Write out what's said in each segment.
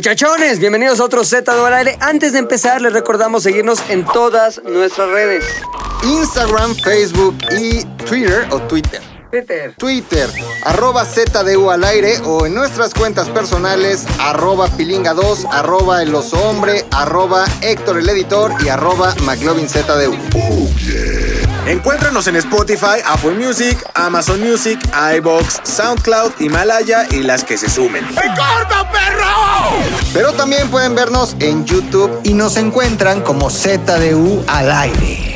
Muchachones, bienvenidos a otro Z de Aire. Antes de empezar, les recordamos seguirnos en todas nuestras redes. Instagram, Facebook y Twitter o Twitter. Twitter. Twitter, arroba ZDU al aire o en nuestras cuentas personales, arroba pilinga2, arroba el oso hombre, arroba Héctor el editor y arroba McLovinZDU. Encuéntranos en Spotify, Apple Music, Amazon Music, iBox, SoundCloud, Himalaya y las que se sumen. Pero también pueden vernos en YouTube. y nos encuentran como ZDU al aire.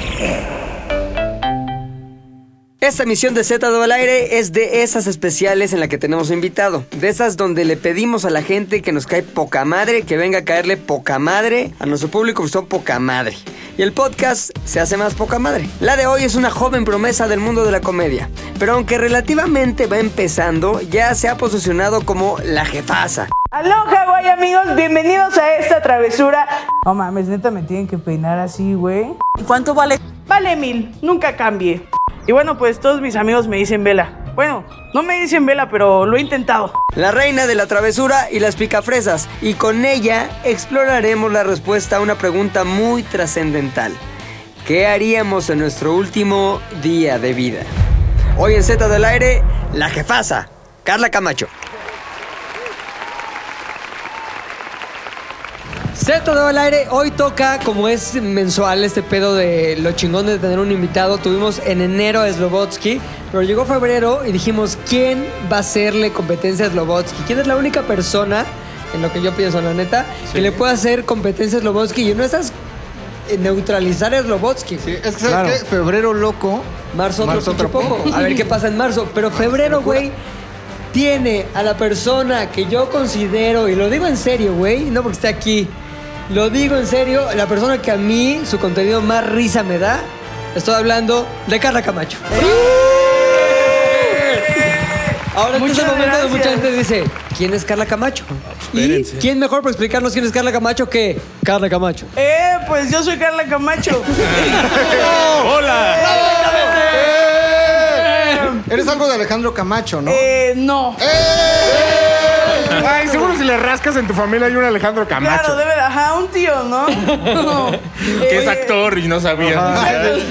Esta emisión de Z al aire es de esas especiales en la que tenemos invitado. De esas donde le pedimos a la gente que nos cae poca madre, que venga a caerle poca madre a nuestro público, que son poca madre. Y el podcast se hace más poca madre. La de hoy es una joven promesa del mundo de la comedia. Pero aunque relativamente va empezando, ya se ha posicionado como la jefaza. Aloha, guay amigos, bienvenidos a esta travesura. No mames, neta me tienen que peinar así, güey. ¿Y cuánto vale? Vale mil, nunca cambie. Y bueno, pues todos mis amigos me dicen vela. Bueno, no me dicen vela, pero lo he intentado. La reina de la travesura y las picafresas. Y con ella exploraremos la respuesta a una pregunta muy trascendental. ¿Qué haríamos en nuestro último día de vida? Hoy en Z del Aire, la jefaza, Carla Camacho. Z del Aire, hoy toca, como es mensual, este pedo de lo chingón de tener un invitado. Tuvimos en enero a Slobotsky, pero llegó febrero y dijimos, ¿quién va a hacerle competencia a Slobotsky? ¿Quién es la única persona, en lo que yo pienso, la neta, que le puede hacer competencia a Slobotsky? Y no estás neutralizar a Slobotsky. güey. Es que, ¿sabes qué? Febrero loco. Marzo otro, Marzo pinche otro Ah, poco. A ver qué pasa en marzo. Pero febrero, güey, tiene a la persona que yo considero, y lo digo en serio, güey, no porque esté aquí, lo digo en serio, la persona que a mí su contenido más risa me da, estoy hablando de Carla Camacho. Ahora este es el Muchas momento donde mucha gracias. gente dice, ¿quién es Carla Camacho? ¿Y espérense. quién mejor para explicarnos quién es Carla Camacho que Carla Camacho? Eh, pues yo soy Carla Camacho. ¡Hola! Eres algo de Alejandro Camacho, ¿no? Eh, Eh, no. Ay, seguro si le rascas en tu familia hay un Alejandro Camacho. Claro, debe de, ajá, un tío, ¿no? No. que es Eh, actor y no sabía.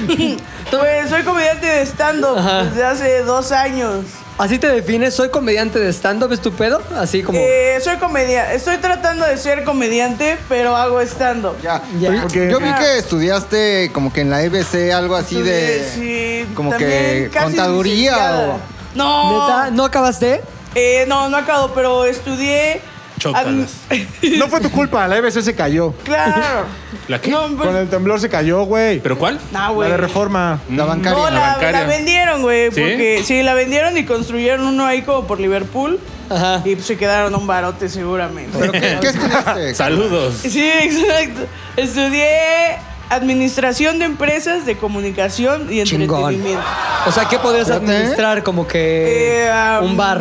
Pues soy comediante de stand-up desde hace dos años. ¿Así te defines? ¿Soy comediante de stand-up estupendo? Así como... Eh, soy comediante. Estoy tratando de ser comediante, pero hago stand-up. Ya. Ya. Pero Yo yo vi que estudiaste como que en la EBC algo así de. Sí, como también que casi licenciada. contaduría No, ¿Neta? ¿No acabaste? eh, no, no acabo, pero estudié. Chócalas. admi- No fue tu culpa, la EBC se cayó. claro. ¿La qué? No, Con pues, el temblor se cayó, güey. ¿Pero cuál? nah, La güey. de reforma. o la bancaria. No, la la, bancaria. la vendieron, güey. ¿Sí? Porque sí, la vendieron y construyeron uno ahí como por Liverpool. Ajá. Y pues, se quedaron un barote seguramente. ¿Pero qué, qué estudiaste? Saludos. pues, Sí, exacto. Estudié administración de empresas, de comunicación y Chingón. entretenimiento. O sea, ¿qué podrías Fíjate. administrar como que Eh, um, un bar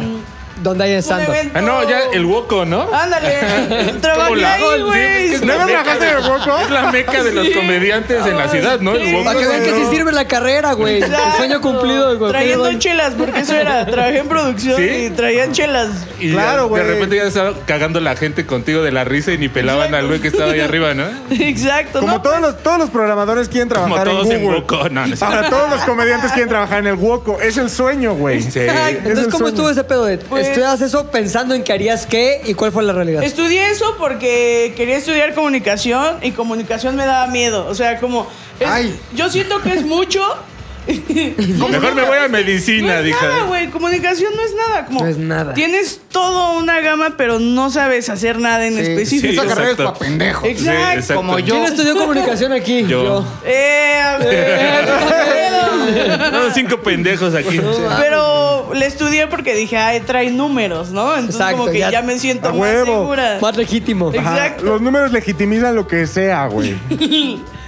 donde hay Un stand evento- Ah, no, ya el hueco, ¿no? Ándale, trabajé Hola. Ah, ahí, Sí, güey. es la Sí. meca trabajaste de- en el Hueco? Es la meca de los Sí. comediantes en la ciudad, ¿no? El Sí. Para hueco. que vean que sí no. sirve la carrera, güey. El Exacto. sueño cumplido, güey. Trayendo Perdón. chelas, porque eso era. Trabajé en producción ¿Sí? y traían chelas. Y Claro, de güey. repente ya estaba cagando la gente contigo de la risa y ni pelaban al güey que estaba ahí arriba, ¿no? Exacto, Como ¿no? todos los, todos los programadores quieren Como trabajar en todos Google. en hueco. No, no es Ahora todos los comediantes quieren trabajar en el Hueco. Es el sueño, güey. Sí. Es Entonces, el ¿cómo sueño. estuvo ese pedo de Pues- estudias eso pensando en que harías qué y cuál fue la realidad? Estudié eso porque quería estudiar comunicación y comunicación me daba miedo. O sea, como. es- Ay. Yo siento que es mucho. Mejor me voy a medicina, no es dije. nada, güey. Comunicación no es nada. Como No es nada. Tienes toda una gama, pero no sabes hacer nada en Sí, específico. esa carrera es exacto. para pendejos. Sí, Exacto. exacto. Como yo. ¿Quién estudió comunicación aquí? Yo. Eh, a ver, No, cinco pendejos aquí. Pero le estudié porque dije, ay, trae números, ¿no? Entonces Exacto, como que ya- ya, me siento a más huevo. segura. Más legítimo. Exacto. Ajá, Los números legitimizan lo que sea, güey.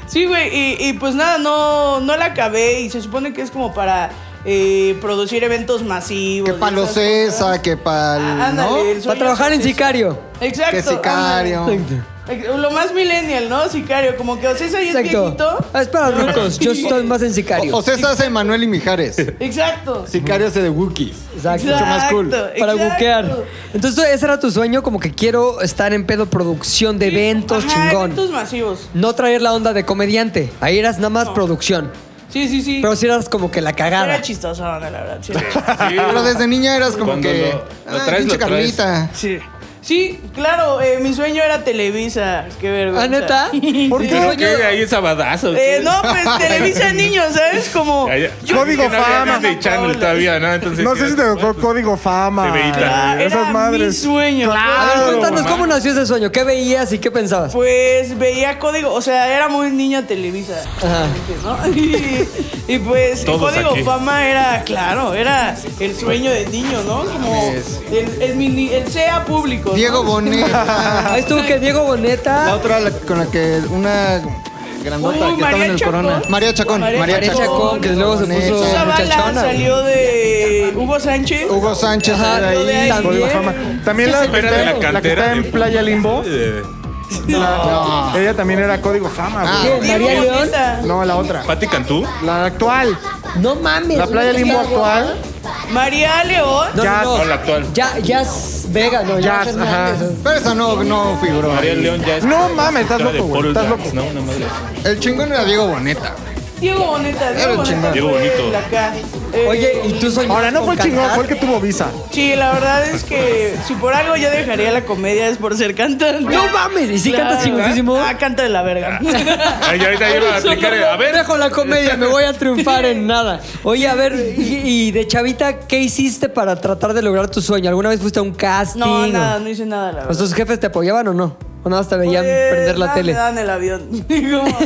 Sí, güey, y, y pues nada, no, no la acabé y se supone que es como para eh, producir eventos masivos. Que para y los esas cosas. César, que para. Ah, ándale, ¿No? el sueño Para trabajar es en ese. sicario. Exacto. Que sicario. ándale. Lo más millennial, ¿no? Sicario, como que Ocesa ahí es viejito. Exacto. Ah, es para los ricos. Yo estoy más en sicario. O, o sea, se hace Manuel y Mijares. Exacto. Sicario hace de Wookiees. Exacto. Mucho más cool. Exacto, Para exacto. buquear. Entonces, ese era tu sueño, como que quiero estar en pedo producción de eventos, Ajá, chingón. Eventos masivos. No traer la onda de comediante. Ahí eras nada más producción. Sí, sí, sí. Pero si eras como que la cagada. Era chistoso, la verdad. Sí. Sí. Pero desde niña eras como Cuando que. lo- lo "Ah, traes, pinche lo traes". carnita. sí. Sí, claro, eh, mi sueño era Televisa. Qué vergüenza. ¿Ah, neta? ¿Por ¿Por qué? qué ahí es abadazo? Eh, no, pues Televisa Niños, ¿sabes? Como. Allá- Código que no había Fama. Disney Channel todavía, ¿no? Entonces, No sé si te tocó código fama. Te veíta. Era, esas era mi madres. sueño. A Claro. Oh. ver, Pues, cuéntanos mamá. cómo nació ese sueño. ¿Qué veías y qué pensabas? Pues veía código, o sea, era muy niña Televisa. Ajá. ¿no? Y, y pues Todos código aquí. fama era, claro, era el sueño del niño, ¿no? Como el, el, mini- el sea público. ¿no? Diego Bonet. Ahí estuvo que Diego La Boneta. otra la- con la que una grandota Uy, que estaba Uh, María en el Chacón. corona. María Chacón. María María Chacón, que luego se Bonet. puso Esa bala muchachona. salió de Hugo Sánchez. Hugo Sánchez Ajá, era lo de ahí. ahí. Código Bien. fama. También Sí, la, sí, que pero está- de la la que está en Playa Limbo. Eh, la- Ella también era código fama, Ah. güey. Diego María León. Boneta. No, la otra. Pati Cantú. La actual. No mames. La Playa Limbo actual. María León. No, no, Jazz. No, no. la actual. Ya, Jazz Vega, no, Jazz Jazz, ajá. Hernández. Pero esa no, no figuró. María León ya es. No mames, estás Era de loco, güey. Paul Estás Dance, loco. No, una madre. El chingón era Diego Boneta. Diego Boneta. Era Diego Boneta. chingón. Diego fue Bonito. el acá. Eh, Oye, ¿y tú soñabas Ahora no fue con el chingón, cantar? fue el que tuvo visa. Sí, la verdad es que si por algo yo dejaría la comedia es por ser cantante. No mames, ¿y si cantas chingoncísimo? Ah. Ah, canta de la verga. Ay, ahorita yo lo voy a aplicar. A ver. Dejo la comedia, me voy a triunfar en nada. Oye, a ver, y, y de chavita, ¿qué hiciste para tratar de lograr tu sueño? ¿Alguna vez fuiste a un casting? No, o- nada, no hice nada, la ¿O verdad. sus jefes te apoyaban o no? ¿O nada más te veían Pues, prender la nada, tele? Me daban el avión. Como-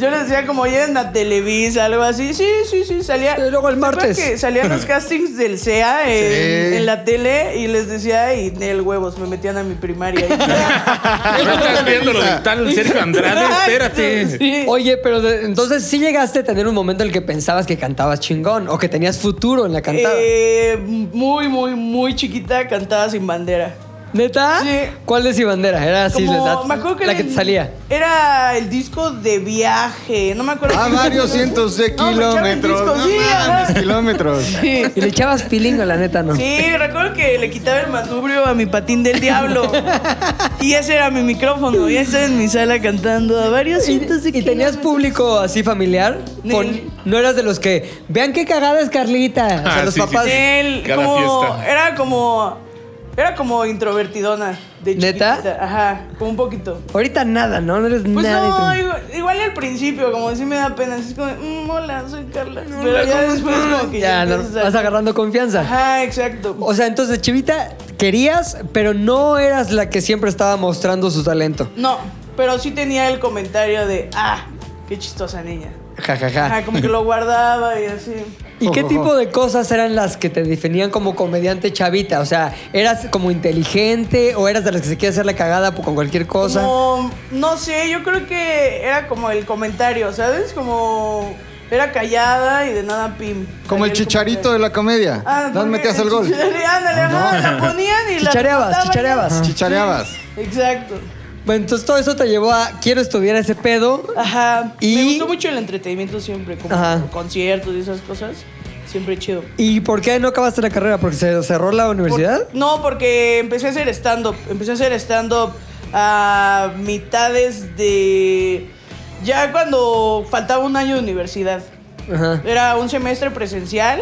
yo les decía como, oye, en la Televisa, algo así. Sí, sí, sí, salía. Y luego el ¿se acuerdan martes? que salían los castings del CEA en, Sí. en la tele y les decía, y el huevos, me metían a mi primaria. No estás viendo lo de tal Sergio Andrade. Espérate. Sí. Oye, pero de- entonces sí llegaste a tener un momento en el que pensabas que cantabas chingón o que tenías futuro en la cantada. Eh, muy, muy, muy chiquita cantaba sin bandera. ¿Neta? sí. ¿Cuál de si bandera? Era así Como- la, me acuerdo que la era que te el- salía. Era el disco de viaje, no me acuerdo. A qué- Ah, varios cientos de No, me echaron el kilómetros. disco, No sí, mames, ajá. kilómetros. Sí. Y le echabas pilingo, la neta, ¿no? Sí, recuerdo que le quitaba el manubrio a mi patín del diablo. y ese era mi micrófono. Y estaba en mi sala cantando a varios ¿Y, cientos de y tenías público así familiar? Ni- Con- no eras de los que, vean qué cagada es Carlita. O sea, Ah, los sí, sí. papás. kilómetros. Cada como- fiesta. Era como. Era como introvertidona. De ¿Neta? chiquita. Ajá, como un poquito. Ahorita nada, ¿no? No eres Pues nada. no, intro- igual, igual al principio, como sí me da pena. así Es como, "Mm, hola, soy Carla. Pero ya después, como que ya, no, empiezas a- vas agarrando confianza. Ajá, exacto. O sea, entonces, Chivita, querías, pero no eras la que siempre estaba mostrando su talento. No, pero sí tenía el comentario de, ah, qué chistosa niña. Ja, ja, ja. Ajá, como que lo guardaba y así. ¿Y qué tipo de cosas eran las que te definían como comediante chavita? O sea, ¿eras como inteligente o eras de las que se quiere hacer la cagada por- con cualquier cosa? Como, no sé, yo creo que era como el comentario, ¿sabes? Como era callada y de nada pim. Como el Salía chicharito de la comedia. Ah, ¿Dónde porque metías el gol? chichare- ándale, ajá, la ponían y la Ah, Chichareabas, botaban. chichareabas. Chichareabas. Exacto. Bueno, entonces todo eso te llevó a quiero estudiar ese pedo. Ajá. Y- Me gustó mucho el entretenimiento siempre, como Ajá. conciertos y esas cosas. Siempre chido. ¿Y por qué no acabaste la carrera? ¿Porque se cerró la universidad? Por- no, porque empecé a hacer stand-up. Empecé a hacer stand-up a mitades de. Ya cuando faltaba un año de universidad. Ajá. Era un semestre presencial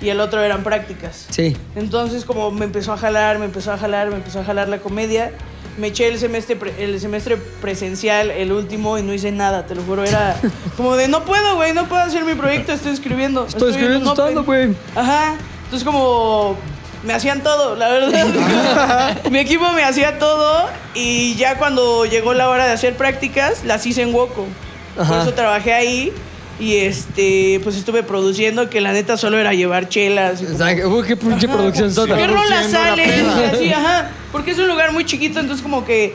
y el otro eran prácticas. Sí. Entonces, como me empezó a jalar, me empezó a jalar, me empezó a jalar la comedia. Me eché el semestre, pre- el semestre presencial, el último, y no hice nada, te lo juro. Era como de, no puedo, güey, no puedo hacer mi proyecto, estoy escribiendo. Estoy en escribiendo un open". stand-up, güey. Ajá. Entonces, como me hacían todo, la verdad. Mi equipo me hacía todo y ya cuando llegó la hora de hacer prácticas, las hice en Woco. Por Ajá. eso trabajé ahí y este, pues estuve produciendo, que la neta solo era llevar chelas. y O sea, uy, qué pinche producción sota. ¿Qué rola produciendo la sale? peda. Y así, ajá. Porque es un lugar muy chiquito, entonces como que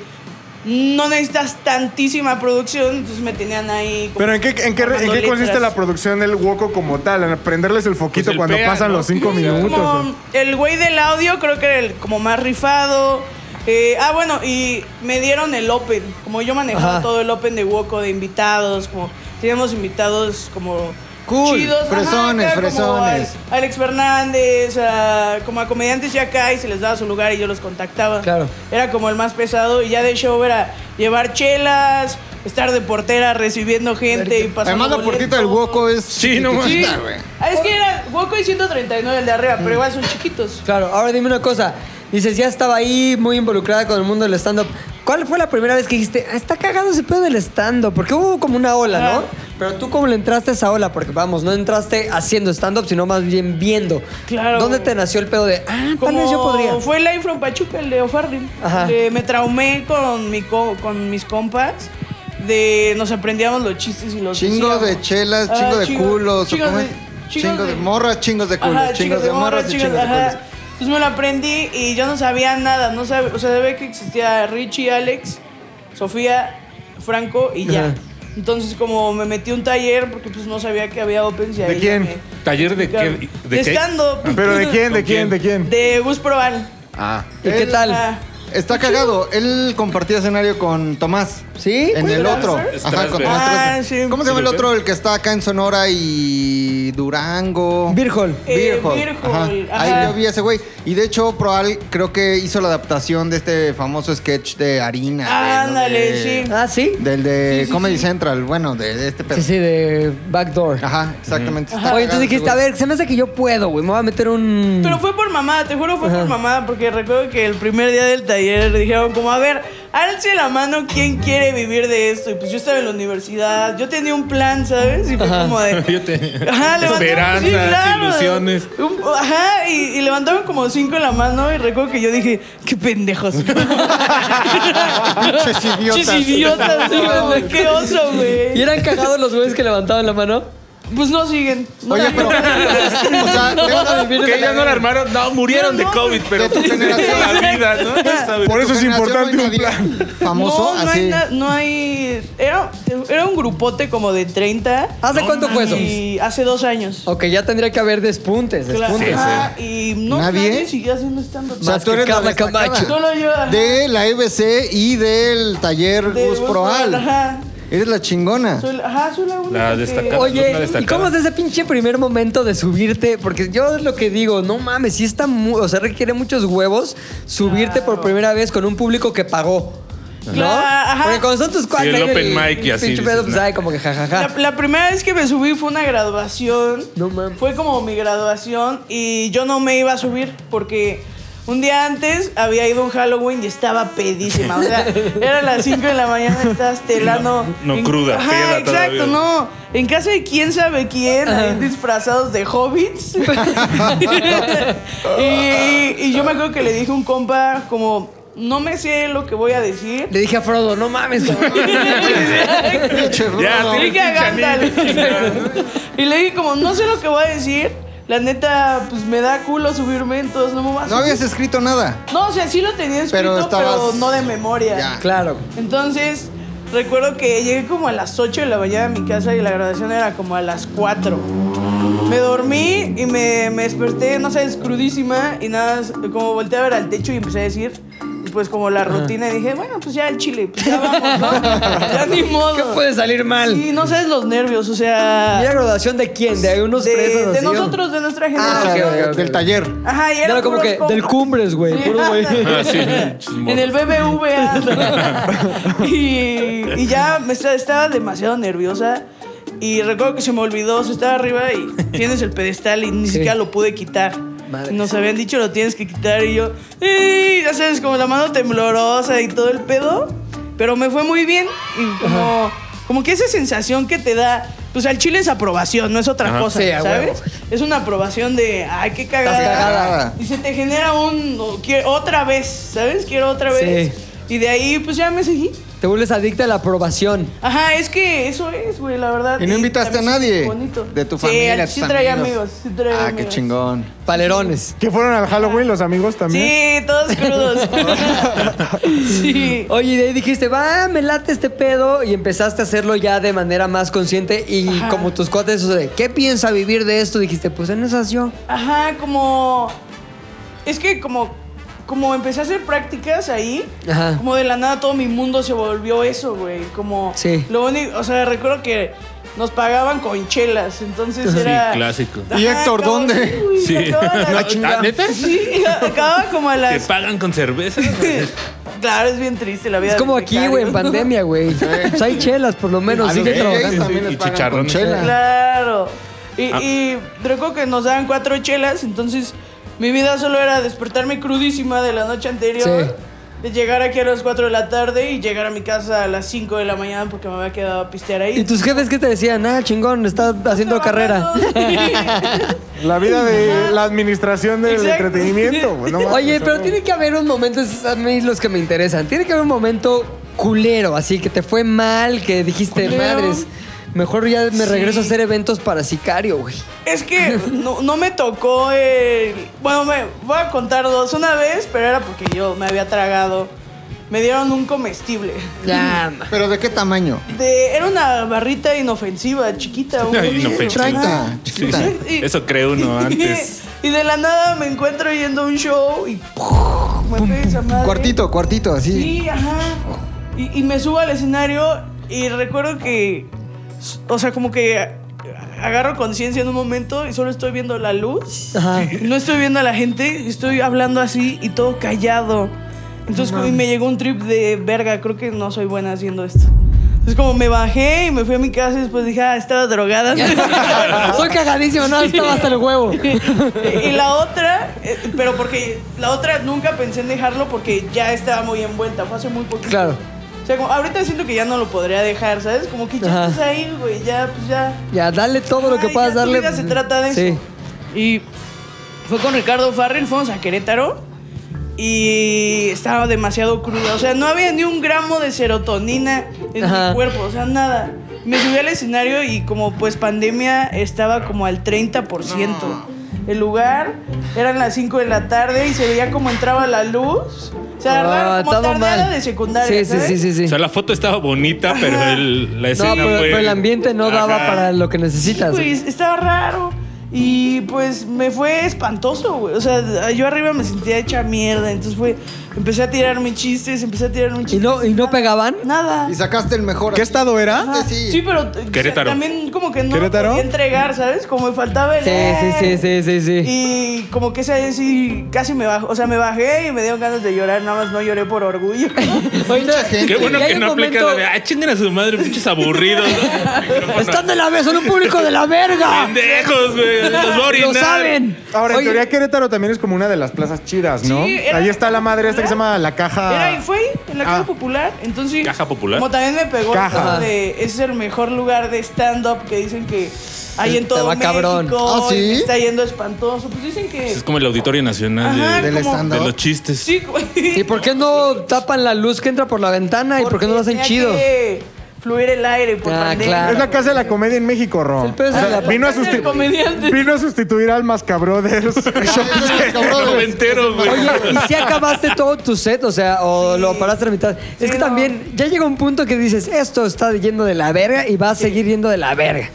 no necesitas tantísima producción, entonces me tenían ahí. como Pero ¿en qué, en qué, en armando qué consiste letras. la producción del Woco como tal? En prenderles el foquito Pues el cuando pea, pasan ¿no? los cinco Sí, minutos. como el güey del audio creo que era el como más rifado. Eh, ah, bueno, y me dieron el Open. Como yo manejaba Ajá. todo el Open de Woco, de invitados, como teníamos invitados como Cool, chidos. fresones, acá como fresones. a Alex Fernández, a- como a comediantes ya acá y se les daba su lugar y yo los contactaba. Claro. Era como el más pesado y ya de show era llevar chelas, estar de portera recibiendo gente y pasando Además, la boletos. puertita del hueco es. Sí, no mames. Sí. chiquitita, güey. Ah, Es que era Woco y 139 el de arriba, Mm. pero igual son chiquitos. Claro, ahora dime una cosa. Dices, ya estaba ahí muy involucrada con el mundo del stand-up. ¿Cuál fue la primera vez que dijiste, "Ah, está cagado ese pedo del stand-up? Porque hubo como una ola, ¿no? Claro. Pero tú, ¿cómo le entraste a esa ola? Porque vamos, no entraste haciendo stand-up, sino más bien viendo. Claro. ¿Dónde te nació el pedo de, ah, tal Como vez yo podría? Fue el Live from Pachuca, el de O'Farrill. Ajá. Eh, me traumé con, mi co- con mis compas. De nos aprendíamos los chistes y los Chingo decíamos. de chelas, Ah, chingo de chingo- culos. chingos ¿cómo de- es? chingos Chingo de de- morras, chingos de culos. Ajá, Chingos de morras y chingos de ajá. culos. Entonces me lo aprendí y yo no sabía nada. No sab- o sea, sabía que existía Richie, Alex, Sofía, Franco y ya. Ajá. Entonces como me metí a un taller porque pues no sabía que había Opens y ahí ya quién? me- ¿Taller de qué? De, qué? stand-up. ¿Pero de quién? ¿De quién? ¿De quién? De Gus Proal. Ah. ¿Y qué Él- tal? Ah, Está cagado. Él compartía escenario con Tomás. ¿Sí? En el otro. Ajá, con Strasberg. Tomás Ah, Strasberg. sí. ¿Cómo se llama el otro? El que está acá en Sonora y Durango. Virgol. Eh, Beer Hall. Beer Ajá. Hall, ajá. Ahí yo vi a ese güey. Y de hecho, Proal creo que hizo la adaptación de este famoso sketch de harina. güey, ¿no? Ándale, De- sí. Ah, ¿sí. Del de Sí, sí, Comedy sí. Central. Bueno, de, de este pedo. Sí, sí, de backdoor. Ajá, exactamente. Está Oye, cagado entonces ese dijiste, a güey. ver, se me hace que yo puedo, güey. Me voy a meter un... Pero fue por mamá, te juro fue por mamá, porque recuerdo que el primer día del taller dijeron como, a ver, alce la mano quién quiere vivir de esto. Y pues yo estaba en la universidad, yo tenía un plan, ¿sabes? Y fue como de... Yo te- levantaron- Esperanzas, ilusiones. Un- ajá, y, y levantaron como cinco en la mano y recuerdo que yo dije, qué pendejos. Pinches idiotas. Pinches idiotas, sí, güey, qué oso, güey. ¿Y eran cagados los güeyes que levantaban la mano? Pues no siguen. No Oye, pero. o sea, de una- Que ellos no la armaron. No, murieron de No, COVID, pero de tu tú tenías generación. la vida, ¿no? Ya sabes. Por eso es generación importante no hay un plan. nadie Famoso, no, no hay, así. na- no hay- Era, era un grupote como de 30. ¿Hace cuánto fue eso? Y hace dos años. Ok, ya tendría que haber despuntes, Claro. despuntes. Ajá, Y no, pues, ¿Nadie? nadie, siguió haciendo stand-up. O sea, Más tú que eres la Carla destacada. Camacho. Solo yo. ajá, De la EBC y del taller de Gus Gus Proal. Ajá. Eres la chingona. Soy la- ajá, soy la única. La que- destacada. Una Oye, ¿y destacada. cómo es ese pinche primer momento de subirte? Porque yo es lo que digo, no mames, sí está, mu- o sea, requiere muchos huevos subirte por primera vez con un público que pagó. ¿No? Claro, ajá. Porque cuando son tus cuatro. el open mic y así, Pinche dices, pedo, pues nah. ay, como que jajaja. La, la primera vez que me subí fue una graduación. No mames. Fue como mi graduación y yo no me iba a subir porque un día antes había ido a un Halloween y estaba pedísima. O sea, era las 5 de la mañana y estabas telando. No- no En- cruda, Ajá, peda Exacto, todavía. no. En casa de quién sabe quién, ahí disfrazados de hobbits. y, y yo me acuerdo que le dije a un compa como, no me sé lo que voy a decir. Le dije a Frodo, no mames, cabrón. Pinche Frodo. Le dije a Gandalf. y le dije como, no sé lo que voy a decir. La neta, pues me da culo subirme, entonces no me voy a No subir. habías escrito nada. No, o sea, sí lo tenía escrito, Pero pero, estabas- no de memoria. Ya. claro. Entonces, recuerdo que llegué como a las 8 de la mañana a mi casa y la graduación era como a las 4. Me dormí y me, me desperté, no sé, crudísima y nada, más, como volteé a ver al techo y empecé a decir, pues como la rutina y dije, bueno, pues ya el chile, pues ya vamos, ¿no? ya ni modo. ¿Qué puede salir mal? Sí, no sabes los nervios, o ¿Mira sea. graduación de quién? ¿De unos de, presos de así, Ah, o? nosotros, de nuestra O sea, ok, generación. ok, ok. Ah, Del taller. Ajá, y Era eran como puros que compas. del Cumbres, güey, Sí, puro güey. ajá. Ah, sí, en el ah, BBVA. y, y ya me esta- estaba demasiado nerviosa. Y recuerdo que se me olvidó, o sea, estaba arriba y tienes el pedestal y ni Sí. siquiera lo pude quitar. Madre. Nos habían dicho lo tienes que quitar y yo, "Ey", ya sabes, como la mano temblorosa y todo el pedo. Pero me fue muy bien y como, como que esa sensación que te da, pues al chile es aprobación, no es otra cosa, Sí, a huevo. ¿sabes? Es una aprobación de, ay, qué cagada. y se te genera un o quie- otra vez, ¿sabes? Quiero otra vez. Sí. Y de ahí pues ya me seguí. Te vuelves adicta a la aprobación. Ajá, es que eso es, güey, la verdad. Y no invitaste a también sí nadie. es bonito. De tu Sí, familia. Sí, tus traía amigos. amigos. sí traía Ah, qué amigos. chingón. Palerones. ¿Que fueron al Halloween los amigos también? Sí, todos crudos. sí. Oye, y de ahí dijiste, va, me late este pedo y empezaste a hacerlo ya de manera más consciente y como tus cuates, o sea, ¿qué piensa vivir de esto? Dijiste, pues en esas yo. Ajá, como. Es que como. como empecé a hacer prácticas ahí, Ajá. como de la nada todo mi mundo se volvió eso, güey. Como Sí. lo único, o sea, recuerdo que nos pagaban con chelas, entonces era. clásico. Ajá, ¿Y Héctor, acababa- dónde? Uy, Sí. acababa la- Ah, chingada, ¿neta? Sí, acababa como a ¿Te las. pagan con cerveza? Claro, es bien triste la vida. Es como del aquí, becario. güey, en pandemia, güey. Pues hay chelas, por lo Ah, menos. A Sigue los DJs trabajando. también Y les pagan con chicharrones. chela. Claro. Y, Ah. y recuerdo que nos daban cuatro chelas, entonces mi vida solo era despertarme crudísima de la noche anterior, Sí. de llegar aquí a las 4 de la tarde y llegar a mi casa a las 5 de la mañana porque me había quedado a pistear ahí. ¿Y tus jefes qué te decían? Ah, chingón, está haciendo carrera. La vida de la administración del Exacto. entretenimiento. güey, no mames. Oye, pero tiene que haber un momento, es a mí los que me interesan. Tiene que haber un momento culero, así que te fue mal, que dijiste, Culero. madres, mejor ya me Sí. regreso a hacer eventos para sicario, güey. Es que no, no me tocó el... Bueno, me voy a contar dos. Una vez, pero era porque yo me había tragado. Me dieron un comestible. Ya, ¿Pero de qué tamaño? De, era una barrita inofensiva, chiquita. un bolillo. inofensiva. Ajá. Chiquita, chiquita. Sí, sí. Eso creo uno antes. Y de la nada me encuentro yendo a un show y ¡pum! me pega esa madre. Cuartito, cuartito, así. Sí, ajá. Y, y me subo al escenario y recuerdo que, o sea, como que agarro conciencia en un momento y solo estoy viendo la luz. Ajá. Y No estoy viendo a la gente, estoy hablando así y todo callado. Entonces y me llegó un trip de verga, creo que no soy buena haciendo esto. Entonces como me bajé y me fui a mi casa y después dije, ah, estaba drogada. Soy cagadísimo, no, estaba hasta el huevo. y la otra, eh, pero porque la otra nunca pensé en dejarlo porque ya estaba muy envuelta, fue hace muy poquito. Claro. O sea, como, ahorita siento que ya no lo podría dejar, ¿sabes? Como que ya Ajá. estás ahí, güey, ya, pues ya. Ya, dale todo lo que Ay, puedas ya tu darle. vida se trata de eso. Y fue con Ricardo Farrell, fuimos a Querétaro y estaba demasiado cruda. O sea, no había ni un gramo de serotonina en Ajá. mi cuerpo, o sea, nada. Me subí al escenario y como pues pandemia estaba como al 30%. El lugar eran las 5 de la tarde y se veía como entraba la luz. O sea, Ah, raro, como estaba tardeada mal. de secundaria, Sí, sí, ¿sabes? sí, sí, sí. O sea, la foto estaba bonita, pero el- la escena no, pero, fue... pero el ambiente no daba Ajá. para lo que necesitas. Güey, estaba raro. Y pues me fue espantoso, güey. O sea, yo arriba me sentía hecha mierda. Entonces fue. Empecé a tirar mis chistes, empecé a tirar mis ¿Y chistes. no, ¿Y no pegaban? Nada. Y sacaste el mejor. ¿Qué así. estado era? Ajá. Este sí. Sí, pero eh, Querétaro. también como que no lo ¿Querétaro? podía entregar, ¿sabes? Como me faltaba el Sí, sí, sí, sí, sí, sí. Y como que ese sí casi me bajó, o sea, me bajé y me dieron ganas de llorar, nada más no lloré por orgullo. Mucha gente. Qué bueno Y hay que un no aplica momento- la de... Ah, chinguen a su madre, pinches aburridos. ¿no? ¡Están de la vez! ¡Son un público de la verga! ¡Pendejos, güey! ¡Los voy a ¡Lo orinar. saben! Ahora, Oye, en teoría, Querétaro también es como una de las plazas chidas, ¿no? Sí, era- Ahí está la madre esta que se llama La Caja. Era, y fue ahí, en la Caja Ah. Popular. Entonces, Caja Popular. Como también me pegó Caja. el tema de, ese es el mejor lugar de stand-up que dicen que hay en Te todo va México. cabrón. Ah, ¿sí? y me está yendo espantoso. Pues dicen que... Es como el Auditorio Nacional de- Ajá, del como- stand-up. de, los chistes. Sí, güey. ¿Y por qué no tapan la luz que entra por la ventana? ¿Y por qué no lo hacen tenía chido? que fluir el aire por Ah, pandemia. claro. Es la casa de la comedia en México, Ron. El pedo es O sea, la- vino, a Es el susti- comediante. vino a sustituir al Mascabrothers. Ah, Noventero, güey. Oye, ¿y si acabaste todo tu set? O sea, o lo paraste a la mitad. Sí, es que no. también ya llega un punto que dices, esto está yendo de la verga y va a seguir yendo de la verga.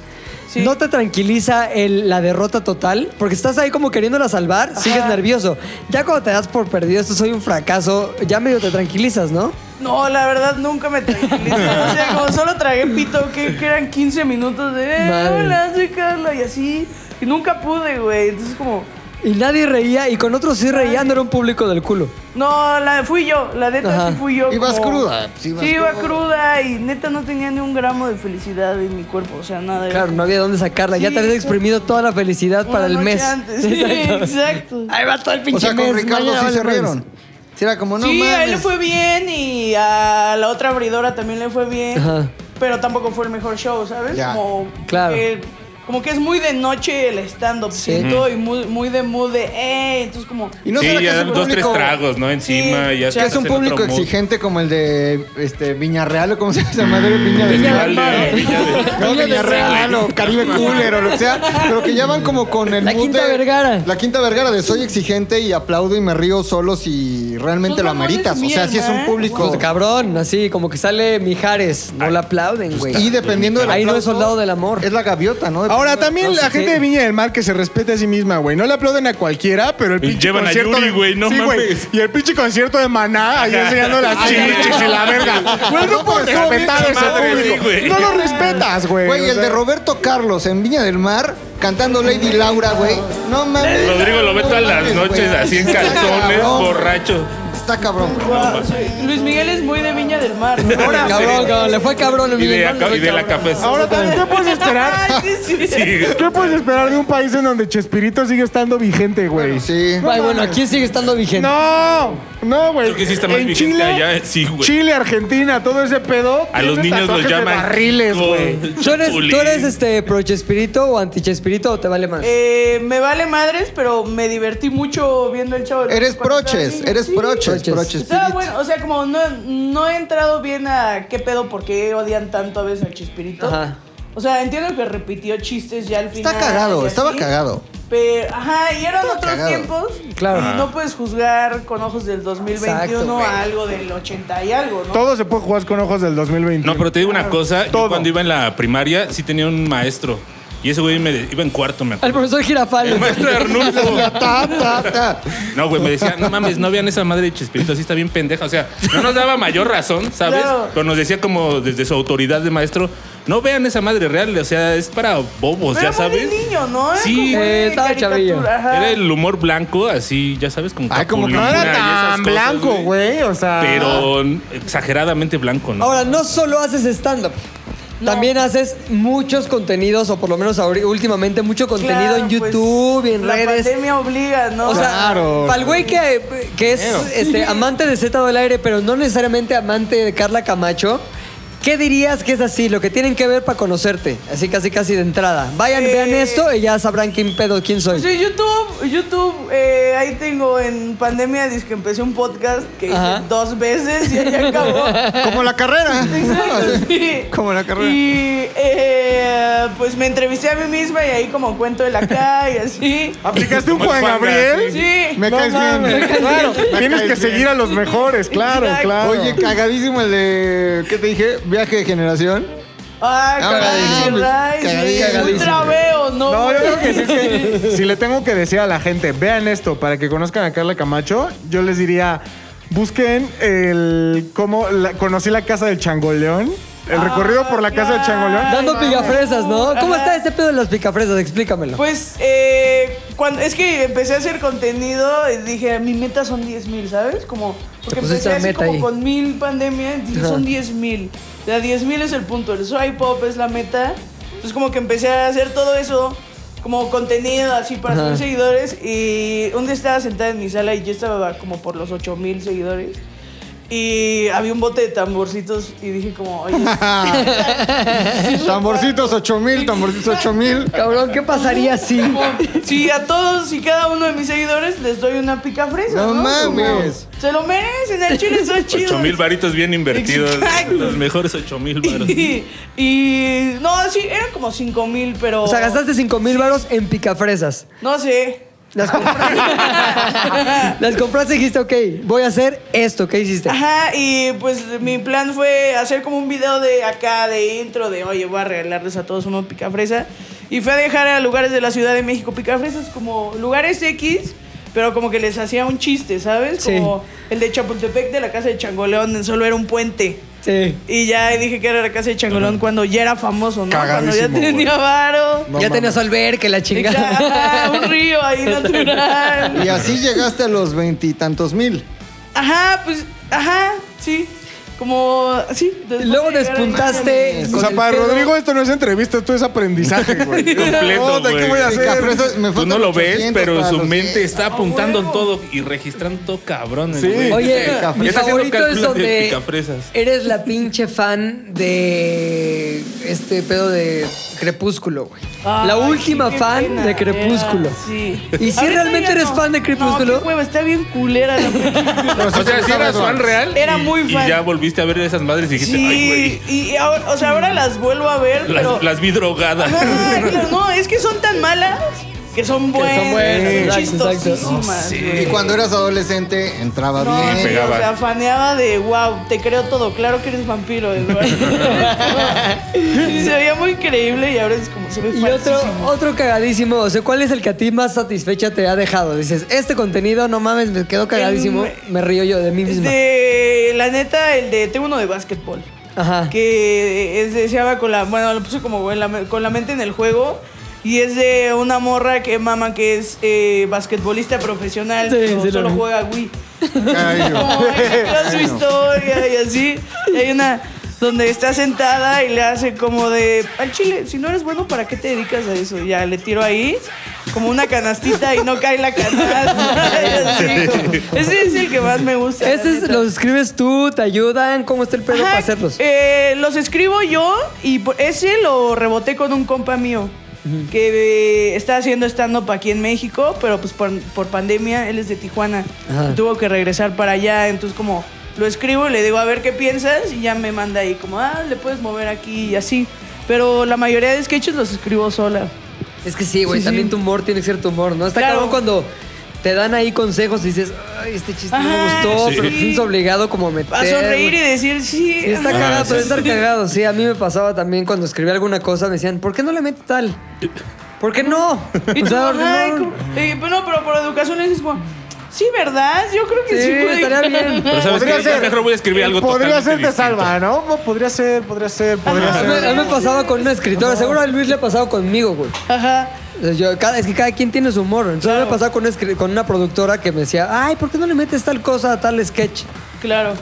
Sí. ¿No te tranquiliza el- la derrota total? Porque estás ahí como queriéndola salvar, sigues nervioso. Ya cuando te das por perdido, esto soy un fracaso, ya medio te tranquilizas, ¿no? No, la verdad nunca me tranquilicé. O sea, como solo tragué pito, que, que eran 15 minutos de. Eh, Madre. hola, soy Carla, y así. Y nunca pude, güey. Entonces, como. Y nadie reía, y con otros sí reían, no era un público del culo. No, la fui yo, la neta Ajá. sí fui yo. Ibas como- cruda, pues, ibas sí, iba cruda. cruda y neta no tenía ni un gramo de felicidad en mi cuerpo, o sea, nada. era Claro, como no había dónde sacarla, ya Sí, te habías exprimido toda la felicidad una para el noche mes. antes. Sí, exacto. Ahí va todo el O pinche sea, mes. con Ricardo mañana sí vale se madres. rieron. Si era como, no sí, a él le mames. fue bien y a la otra abridora también le fue bien, Ajá. pero tampoco fue el mejor show, ¿sabes? Ya. Como Claro. que- como que es muy de noche el stand-up, Sí. siento, y muy, muy de mood de, eh, entonces como... Y no sí, será que ya es dan un dos, tres público- tragos, ¿no? Encima. Sí, y ya que es estás un en otro público mood. exigente como el de este, Viñarreal o como se llama, de Viña del Viña Mar. del Mar. Vale, Villa de- No, Villarreal o Caribe Cooler o lo que sea, pero que ya van como con el La mood Quinta de- Vergara. La Quinta Vergara de soy exigente y aplaudo y me río solo si y realmente Los lo mamones ameritas. O sea, bien, si es un ¿eh? público. Pues, cabrón, así como que sale Mijares. No la aplauden, güey. Y dependiendo del Ahí no es aplauso, soldado del amor. Es la gaviota, ¿no? Ahora, Dependiendo también del la aplauso. gente de Viña del Mar que se respete a sí misma, güey. No le aplauden a cualquiera, pero el Y pinche llevan a concierto Yuri, de- güey, no sí, güey. mames. Y el pinche concierto de Maná ahí enseñando las chiches y la verga. Güey, no puedes estuvo bien respetar con ese madre, sí, público. güey. No lo respetas, güey. Güey, o el sea. de Roberto Carlos en Viña del Mar cantando Lady Laura, güey. No mames. Rodrigo lo ve No todas mames, las noches güey. así en Está calzones, cabrón, borracho. Está cabrón, güey. Luis Miguel es muy de Viña del Mar. ¿no? Cabrón, cabrón, le fue cabrón. el Y de, Miguel. acá- y de la café. Ahora también, ¿qué puedes esperar? Ay, sí, sí. Sí. ¿Qué puedes esperar de un país en donde Chespirito sigue estando vigente, güey? Sí. Ay, bueno, aquí sigue estando vigente. No, no, güey. Creo que sí está más En vigente Chile, allá, sí, güey. Chile, Argentina, todo ese pedo. A los tiene niños los tatuajes de llaman. Barriles, güey. ¿Tú eres, ¿Tú eres este pro Chespirito o anti Chespirito o te vale más? Eh, me vale madres, pero me divertí mucho viendo el chavo. del Eres Ocho cuando proches, estaba niño. eres Sí. proches, Proches. proches. Estaba Spirit. bueno, o sea, como no, no he entrado bien a qué pedo, por qué odian tanto a veces a Chespirito. Ajá. O sea, entiendo que repitió chistes ya al final. Está cagado, y estaba así, cagado. Pero, ajá, y eran Estaba otros cagado. tiempos. Claro. Y no puedes juzgar con ojos del 2021 Exacto, güey. a algo del 80 y algo, ¿no? Todo se puede jugar con ojos del 2021. No, pero te digo una cosa. Yo Todo. cuando iba en la primaria sí tenía un maestro. Y ese güey me de- iba en cuarto, me Al acuerdo. profesor El Girafal. maestro Arnulfo. Ta, ta, ta. No, güey, me decía, no mames, no vean esa madre de Chespirito, así está bien pendeja. O sea, no nos daba mayor razón, ¿sabes? Claro. Pero nos decía como desde su autoridad de maestro, no vean esa madre real, o sea, es para bobos, Pero ya muy de sabes. niño, ¿no? Era Sí. como muy Eh, estaba caricatura, chavillo. ajá. Era el humor blanco, así, ya sabes, con Ay, como que no No capulina era y esas tan cosas, blanco, güey. O sea. Pero exageradamente blanco, ¿no? Ahora, no solo haces stand-up. No. También haces muchos contenidos, o por lo menos ahori- últimamente mucho contenido Claro, en pues, YouTube y en la redes. pandemia obliga, ¿no? O sea, para el güey que, que es este, amante de Z del aire, pero no necesariamente amante de Carla Camacho, ¿qué dirías que es así? Lo que tienen que ver para conocerte. Así casi casi de entrada. Vayan, Eh. vean esto y ya sabrán quién pedo, quién soy. Pues Sí, YouTube, YouTube, eh, ahí tengo en pandemia, dice que empecé un podcast que hice Ajá. dos veces y ahí acabó. Como la carrera. Exacto, sí. Como la carrera. Y eh, pues me entrevisté a mí misma y ahí como cuento de la calle y así. ¿Aplicaste un Como Juan el Juanga, Gabriel? Sí. Me No caes mames, bien. Claro, Me tienes caes que seguir a los mejores, claro, Exacto. claro. Oye, cagadísimo el de. ¿Qué te dije? Viaje de generación. Ah, Ah, cagadísimo. cagadísimo, Ay, sí, cagadísimo. Un trabeo, ¿no? no, yo creo que sí, sí. Si le tengo que decir a la gente, vean esto para que conozcan a Carla Camacho, yo les diría, busquen el cómo la- conocí la casa del changoleón, el recorrido por la casa del changoleón. Dando Ay, picafresas, ¿no? Ajá. ¿Cómo está ese pedo de las picafresas? Explícamelo. Pues, eh, cuando, es que empecé a hacer contenido y dije, mi meta son 10 mil, ¿sabes? Como, porque Te pusiste empecé la así meta como ahí. con mil pandemia, dije, Ajá. son 10 mil. La 10 mil es el punto, el swipe up es la meta. Entonces, como que empecé a hacer todo eso, como contenido así para Ajá. subir seguidores. Y un día estaba sentada en mi sala y yo estaba como por los 8 mil seguidores. Y había un bote de tamborcitos y dije como, oye, Tamborcitos 8000, tamborcitos 8000. Cabrón, ¿qué pasaría si...? Si a todos y cada uno de mis seguidores les doy una pica fresa. No No, mames. Como, Se lo merecen, el chile son chidos. 8 mil varitos bien invertidos. Exacto. Los mejores 8 mil varos. Y, y- no, sí, eran como 5 mil, pero. O sea, gastaste 5 mil varos en picafresas. No sé. Las compraste. las compraste y dijiste, ok, voy a hacer esto. ¿Qué hiciste? Ajá, y pues mi plan fue hacer como un video de acá, de intro, de oye, voy a regalarles a todos uno picafresa. Y fui a dejar a lugares de la Ciudad de México picafresas, como lugares X, pero como que les hacía un chiste, ¿sabes? Sí. Como el de Chapultepec de la casa de Changoleón, solo era un puente. Sí. Y ya dije que era la casa de Changolón cuando ya era famoso, ¿no? Cagadísimo, cuando ya tenía varo. ya tenías alberca, la Exacto, chingada. un río ahí natural. Y así llegaste a los veintitantos mil. Ajá, pues, ajá, sí. Como, sí. después de Luego llegar a- despuntaste. O con sea, el para pedo. Rodrigo esto no es entrevista, esto es aprendizaje, güey. Completo, Puta, ¿Qué güey. voy a hacer? Picafresas, me Tú faltan no lo 800 ves, pero para su los mente diez. está apuntando todo y registrando todo cabrón. el Sí. güey. Oye, Ya mi está haciendo favorito es cálculos de donde picafresas. eres la pinche fan de este pedo de Crepúsculo, güey. Ay, la última sí, qué fan pena, de Crepúsculo. era, sí. ¿Y si Ahorita realmente ya eres no. fan de Crepúsculo? No, qué hueva, está bien culera la película. O sea, si eras fan real. Era y- muy fan. Y ya volviste a ver esas madres y dijiste, ay, Sí, güey. y ahora, o sea, ahora las vuelvo a ver, Las, pero... las vi drogadas. Ajá, claro, no, es que son tan malas que son buenas, que son buenas, exacto, exacto. chistosísimas. güey. Y cuando eras adolescente entraba No, bien. sí, o pegaba. sea, faneaba de wow, te creo todo, claro que eres vampiro, Eduardo. se veía muy creíble y ahora es como se ve Y otro, falsísimo. otro cagadísimo, o sea, ¿cuál es el que a ti más satisfecha te ha dejado? Dices, este contenido, no mames, me quedo cagadísimo, El- me río yo de mí misma. Eh, De, la neta, el de tengo uno de básquetbol. Ajá. Que es, se llama con la. Bueno, lo puse como en la me- con la mente en el juego. Y es de una morra que mama que es eh, basquetbolista profesional, Sí, pero sí, lo solo vi. juega Wii. Ay, yo. como explica su historia y así. Y hay una donde está sentada y le hace como de al chile, si no eres bueno, ¿para qué te dedicas a eso? Y ya le tiro ahí como una canastita y no cae la canasta. y así, como- ese es el que más me gusta. la Ese es, neta. los escribes tú, te ayudan, ¿cómo está el pedo Ajá, para hacerlos? eh, los escribo yo y por- ese lo reboté con un compa mío que eh, está haciendo stand-up aquí en México, pero pues por, por pandemia él es de Tijuana. Ajá. y Tuvo que regresar para allá, entonces como lo escribo, le digo a ver qué piensas y ya me manda ahí como, ah, le puedes mover aquí y así. Pero la mayoría de sketches los escribo sola. Es que sí, güey, también tu humor tiene que ser tu humor, ¿no? Está Claro. cabrón cuando te dan ahí consejos y dices, ay, este chiste no me Ajá, gustó, sí. pero te sientes obligado como a meter. A sonreír y güey. decir, sí. Sí, está ajá". cagado, pero estar cagado. Sí, a mí me pasaba también cuando escribía alguna cosa, me decían, ¿por qué no le metes tal? ¿Por qué no? Y O tú, sea, ay, no. como- eh, pero no, pero por educación le dices como, sí, ¿verdad? Yo creo que Sí, sí, güey". estaría bien. Pero sabes Podría que ser. mejor voy a escribir algo Podría ser totalmente de salva, ¿no? Podría ser, podría ser, podría A mí, a ser. mí me pasaba con una escritora, seguro a Luis le ha pasado conmigo, güey. Ajá. O sea, yo- cada- es que cada quien tiene su humor. Entonces Claro. me pasaba con una, escri- con una productora que me decía, ay, ¿por qué no le metes tal cosa a tal sketch? Claro.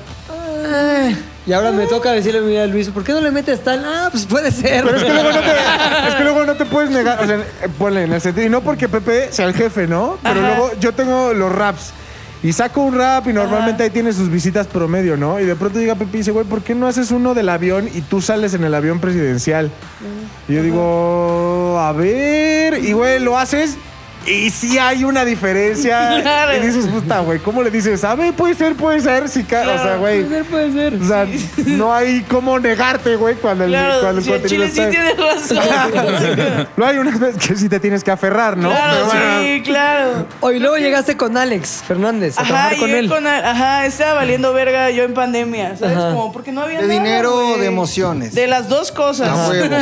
Y ahora me toca decirle mira, a Luis, ¿por qué no le metes tal? Ah, pues puede ser. Pero es que, luego no te, es que luego no te puedes negar. O sea, eh, ponle en el sentido. Y no porque Pepe sea el jefe, ¿no? Pero Ajá. luego yo tengo los raps. Y saco un rap y normalmente ahí tiene sus visitas promedio, ¿no? Y de pronto llega Pepe y dice, güey, ¿por qué no haces uno del avión y tú sales en el avión presidencial? Mm. Y yo digo, a ver. Y, güey, lo haces. Y sí hay una diferencia. Claro. Y dices, puta, güey, ¿cómo le dices? A ver, puede ser, puede ser. Sí, ca- O sea, Claro. güey. puede ser. O sea, no hay cómo negarte, güey, cuando el, cuando Claro, el si el contenido chile sí está- tiene razón. no hay unas veces que sí te tienes que aferrar, ¿no? Claro, Pero bueno, sí, claro. Hoy luego llegaste con Alex Fernández a Ajá, trabajar con llegué él. con al- ajá, estaba valiendo verga yo en pandemia, ¿sabes? Ajá. Como porque no había ¿De nada, dinero o güey. de emociones? De las dos cosas. A huevo.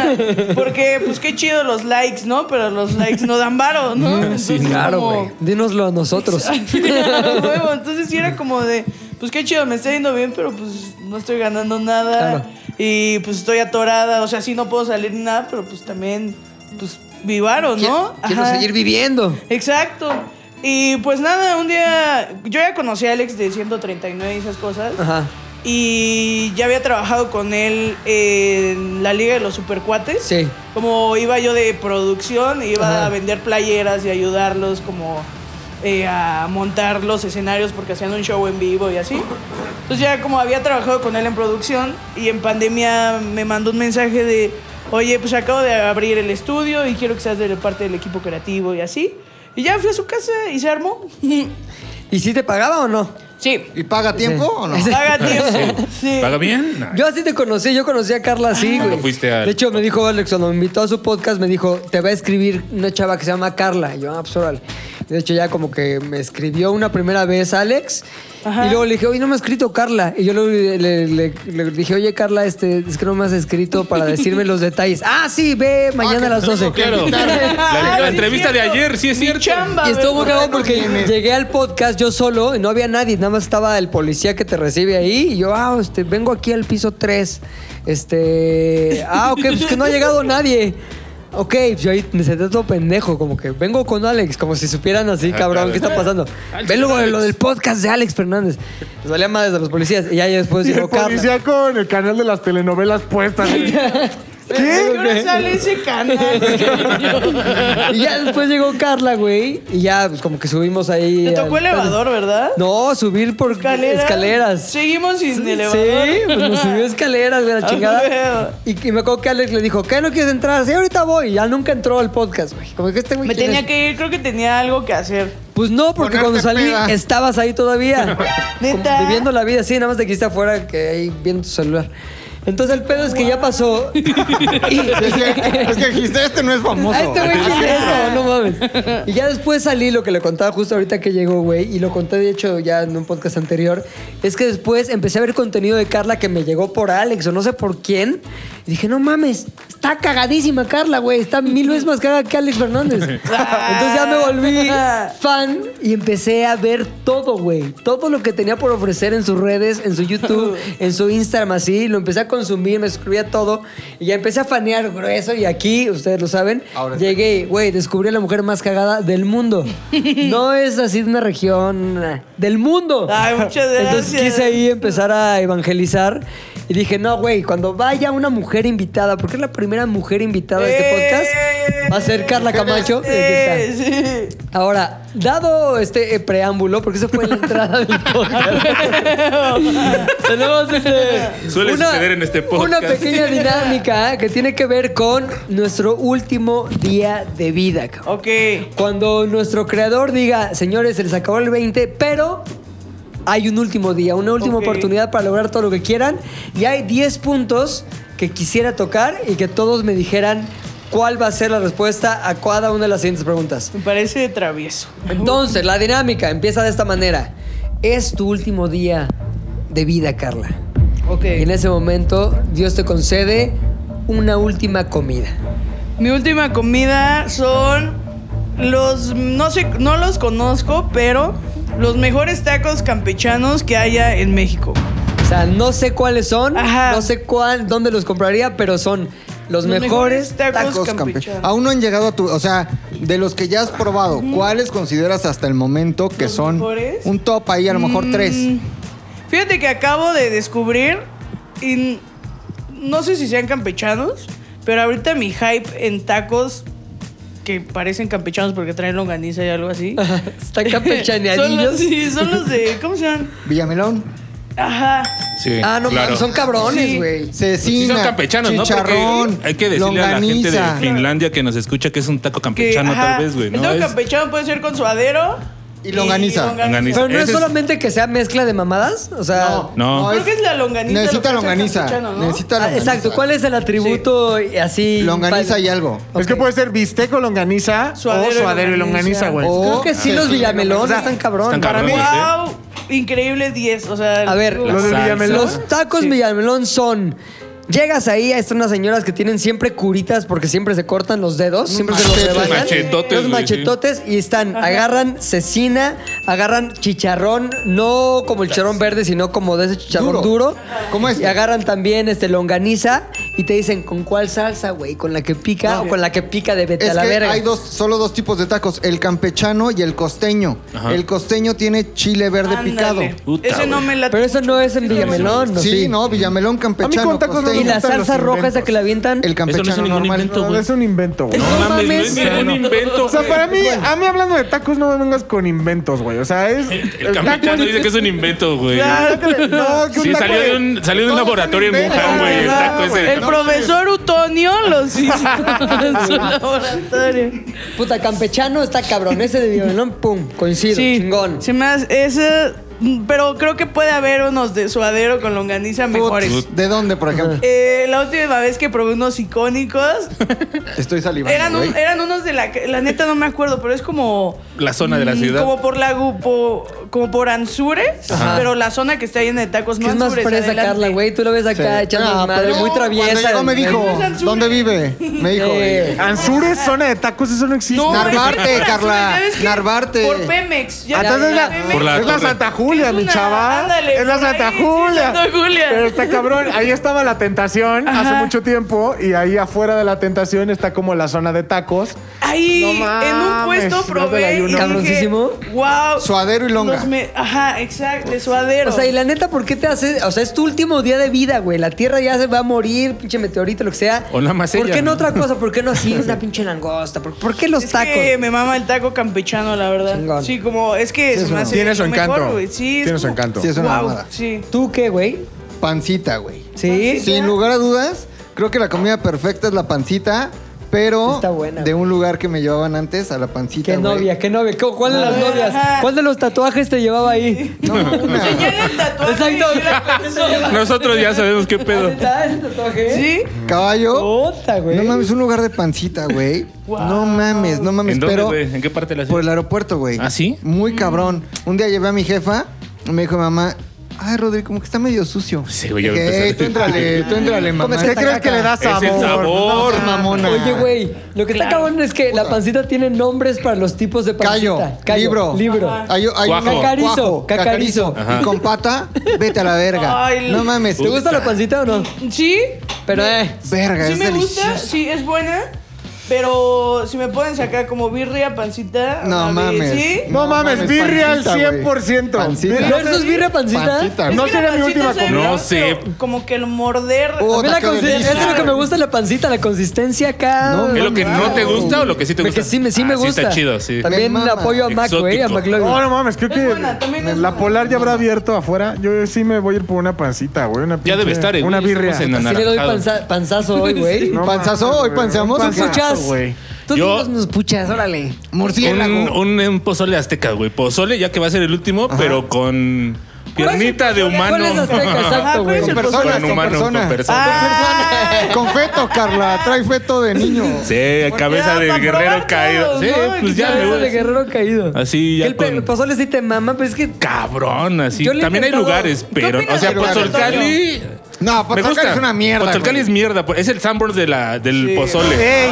Porque, pues qué chido los likes, ¿no? Pero los likes no dan varo, ¿no? Entonces, Claro, como- güey. Dínoslo a nosotros. A huevo, Entonces sí era como de, pues qué chido, me está yendo bien, pero pues no estoy ganando nada. Claro. Y pues estoy atorada, o sea, sí no puedo salir ni nada, pero pues también, pues vivaro, ¿no? Quiero Ajá. seguir viviendo. Exacto. Y pues nada, un día yo ya conocí a Alex de 139 y esas cosas. Ajá. Y ya había trabajado con él en la Liga de los Supercuates. Sí. Como iba yo de producción, iba Ajá. a vender playeras y ayudarlos como eh, a montar los escenarios porque hacían un show en vivo y así. Entonces ya como había trabajado con él en producción y en pandemia me mandó un mensaje de, oye, pues acabo de abrir el estudio y quiero que seas de parte del equipo creativo y así. Y ya fui a su casa y se armó. ¿Y si te pagaba o no? sí. ¿Y paga tiempo o no? Haga tiempo. Sí. ¿Paga bien? No. Yo así te conocí, yo conocí a Carla así, Cuando güey. Ah, fuiste al- De hecho, me dijo Alex, cuando me invitó a su podcast, me dijo, te va a escribir una chava que se llama Carla. Y yo, ah, pues órale. De hecho, ya como que me escribió una primera vez Alex. Ajá. Y luego le dije, oye, no me ha escrito Carla. Y yo luego le, le- le- le dije, oye, Carla, este, es que no me has escrito para decirme los detalles. Ah, sí, ve mañana a las 12. Claro. La, Ah, sí la es entrevista de cierto. ayer, sí es Mi cierto. chamba, Y estuvo muy ¿verdad? cagado porque llegué al podcast yo solo y no había nadie, nada más estaba el policía que te recibe ahí y yo, ah, este, vengo aquí al piso 3. Este, ah, ok, pues que no ha llegado nadie. Ok, pues yo ahí me senté todo pendejo, como que vengo con Alex, como si supieran así, Ah, cabrón, claro. ¿qué está pasando? Alex Ve luego Fernández. lo del podcast de Alex Fernández. Les valía madres a los policías y ya después y el llegó Carla. policía con el canal de las telenovelas puestas. ¿Qué? ¿Qué? hora sale ese canal? Y ya después llegó Carla, güey, y ya pues como que subimos ahí. Te tocó al- elevador, ¿verdad? No, subir por Escaleras. escaleras. Seguimos sin elevador. Sí, pues nos subió escaleras de la Ah, chingada. huevo. Y, y me acuerdo que Alex le dijo, ¿qué no quieres entrar? Sí, ahorita voy. Y Ya nunca entró al podcast, güey. Como que este güey. Me ¿quién tenía es? que ir, creo que tenía algo que hacer. Pues no, porque Ponerte cuando salí peda. estabas ahí todavía. Como ¿Neta? viviendo la vida, sí, nada más te quise afuera que ahí viendo tu celular. Entonces el pedo es que ya pasó. Es que, es que dijiste, este no es famoso. A este güey Ah, ¿quién es? no, no mames. Y ya después salí lo que le contaba justo ahorita que llegó, güey, y lo conté de hecho ya en un podcast anterior, es que después empecé a ver contenido de Carla que me llegó por Alex o no sé por quién, y dije, no mames, está cagadísima Carla, güey, está mil veces más cagada que Alex Fernández. Entonces ya me volví fan y empecé a ver todo, güey, todo lo que tenía por ofrecer en sus redes, en su YouTube, en su Instagram, así, lo empecé a consumir, me suscribía a todo, y ya empecé a fanear grueso, y aquí, ustedes lo saben, Ahora sí. llegué Llegué, güey, descubrí a la mujer más cagada del mundo. No es así de una región eh, del mundo. Ah, Ay, muchas gracias. Entonces quise ahí empezar a evangelizar y dije, no, güey, cuando vaya una mujer invitada, porque es la primera mujer invitada a este podcast, va a ser Carla Camacho. Y "Ah, aquí está. Eh, sí. Ahora, dado este eh, preámbulo, porque eso fue la entrada del podcast. Tenemos este, Suele suceder en este podcast. Una pequeña dinámica ¿eh? que tiene que ver con nuestro último día de vida. cabrón. Ok. Cuando nuestro creador diga, señores, se les acabó el 20, pero hay un último día, una última Ok. oportunidad para lograr todo lo que quieran. Y hay 10 puntos que quisiera tocar y que todos me dijeran cuál va a ser la respuesta a cada una de las siguientes preguntas. Me parece travieso. Entonces, la dinámica empieza de esta manera. Es tu último día de vida, Carla. Ok. Y en ese momento, Dios te concede una última comida. Mi última comida son los no sé no los conozco, pero los mejores tacos campechanos que haya en México. O sea, no sé cuáles son, Ajá. no sé cuál, dónde los compraría, pero son los, mejores. Tacos campechanos. Aún no han llegado a tu. O sea, de los que ya has probado, ¿cuáles consideras hasta el momento que ¿Los son mejores? Mm, un top ahí, a lo mejor tres? Fíjate que acabo de descubrir y n- no sé si sean campechanos, pero ahorita mi hype en tacos que parecen campechanos porque traen longaniza y algo así. Están Son los, campechaneadillos. sí, son los de ¿cómo se llaman? Villamelón, Ajá. Sí, Ah, no, claro. mames, son cabrones, Sí. güey. cecina, Sí, son campechanos, ¿no? chicharrón, Porque hay que decirle a la gente de longaniza. Finlandia que nos escucha que es un taco que, campechano, ajá, tal vez, güey. El ¿no? taco Es- campechano puede ser con suadero Y longaniza. Longaniza. Pero no es Ese es- solamente que sea mezcla de mamadas, o sea... No, No. no, Creo que es la longaniza. lo que Necesita hace longaniza. campechano, ¿no? Necesita Ah, longaniza. exacto, ¿cuál es el atributo así? Longaniza infal- y algo. Es que puede ser bistec o longaniza Suadero o y suadero y longaniza, longaniza. Pues güey. O- Creo que sí, Sí, los sí, Villamelón no, no, están cabrón. están Para mí, cabrones, ¿eh? wow, increíble 10. O sea, A ver, Los de salsa. Villamelón. Los tacos Villamelón son. Llegas ahí, están unas señoras que tienen siempre curitas porque siempre se cortan los dedos, siempre se los machete. rebajan. Machetotes, Los güey, sí. machetotes y están, agarran cecina, agarran chicharrón, no como el chicharrón verde, sino como de ese chicharrón Duro. duro. ¿Cómo es? Y agarran también este longaniza y te dicen con cuál salsa, güey, con la que pica o con la que pica de vete Es a la que verga. hay dos, solo dos tipos de tacos, el campechano y el costeño. Ajá. El costeño tiene chile verde Ándale. picado. Puta, Ese no güey. me la. Pero eso no es en Villamelón, ¿no? sí, no, Villamelón campechano. con tacos no me costeño. Y la gustan los salsa roja esa inventos. que la El avientan. Eso no es campechano ningún normal. invento, No, güey. es un invento, güey. No mames, no es mames. ningún invento. O sea, güey. para mí, a mí hablando de tacos, no me vengas con inventos, güey. O sea, es. El campechano dice que es un invento, güey. No, que un Sí, taco salió de un, salió Todos de un son laboratorio en inventos, Wuhan, güey. El ¿verdad, taco ese. El profesor Utonio los hizo en su laboratorio. Puta, campechano está cabrón. Ese de Villamelón, pum, coincido, chingón. Se me hace. Ese, pero creo que puede haber unos de suadero con longaniza mejores. ¿De dónde, por ejemplo? Eh, la última vez que probé unos icónicos Estoy salivando. eran, un- güey. eran unos de la. La neta no me acuerdo, pero es como. La zona de la Mm, ciudad. Como por la gu- po- como por Anzures, pero la zona que está llena de tacos ¿Qué es más Anzures, fresa, adelante. Carla, güey? Tú la ves acá Sí. echando Ah, madre, pero muy traviesa. Cuando llegó me güey. dijo, Anzures. ¿dónde vive? Me dijo. Eh, Anzures, zona de tacos, eso no existe. No, es que Narvarte, es por Anzures, Carla, ya ves que Narvarte. Por Pemex. Ya Ah, entonces ves la- que Pemex Por la es la torre. Santa Julia, Es mi una- chava. ándale, es por la ahí, Santa sí, Julia. Santa Julia. Pero está cabrón. Ahí estaba la tentación hace mucho tiempo. Y ahí afuera de la tentación está como la zona de tacos. Ahí No en un mames, puesto no te la probé ayuno. y Cabroncísimo. dije, wow. Suadero y longa. los me- ajá, exacto, de suadero. O sea, y la neta, ¿por qué te haces? O sea, es tu último día de vida, güey. La tierra ya se va a morir, pinche meteorito, lo que sea. O nada más ¿Por ella, qué no, ¿no? otra cosa? ¿Por qué no así una pinche langosta? ¿Por, por qué los es tacos? que me mama el taco campechano, la verdad. Chingón. Sí, como es que se me hace Tiene su lo mejor, encanto. güey. Sí, es Tiene su como- encanto. Sí, es una wow, mamada. Sí. ¿Tú qué, güey? Pancita, güey. ¿Sí? Sin lugar a dudas, creo que la comida perfecta es la pancita pero Está buena, de güey. un lugar que me llevaban antes a la pancita. ¿Qué güey. novia? ¿Qué novia? ¿Cu- ¿Cuál de las Ajá. novias? ¿Cuál de los tatuajes te llevaba ahí? No, una. Señala el tatuaje. Exacto. y la persona. Nosotros ya sabemos qué pedo. ¿Está ese tatuaje? ¿Sí? Caballo. Puta, güey. No mames, un lugar de pancita, güey. No mames, no mames, ¿En dónde, pero güey? ¿En qué parte de la por el ciudad? aeropuerto, güey. ¿Ah, sí? Muy cabrón. Un día llevé a mi jefa, me dijo mi mamá, ay, Rodrigo, como que está medio sucio. Sí, güey, ya Dije, empezaste. "Ey, tú entrale, tú entrale, mamá. ¿Qué crees que le da Es el sabor? No sabor. seas mamona. Oye, güey, lo que está cabrón es que la pancita tiene nombres para los tipos de Callo, pancita. libro. Libro. Hay, hay Cuajo. Cacarizo, cuajo, cacarizo. Ajá. Y con pata, vete a la verga. Ay, no mames. ¿Te gusta la pancita o no? ¿Sí? Pero, eh. Verga, Sí es me gusta, delicioso. sí, es buena. Pero si me pueden sacar como birria, pancita. No mami, mames. ¿Sí? No mames, birria al pancita, güey. 100%. Pancita. Birria- ¿Versus birra pancita? Pancita, Es No que la sería mi pancita última se ve, comida. No sé. pero Como que el morder. Oh, A mí la qué consi- delicia. eso es lo que me gusta de la pancita, la consistencia acá. No, ¿Es lo que no te gusta o lo que sí te gusta? que sí, me, sí me Ah, gusta. está chido, sí. También Me mama. apoyo a Mac, güey, a Exótico. McLovin. No, no mames, creo Es que buena, también es la buena. polar ya habrá abierto afuera. Yo sí me voy a ir por una pancita, güey. Una Ya pinche- debe estar, eh, güey. Una birria. Estamos en Sí le doy anaranjado. panza- panzazo hoy, güey. No ¿Panzazo? mames, ¿Hoy güey. panseamos Un o qué? panzazo, Puchas. güey. Tú Yo- dinos nos puchas, órale. Un, Murciélago. un, un pozole azteca, güey. Pozole, ya que va a ser el último, pero con piernita de humano. ¿Cuál es azteca? Ajá, Exacto, ¿cuál güey. es Con el personas, Con con humano, con personas. Ah, persona. Con feto, Carla. Trae feto de niño. Sí, cabeza ya, del pa' guerrero probar caído. todos, Sí, ¿no? pues ya me Cabeza voy. de guerrero caído. Así ya El pe- con- el pozole sí te mama, pero es que Cabrón, así. Yo le he También hay intentado- lugares, ¿Qué pero. opinas O sea, del Pozolcali. No, Me Pozocal gusta. es una mierda. Pozolcali es güey. Eh, mierda. pues, Es el Sanborns de la, del pozole. Ey,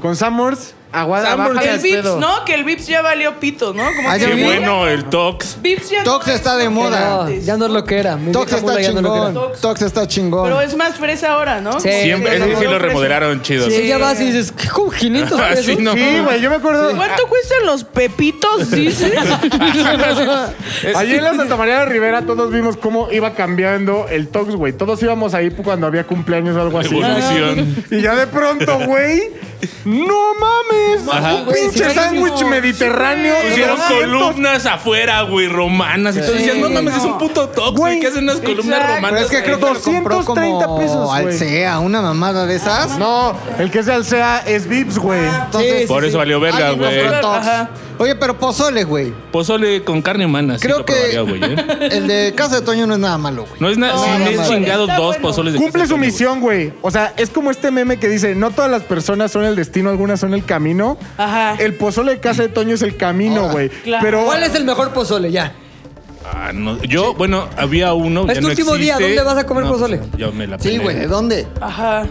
con Samors, aguada, Sanborns, bájale el al Vips, pedo. ¿no? Que el Vips ya valió pito, ¿no? Como Ah, que ya Qué vi. bueno el Tox. Vips ya Tox no está es de lo que moda. era No, antes. ya no es lo que era. Mi Tox vieja está mula ya no es lo que era. chingón. Tox está Pero chingón. es más fresa ahora, ¿no? Sí. Siempre, Como que ese sí lo lo ofrecen. remodelaron chido. Sí, ya vas y dices, ¿qué con 500 pesos? Así no. Sí, güey, yo me acuerdo. ¿Cuánto cuestan los pepitos, dices? Allí en la Santa María de Rivera todos vimos cómo iba cambiando el Tox, güey. Todos íbamos ahí cuando había cumpleaños o algo así. Evolución. Y ya de pronto, güey, no mames. Ajá. Un pinche sándwich mediterráneo. Pusieron 200 columnas afuera, güey, romanas. Y todos decían, no mames, es un puto Tox, güey. ¿Qué hacen unas columnas Exacto. romanas? Pero es que creo que lo compró 230 como pesos, güey. Ah, Alsea, una mamada de esas. No, el que sea el sea es Vips, güey. Entonces, Por eso valió verga, alguien güey. compró Tox. Ajá. Oye, pero pozole, güey. Pozole con carne humana. sí Creo lo que probaría, güey, ¿eh? el de Casa de Toño no es nada malo, güey. No es nada. sí, no, me he no, chingado está dos bueno. pozoles de Cumple queso, su güey. misión, güey. O sea, es como este meme que dice, no todas las personas son el destino, algunas son el camino. Ajá. El pozole de casa de Toño es el camino, güey. Claro. Pero ¿Cuál es el mejor pozole? Ya. Ah, no, Yo, bueno, había uno. Es ya tu no último día, existe. ¿dónde vas a comer No, pozole? pues, Yo me la Sí, pelé. güey, ¿de dónde? Ajá.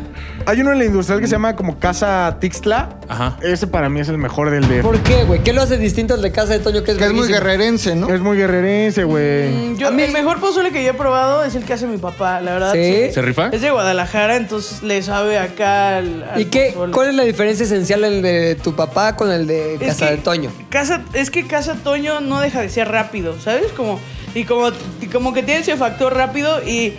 hay uno en la industrial que se llama como Casa Tixtla. Ajá. Ese para mí es el mejor del de. ¿Por qué, güey? ¿Qué lo hace distinto al de casa de Toño que es Que es muy buenísimo? guerrerense, ¿no? Es muy guerrerense, güey. Yo, el mejor pozole que yo he probado es el que hace mi papá, la verdad. ¿Sí? ¿Se rifa? Es de Guadalajara, entonces le sabe acá al, al ¿Y qué, pozole. cuál es la diferencia esencial el de tu papá con el de Es casa que de Toño? Casa, es que Casa Toño no deja de ser rápido, ¿sabes? Como, y como, y como que tiene ese factor rápido y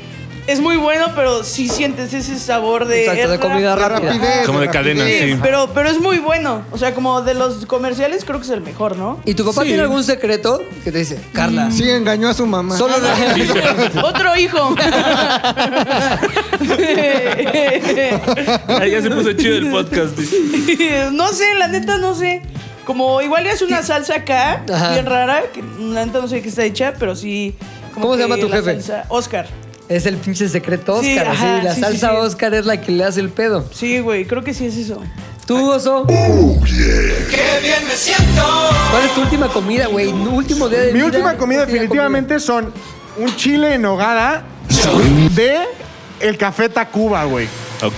es muy bueno, pero sí sientes ese sabor de. Exacto, de es comida rápido. rápida. Rapidez, Como de rapidez. cadena, sí. Pero, pero es muy bueno. O sea, como de los comerciales, creo que es el mejor, ¿no? ¿Y tu papá Sí. tiene algún secreto que te dice, Mm. Carla? Sí, engañó a su mamá. Solo Otro hijo. Ahí Ah, ya se puso chido el podcast. sí. no sé, la neta no sé. Como igual es una salsa acá, Ajá. bien rara, que la neta no sé de qué está hecha, pero sí. como ¿Cómo se que llama tu la jefe? salsa- Oscar. es el pinche secreto Oscar. Sí, Sí, ajá, la sí, sí, salsa sí. Oscar es la que le hace el pedo. Sí, güey, creo que sí es eso. ¿Tú, Oh, oso? ¿Cuál es tu última comida, güey? Último día de Mi vida, última comida definitivamente son un chile en hogada de el Café Tacuba, güey. Ok,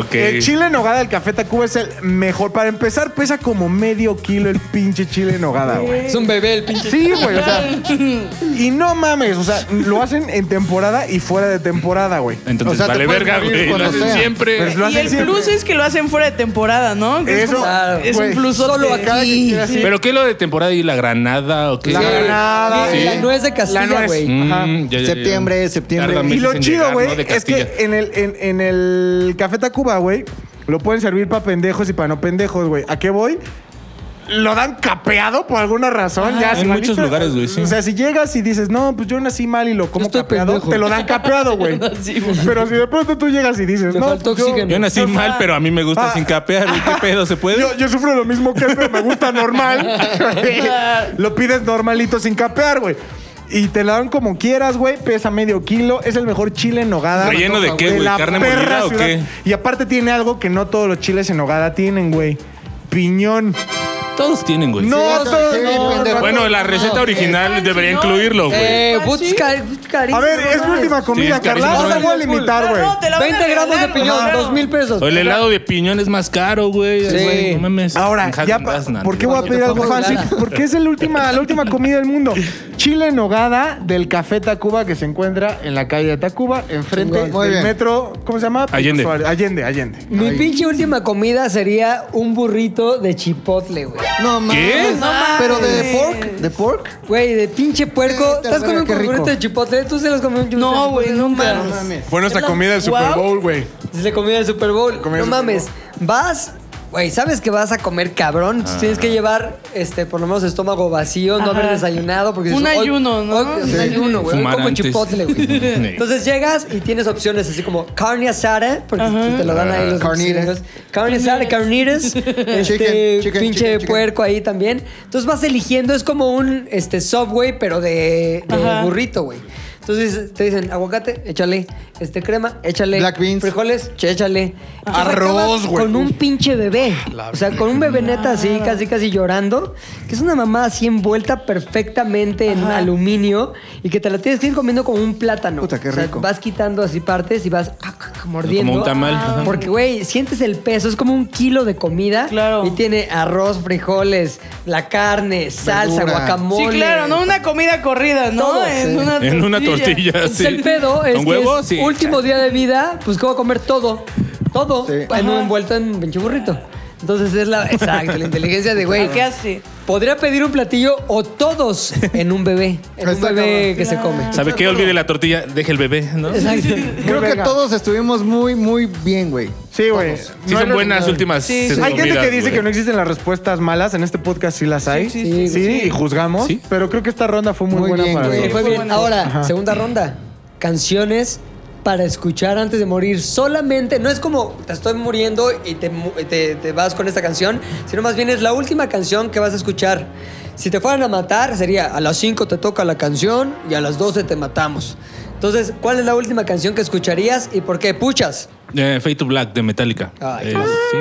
ok. El chile en hogada del Café Tacuba es el mejor. Para empezar, pesa como medio kilo el pinche chile en hogada, güey. Es un bebé el pinche. Sí, güey, o sea. pues Y no mames, o sea, lo hacen en temporada y fuera de temporada, güey. Entonces, O sea, te vale puedes verga, morir güey. Lo cuando hacen sea. siempre. Pero es Lo y hacen el siempre. plus es que lo hacen fuera de temporada, ¿no? Que es Eso, ah, como- Claro, es güey. un plus. Solo acá. Sí, y- así. Pero qué es lo de temporada y la granada o qué? La Sí. granada. Sí. La nuez de La Castilla, nuez. güey. Mm, Ajá. ya, ya, ya. Septiembre, septiembre. Tarda Y meses lo en chido, llegar, güey, ¿no? De es que Castilla. en el, en, en el Café Tacuba, güey, lo pueden servir para pendejos y para no pendejos, güey. ¿A qué voy? lo dan capeado por alguna razón. Ah, ya, en si muchos valiste- lugares, güey, sí. O sea, si llegas y dices, no, pues yo nací mal y lo como estoy capeado, pendejo. te lo dan capeado, güey. Pero si de pronto tú llegas y dices, Me no, faltó pues yo, oxígeno". Yo nací mal, pero a mí me gusta Ah. sin capear. güey. ¿Qué pedo? ¿Se puede? yo, yo sufro lo mismo que él, pero me gusta normal. lo pides normalito sin capear, güey. Y te la dan como quieras, güey. Pesa medio kilo. Es el mejor chile en nogada. ¿Relleno de qué, güey? la ¿Carne perra molida o ciudad. qué? Y aparte tiene algo que no todos los chiles en nogada tienen, güey. Piñón. Todos tienen, güey. No, sí, todos- sí, no, pendejo. no, Pues Bueno, la receta original Está en debería chino. incluirlo, güey. Eh, ¿Ah, putz, sí? cari- carísimo, A ver, es no mi última mames. comida, es Carla. carísimo, No la ¿no? voy a limitar, güey. "Ah, te la van a 20 gramos de regalar, piñón, claro. 2 mil pesos. O el helado de piñón es más caro, güey. Sí. Güey, No mames. Ahora, En Häagen-Dazs, ya pa- no, ¿por qué no. voy a Cuando pedir te algo pongas fancy? nada. Porque es el última, la última comida del mundo. Chile en nogada del Café Tacuba que se encuentra en la calle de Tacuba, enfrente Chingón. Muy del bien. metro, ¿cómo se llama? Allende. Suárez. Allende, Allende. Mi pinche última comida sería un burrito de chipotle, güey. No ¿Qué? mames. Pero de pork, de pork. Güey, de pinche puerco. Eh, te ¿Estás la verga, comiendo qué un burrito rico. de chipotle? ¿Tú se los comió un burrito de No, güey, chipotle? no Nunca. mames. Fue nuestra Es la- comida del Super Wow. Bowl, güey. Es la comida del Super Bowl. Comida del no Super mames. Vas, güey, sabes que vas a comer cabrón. Ah. Entonces Tienes que llevar, este, por lo menos estómago vacío, no Ajá. haber desayunado. Porque Un dices, hoy- ayuno, ¿no? hoy- Sí. Un ayuno, güey. Hoy Fumar Como antes. chipotle, Sí. güey. Entonces llegas y tienes opciones así como carne asada, porque te lo dan ahí los Ah, Carnitas. gringos. Carne asada, carnitas, este, Chicken, chicken, pinche chicken, chicken. puerco ahí también. Entonces vas eligiendo, es como un este, subway, pero de, de Ajá. burrito, güey. Entonces te dicen aguacate, échale, este crema, échale, Black beans. frijoles, che, échale. Entonces, Arroz, acabas güey. Con un pinche bebé. O sea, con un bebé neta así, casi casi llorando, que es una mamá así envuelta perfectamente en Ajá. aluminio y que te la tienes que ir comiendo como un plátano. Puta, qué O sea, rico. vas quitando así partes y vas ah, ah, ah, mordiendo. Como un tamal. Ajá. Porque, güey, sientes el peso, es como un kilo de comida. Claro. Y tiene arroz, frijoles, la carne, salsa, Verdura. guacamole. Sí, claro, no una comida corrida, ¿no? Todo, en, sí. una En una tortilla, Entonces, sí. el pedo es ¿Con que huevo? es Sí. último día de vida, pues que voy a comer todo, todo, Sí. en un envuelto en un pinche burrito. Entonces es la, exacto, la inteligencia de güey. ¿Qué hace? Podría pedir un platillo o todos en un bebé, en un Está bebé cabrón. que se come. ¿Sabe qué? Olvide la tortilla, deje el bebé, ¿no? Sí Exacto. Creo que verga. todos estuvimos muy, muy bien, güey. Sí, güey. No son hay- buenas últimas Sí, sí. Hay gente comidas, que dice güey. que no existen las respuestas malas. En este podcast sí las hay. sí, Sí, sí, y juzgamos. Sí. Pero creo que esta ronda fue muy, Muy buena bien, para güey. Ah, Sí, nosotros. fue Fue bien. Pues, bueno. Ahora, Ajá. segunda ronda. Canciones para escuchar antes de morir. Solamente, no es como te estoy muriendo y te, mu- te- te vas con esta canción, sino más bien es la última canción que vas a escuchar. Si te fueran a matar, sería a las 5 te toca la canción y a las 12 te matamos. Entonces, ¿cuál es la última canción que escucharías y por qué? Puchas. Eh, Fade to Black de Metallica. Ay. Eh, sí,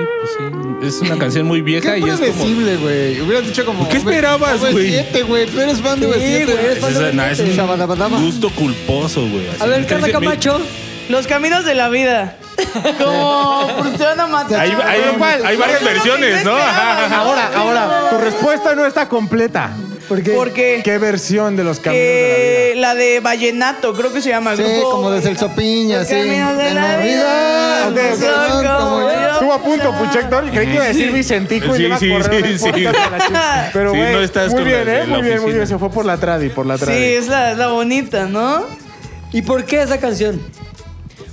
pues sí. Es una canción muy vieja Qué y es como. predecible, güey. Hubieras dicho como. ¿Qué esperabas, como güey? siete, güey. Tú eres fan de Sí, V7, güey, eres Es, fan es- no, es un Shabadabadaba. gusto culposo, güey. así. A ver, Me Carla parece- me- Camacho. Los caminos de la vida. Como, pues te van a matar. Hay, hay- hay varias Eso es lo que versiones, yo ¿no? esperaba, Ajá, ajá. Ahora, ahora, tu respuesta no está completa. ¿Por qué? Porque- ¿Qué versión de los caminos de la vida? Eh, la de Vallenato, creo que se llama. Sí, grupo- como de Celso Piña, Los sí. caminos de En la la vida, vida. de son Celso, como como yo. yo. Estuvo a punto, Puchector. Creí que iba a decir Vicentico y Sí, le iba a sí, correr sí, el sí. podcast a la chica. Pero, Sí, güey, no estás muy con bien, la de la ¿eh? Muy bien, muy bien. oficina. Se fue por la tradi, por la Sí, tradi. es la, es la bonita, ¿no? ¿Y por qué esa canción?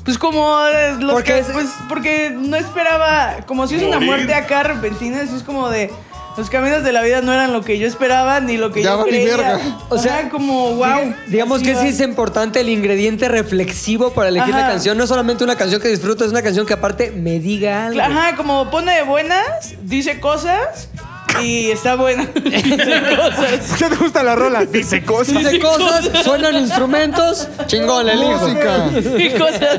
Pues como eh, los Porque que- es- pues, porque no esperaba, como si es una Morir. muerte acá repentina, así es como de los caminos de la vida no eran lo que yo esperaba ni lo que Ya yo valí creía. verga. O O sea, sea, como wow. Diga- Digamos que sí es importante el ingrediente reflexivo para elegir la Ajá. canción. No es solamente una canción que disfruto, es una canción que aparte me diga algo. Ajá, como pone de buenas, dice cosas y está buena. dice cosas. ¿Qué te gusta la rola? Dice cosas. Dice cosas, suenan instrumentos. Chingón, el Música. Y cosas.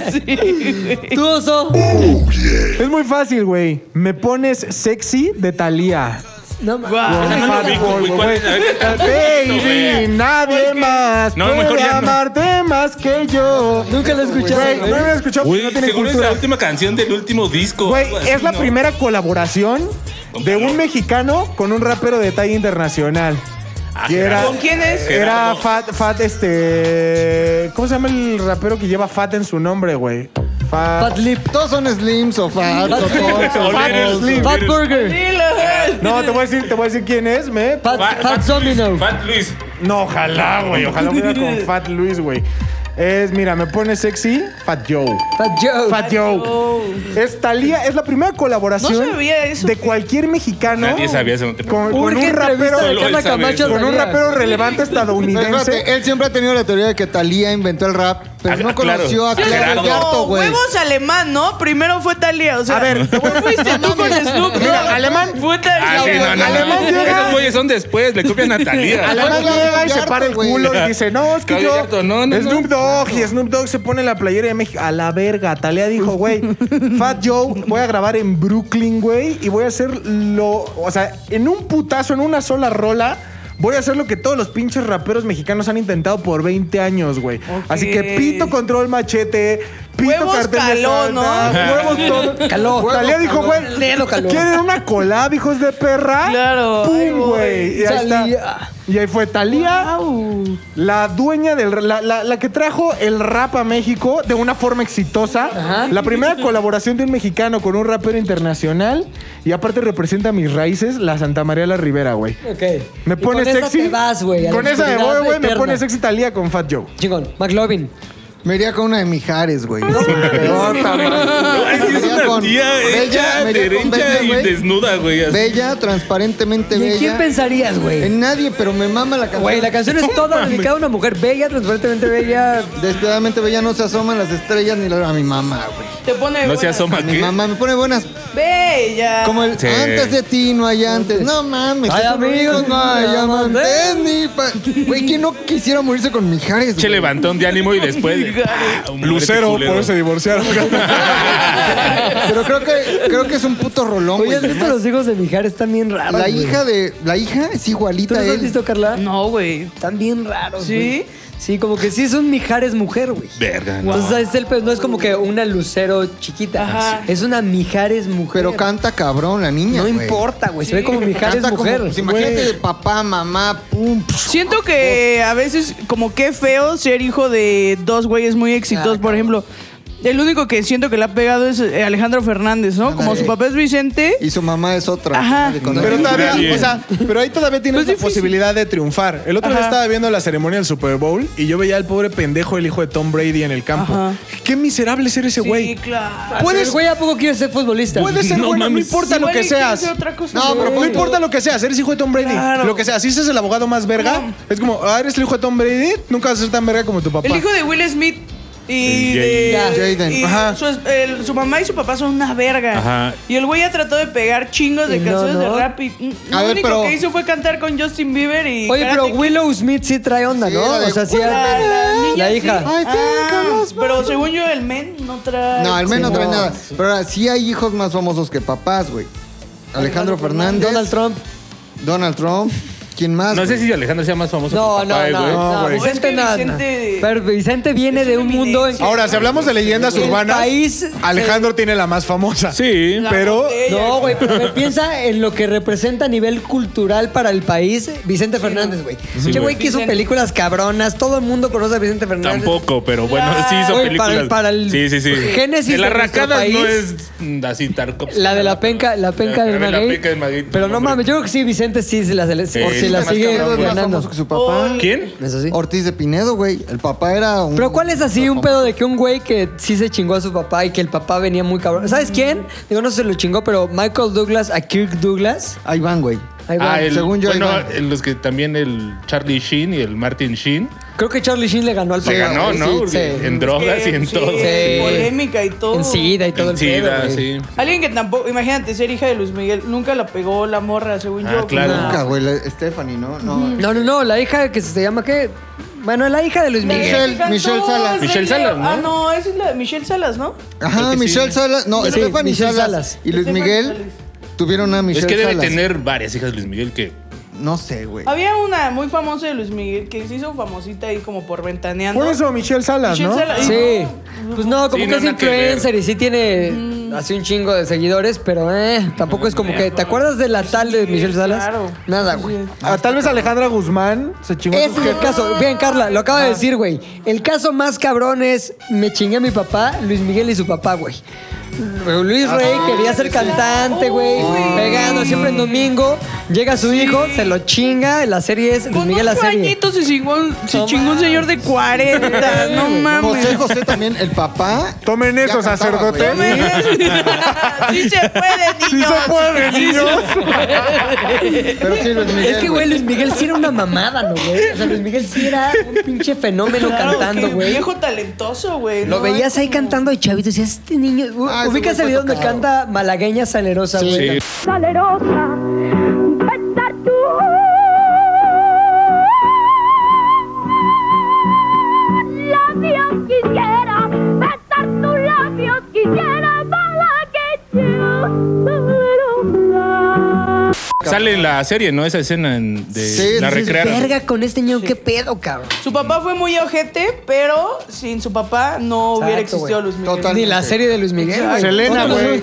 Sí, güey. Tú, oso. Es muy fácil, güey. Me pones sexy de Thalía. No, ma- Guau. Con Ah, no la ubico, favor, güey. güey. ¿Cuál es? Baby, nadie más No, mejor puede ya no. amarte más que yo. nunca la he escuchado. Güey, no me había escuchado porque no Güey, tiene seguro es cultura. la última canción del último disco. Güey, algo así, es la Pues, ¿no? primera colaboración Con de Carlos. un mexicano con un rapero de talla internacional. Ah, Y era- ¿Con quién es? Era Gerardo. Fat, Fat, este. ¿Cómo se llama el rapero que lleva Fat en su nombre, güey? Fat. Fat Lip. Todos son slims o fat o tops o Oler el- famosos. Slim. Fat Burger. Dilo. No, te voy a decir, te voy a decir quién es, me. Fat, Fat- Fat Domino. Fat Luis. No, ojalá, güey. Ojalá fuera con Fat Luis, güey. Es, mira, me pone sexy Fat Joe. Fat Joe. Fat Joe. Es Thalía, es la primera colaboración No sabía eso. de cualquier mexicano Nadie sabía eso, no te con, con Urge un entrevista de rapero, Solo Carla él sabe Camacho eso. con un Thalía. rapero relevante Pero espérate, estadounidense. él siempre ha tenido la teoría de que Talía inventó el rap, pero Ah, no claro. conoció a Sí, Claudio Gerardo. Yarto, Como güey. huevos alemán, ¿no? Primero fue Talía, o sea. A ver, te voy ¿cómo fuiste tú con Snoop? Mira, alemán- Fue Thalía, Ah, sí, güey. no, no, no. Alemán llega- Esos güeyes son después, le copian a Talía. Alemán Claudio llega y se Yarto, para el güey. culo y dice, no, es que Claudio yo... Yarto, no, no, Snoop Dogg, y Snoop Dogg se pone la playera de México. A la verga, Talía dijo, güey, Fat Joe, voy a grabar en Brooklyn, güey, y voy a hacer lo... O sea, en un putazo, en una sola rola... Voy a hacer lo que todos los pinches raperos mexicanos han intentado por 20 años, güey. Así que pito control machete, pito Huevos cartel de caló, ¿no? Santa, Huevos todo. Caló. Talía dijo, güey, Dedo caló. ¿quieren una collab, hijos de perra? Claro, ahí ¡Pum, voy. güey! Y ahí está. Thalía. Y ahí fue Talía, Au. la dueña del ra- la, la- la que trajo el rap a México de una forma exitosa. La primera colaboración de un mexicano con un rapero internacional. Y aparte representa mis raíces, la Santa María la Rivera, güey. Ok. Me Y pone con esa sexy. te vas, güey. a la Con esa me oscuridad voy, güey. Me eterna. pone sexy Talía con Fat Joe. Chingón. McLovin. Me iría con una de Mijares, güey. Otra, Ay, sí, es Venía una con tía Bella, hecha, venía con derecha Bella, y güey. desnuda, güey. así. Bella, transparentemente ¿Y bella. en quién pensarías, güey? En nadie, pero me mama la canción. Güey, la canción es toda dedicada a una mujer bella, transparentemente bella. Despiadadamente bella no se asoman las estrellas ni la- a mi mamá, güey. Te pone. No se buena. asoma A mi aquí. mamá me pone buenas. Bella. Como el Sí. antes de ti, no hay antes. No mames. Hay esos amigos, ruidos, no hay amantes ni pa- Güey, ¿quién no quisiera morirse con Mijares? Che güey? levantón de ánimo y después. ah, un Lucero, culero. por eso se divorciaron. Pero creo que, creo que es un puto rolón, Oye, güey. ¿has visto los hijos de Mijares? Están bien raros. La güey. hija de. La hija es ¿Tú igualita los a has él. visto, Carla? No, güey. Están bien raros, ¿Sí? güey. Sí, como que sí es un Mijares mujer, güey. Verga, no. Entonces, es el pe- no es como que una lucero chiquita. Ah, Ajá. Es una Mijares mujer. Pero canta cabrón la niña. No güey. importa, güey. Se ve como Mijares Canta como- mujer. pues, imagínate de papá, mamá, pum. psh. Siento que a veces, como que feo ser hijo de dos güeyes muy exitosos. Por ejemplo, el único que siento que le ha pegado es eh, Alejandro Fernández, ¿no? Como su papá es Vicente. Y su mamá es otra. Ajá. De cuando- Pero Nadie. todavía, Nadie. o sea, pero ahí todavía tienes Pues la difícil. posibilidad de triunfar. El otro día Ajá. estaba viendo la ceremonia del Super Bowl y yo veía al pobre pendejo, el hijo de Tom Brady, en el campo. Ajá. Qué miserable ser ese güey. Sí, claro. Puedes, Puedes, güey, ¿a poco quieres ser futbolista? puedes ser No bueno, no mames. importa lo Igual que y quiere seas. ser otra cosa, no, güey. pero no importa lo que seas, eres hijo de Tom Brady. Claro. Lo que sea, si ese es el abogado más verga, es como, ah, eres el hijo de Tom Brady, nunca vas a ser tan verga como tu papá. El hijo de Will Smith y El de Jaden. y Ajá. Su, es- el- su mamá y su papá son una verga. Ajá. Y el güey ha tratado de pegar chingos de Y no, canciones ¿no? de rap y mm, lo A ver, único pero- que hizo fue cantar con Justin Bieber y Oye, pero Karate Kid. Willow Smith sí trae onda, Sí, ¿no? la de- o sea, sí. Willow- la, la niña la sí. hija. I think I Ah, lost my- pero según yo el men no trae No, al Sí, menos no trae no. nada. Pero ahora sí hay hijos más famosos que papás, güey. Alejandro Fernández, Donald Trump. Donald Trump. ¿Quién más? No sé güey? si Alejandro sea más famoso No, que no, papá, no. güey. no, güey. Es que Vicente nada. Vicente- Pero Vicente viene es de una un mundo en. eminencia. Ahora, si hablamos de leyendas El urbanas, país- Alejandro tiene la más famosa. Sí. La pero- botella. No, güey, pero a ver, piensa en lo que representa a nivel cultural para el país Vicente Fernández, güey. Che, güey, que hizo Vicente. películas cabronas. Todo el mundo conoce a Vicente Fernández. Tampoco, pero bueno, sí hizo Güey, películas. para el- para el sí, sí, sí. génesis El de nuestro arracadas no país. es mm, así Tarkovsky. La de la penca, la penca del La maguey. penca del maguey. Pero no Hombre. mames, yo creo que sí, Vicente sí se la, se la- Sí, o sí, se la Más sigue cabrón, más ganando. famoso que su papá. ¿Quién? Eso sí. Ortiz de Pinedo, güey. El papá era un. Pero ¿cuál es así un pedo de que un güey que sí se chingó a su papá y que el papá venía muy cabrón? ¿Sabes quién? Digo, no se lo chingó, pero Michael Douglas a Kirk Douglas. Ahí van, güey. Ahí va. Ah, el, según yo, ahí bueno, va. eh, los que también el Charlie Sheen y el Martin Sheen Creo que Charlie Sheen le ganó al se papá. ganó, güey. ¿no? Sí, Porque sí. En drogas y en Sí, todo. Polémica y todo. En SIDA y todo En el pedo, SIDA, güey. sí. Alguien que tampoco, imagínate, ser hija de Luis Miguel, nunca la pegó la morra, según Ah, yo. claro. Nunca, güey. la- Stephanie, ¿no? No. No, no, no, la hija que se llama qué? Bueno, la hija de Luis La Miguel. que Michelle- cantó Michelle Salas. Rey Michelle León. Salas, ¿no? Ah, no, esa es la de Michelle Salas, ¿no? Ajá, Creo que Michelle sí. Salas. No, Sí, Stephanie Michelle Salas, Salas. Y Luis Stephanie Miguel Salas. tuvieron a Michelle es que debe Salas. tener varias hijas Luis Miguel que No sé, güey. Había una muy famosa de Luis Miguel que se hizo famosita ahí como por ventaneando. Por eso Michelle Salas, Michelle ¿no? Salas. Sí. Pues no, como que Sí, no, es nada que ver. influencer y sí Mm. tiene así un chingo de seguidores, pero eh, tampoco es como que. ¿Te acuerdas de la tal de Michelle Salas? claro. Nada, güey. Ah, tal vez Alejandra Guzmán se chingó. a Ese su es jefe. el caso. Bien, Carla, lo Ah. acaba de decir, güey. El caso más cabrón es me chingué a mi papá, Luis Miguel y su papá, güey. Ah. Luis Rey quería ser cantante, güey, pegando siempre en domingo. Llega su Sí. hijo, se lo chinga, la serie es Luis Con Miguel la ocho serie. añitos se chingó, un- se No chingó un mames. señor de 40. no José mames. José también, el papá. Tomen ya eso, cantaba, sacerdotes. güey. sí se puede, niños. Sí se puede, niños. Pero sí, Luis Miguel. Es que, güey, Luis Miguel sí era una mamada, ¿no, güey? O sea, Luis Miguel sí era un pinche fenómeno Claro, cantando, qué güey. Viejo talentoso, güey. Lo ¿no? veías ahí Es como- cantando de chavito y decías, este niño... U- Ah, ese güey Ubicas fue el video donde tocado. canta malagueña salerosa, güey. salerosa, besar tú. Labios quisiera, besar tus labios quisiera para que yo salerosa. Sale en la serie, ¿no? Esa escena en- de Sí, la sí, sí, recrearon. Verga con este niño, qué pedo, cabrón. Su papá fue muy ojete, pero sin su papá no hubiera Exacto, existido güey. Luis Miguel. Total. Ni la serie de Luis Miguel, güey. Selena, Otro- güey.